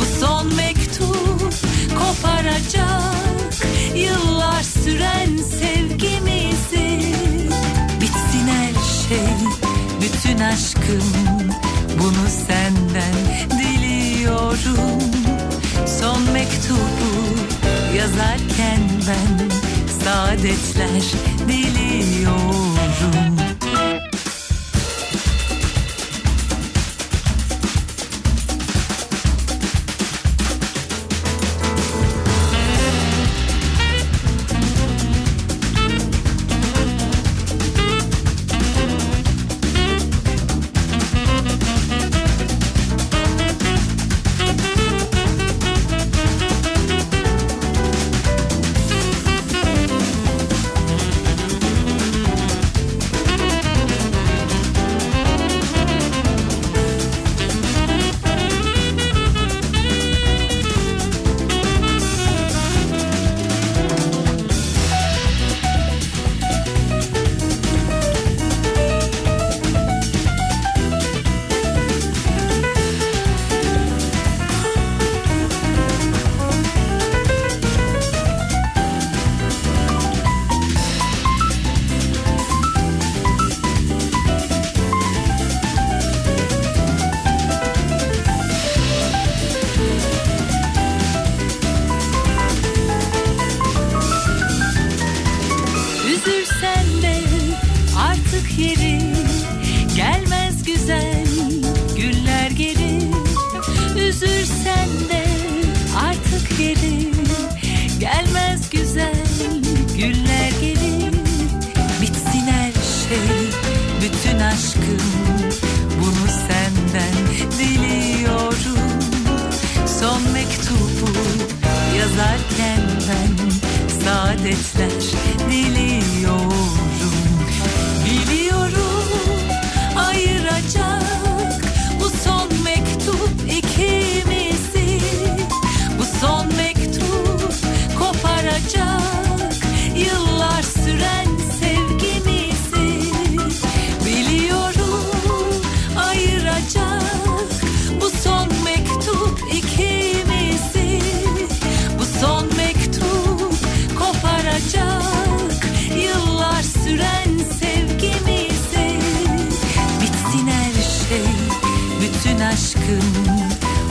F: Bu son mektup koparacak Yıllar süren sevgimizi Bitsin her şey bütün aşkım Bunu senden diliyorum Son mektubu yazarken ben Saadetler diliyorum geri Gelmez güzel günler geri Üzülsen de artık geri Gelmez güzel günler geri Bitsin her şey bütün aşkım Bunu senden diliyorum Son mektubu yazarken ben Saadetler diliyorum Biliyorum ayıracak bu son mektup ikimizi Bu son mektup koparacak yıllar süren sevgimizi Biliyorum ayıracak bu son mektup ikimizi Bu son mektup koparacak yıllar süren sevgimizi Bitsin her şey bütün aşkım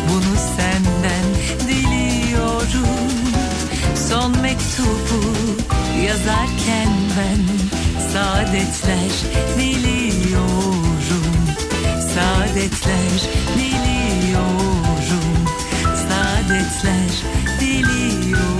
F: bunu senden diliyorum Son mektubu yazarken ben saadetler diliyorum Saadetler diliyorum Saadetler diliyorum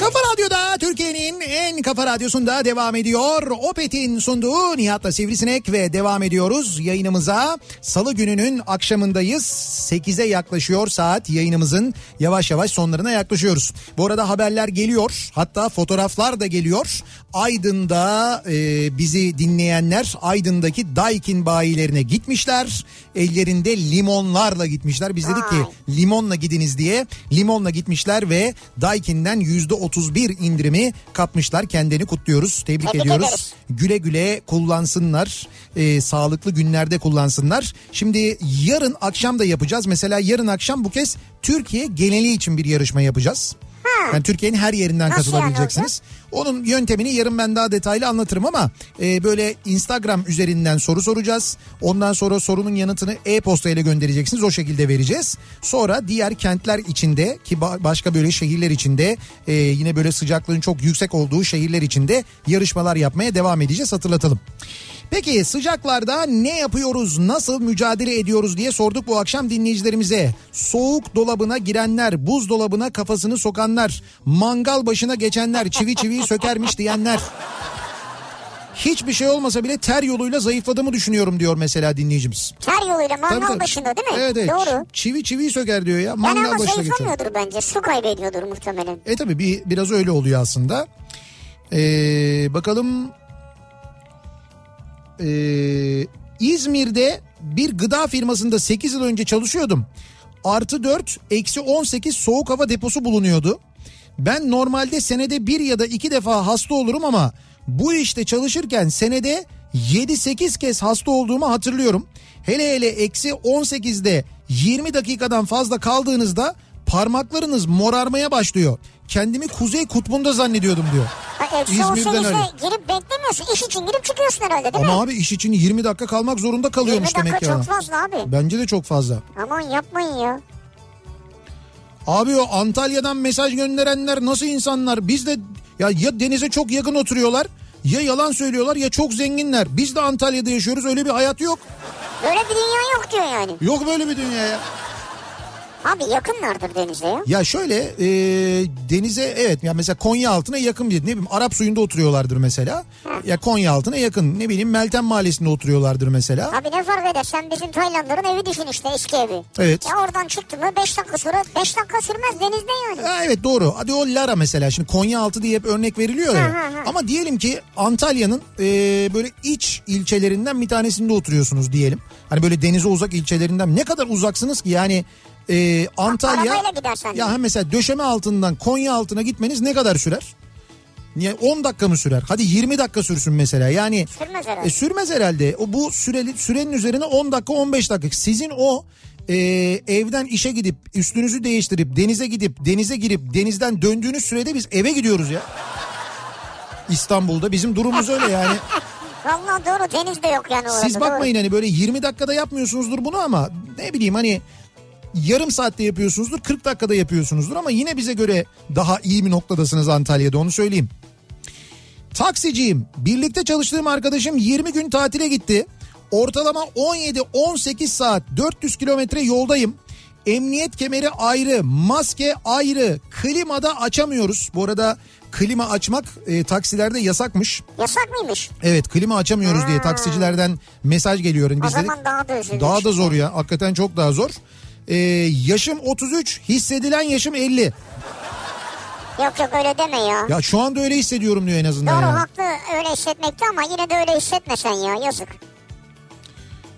B: Kafa Radyo'da Türkiye'nin en kafa radyosunda devam ediyor. Opet'in sunduğu Nihat'la Sivrisinek ve devam ediyoruz yayınımıza. Salı gününün akşamındayız. 8'e yaklaşıyor saat yayınımızın yavaş yavaş sonlarına yaklaşıyoruz. Bu arada haberler geliyor hatta fotoğraflar da geliyor. Aydın'da e, bizi dinleyenler Aydın'daki Daikin bayilerine gitmişler. Ellerinde limonlarla gitmişler. Biz dedik ki limonla gidiniz diye limonla gitmişler ve Daikin'den yüzde 31 indirimi kapmışlar. Kendini kutluyoruz. Tebrik
A: Tebrik
B: ediyoruz.
A: ederiz.
B: Güle güle kullansınlar. Ee, sağlıklı günlerde kullansınlar. Şimdi yarın akşam da yapacağız. Mesela yarın akşam bu kez Türkiye geneli için bir yarışma yapacağız. Yani Türkiye'nin her yerinden
A: Nasıl
B: katılabileceksiniz. Onun yöntemini yarın ben daha detaylı anlatırım ama e, böyle Instagram üzerinden soru soracağız. Ondan sonra sorunun yanıtını e-posta ile göndereceksiniz. O şekilde vereceğiz. Sonra diğer kentler içinde ki ba- başka böyle şehirler içinde e, yine böyle sıcaklığın çok yüksek olduğu şehirler içinde yarışmalar yapmaya devam edeceğiz hatırlatalım. Peki sıcaklarda ne yapıyoruz, nasıl mücadele ediyoruz diye sorduk bu akşam dinleyicilerimize. Soğuk dolabına girenler, buzdolabına kafasını sokanlar, mangal başına geçenler, çivi çiviyi sökermiş diyenler. Hiçbir şey olmasa bile ter yoluyla zayıfladığımı düşünüyorum diyor mesela dinleyicimiz.
A: Ter yoluyla
B: Tabii,
A: mangal
B: tabii.
A: başında değil mi?
B: Evet, evet.
A: Doğru.
B: Çivi çiviyi söker diyor ya.
A: Yani
B: Mangal
A: ama
B: başına geçiyor.
A: zayıflamıyordur bence. Su kaybediyordur muhtemelen.
B: E tabii bir, biraz öyle oluyor aslında. Ee, bakalım. Ee, İzmir'de bir gıda firmasında 8 yıl önce çalışıyordum. Artı 4, eksi 18 soğuk hava deposu bulunuyordu. Ben normalde senede bir ya da iki defa hasta olurum ama bu işte çalışırken senede 7-8 kez hasta olduğumu hatırlıyorum. Hele hele eksi 18'de 20 dakikadan fazla kaldığınızda parmaklarınız morarmaya başlıyor. Kendimi kuzey kutbunda zannediyordum diyor.
A: Ha, e, Eksi
B: İzmir'den
A: 18'de
B: öyle.
A: girip beklemiyorsun. İş için girip çıkıyorsun herhalde değil mi?
B: Ama abi iş için 20 dakika kalmak zorunda
A: 20
B: kalıyormuş
A: dakika
B: demek ki.
A: çok
B: adam.
A: fazla abi.
B: Bence de çok fazla.
A: Aman yapmayın ya.
B: Abi o Antalya'dan mesaj gönderenler nasıl insanlar? Biz de ya, ya denize çok yakın oturuyorlar ya yalan söylüyorlar ya çok zenginler. Biz de Antalya'da yaşıyoruz öyle bir hayat yok.
A: Böyle bir dünya yok diyor yani.
B: Yok böyle bir dünya ya.
A: Abi yakınlardır denize ya.
B: Ya şöyle e, denize evet ya mesela Konya altına yakın bir ne bileyim Arap suyunda oturuyorlardır mesela. Ya Konya altına yakın ne bileyim Meltem Mahallesi'nde oturuyorlardır mesela.
A: Abi ne fark eder sen bizim Taylandların evi düşün işte eski evi.
B: Evet.
A: Ya oradan çıktın mı 5 dakika sonra 5 dakika sürmez denizde yani.
B: Ha, evet doğru. Hadi o Lara mesela şimdi Konya altı diye hep örnek veriliyor ya.
A: Hı hı hı.
B: Ama diyelim ki Antalya'nın e, böyle iç ilçelerinden bir tanesinde oturuyorsunuz diyelim. Hani böyle denize uzak ilçelerinden ne kadar uzaksınız ki yani e, Antalya.
A: Arabayla gidersen.
B: Ya hem mesela döşeme altından Konya altına gitmeniz ne kadar sürer? Niye 10 dakika mı sürer? Hadi 20 dakika sürsün mesela. Yani
A: Sürmez herhalde.
B: E, sürmez herhalde. O bu süreli sürenin üzerine 10 dakika 15 dakika. Sizin o e, evden işe gidip üstünüzü değiştirip denize gidip denize girip denizden döndüğünüz sürede biz eve gidiyoruz ya. İstanbul'da bizim durumumuz öyle yani.
A: Vallahi doğru deniz de yok yani orada.
B: Siz
A: doğru.
B: bakmayın hani böyle 20 dakikada yapmıyorsunuzdur bunu ama ne bileyim hani yarım saatte yapıyorsunuzdur 40 dakikada yapıyorsunuzdur ama yine bize göre daha iyi bir noktadasınız Antalya'da onu söyleyeyim. Taksiciyim. Birlikte çalıştığım arkadaşım 20 gün tatile gitti. Ortalama 17-18 saat 400 kilometre yoldayım. Emniyet kemeri ayrı, maske ayrı, klimada açamıyoruz. Bu arada klima açmak e, taksilerde yasakmış.
A: Yasak mıymış?
B: Evet klima açamıyoruz diye taksicilerden mesaj geliyor. Hani
A: Hmm. O
B: biz dedik,
A: zaman daha da üzülmüş.
B: daha da zor ya hakikaten çok daha zor. Ee, yaşım 33 hissedilen yaşım 50.
A: Yok yok öyle deme ya.
B: Ya şu anda öyle hissediyorum diyor en azından.
A: Doğru
B: yani.
A: haklı öyle hissetmekte ama yine de öyle hissetme sen ya yazık.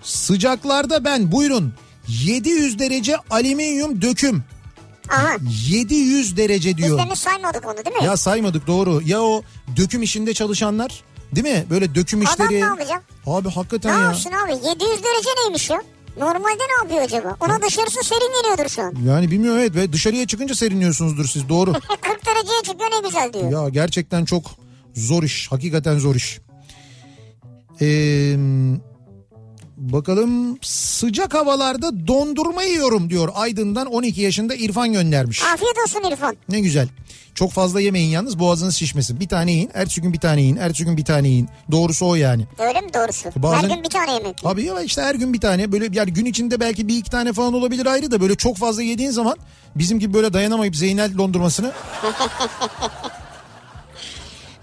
B: Sıcaklarda ben buyurun 700 derece alüminyum döküm.
A: Aha
B: 700 derece diyor.
A: bizlerini saymadık onu değil mi?
B: Ya saymadık doğru. Ya o döküm işinde çalışanlar değil mi? Böyle döküm
A: Adam
B: işleri.
A: ne yapacak?
B: Abi
A: Ne
B: hakikaten ya.
A: yapsın abi 700 derece neymiş ya? Normalde ne yapıyor acaba? Ona dışarısı serin geliyordur şu an.
B: Yani bilmiyorum evet ve dışarıya çıkınca seriniyorsunuzdur siz doğru.
A: E, 40 dereceye çıkıyor ne güzel diyor.
B: Ya gerçekten çok zor iş. Hakikaten zor iş. Ee, bakalım sıcak havalarda dondurma yiyorum diyor. Aydın'dan 12 yaşında İrfan göndermiş.
A: Afiyet olsun İrfan.
B: Ne güzel. Çok fazla yemeyin yalnız boğazınız şişmesin. Bir tane yiyin, ertesi gün bir tane yiyin, ertesi gün bir tane yiyin. Doğrusu o yani.
A: Öyle mi doğrusu?
B: Bazen-
A: Her gün bir tane yemek.
B: Abi ya işte her gün bir tane böyle yani gün içinde belki bir iki tane falan olabilir ayrı da böyle çok fazla yediğin zaman bizim gibi böyle dayanamayıp Zeynel dondurmasını.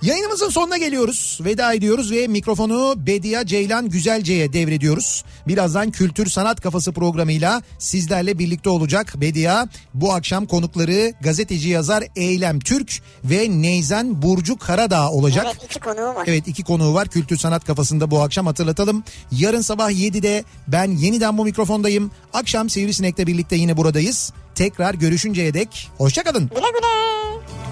B: Yayınımızın sonuna geliyoruz. Veda ediyoruz ve mikrofonu Bedia Ceylan Güzelce'ye devrediyoruz. Birazdan Kültür Sanat Kafası programıyla sizlerle birlikte olacak Bedia. Bu akşam konukları gazeteci yazar Eylem Türk ve Neyzen Burcu Karadağ olacak.
A: Evet iki konuğu var.
B: Evet iki konuğu var kültür sanat kafasında bu akşam hatırlatalım. Yarın sabah 7'de ben yeniden bu mikrofondayım. Akşam Sivrisinek'le birlikte yine buradayız. Tekrar görüşünceye dek hoşçakalın.
A: Güle güle.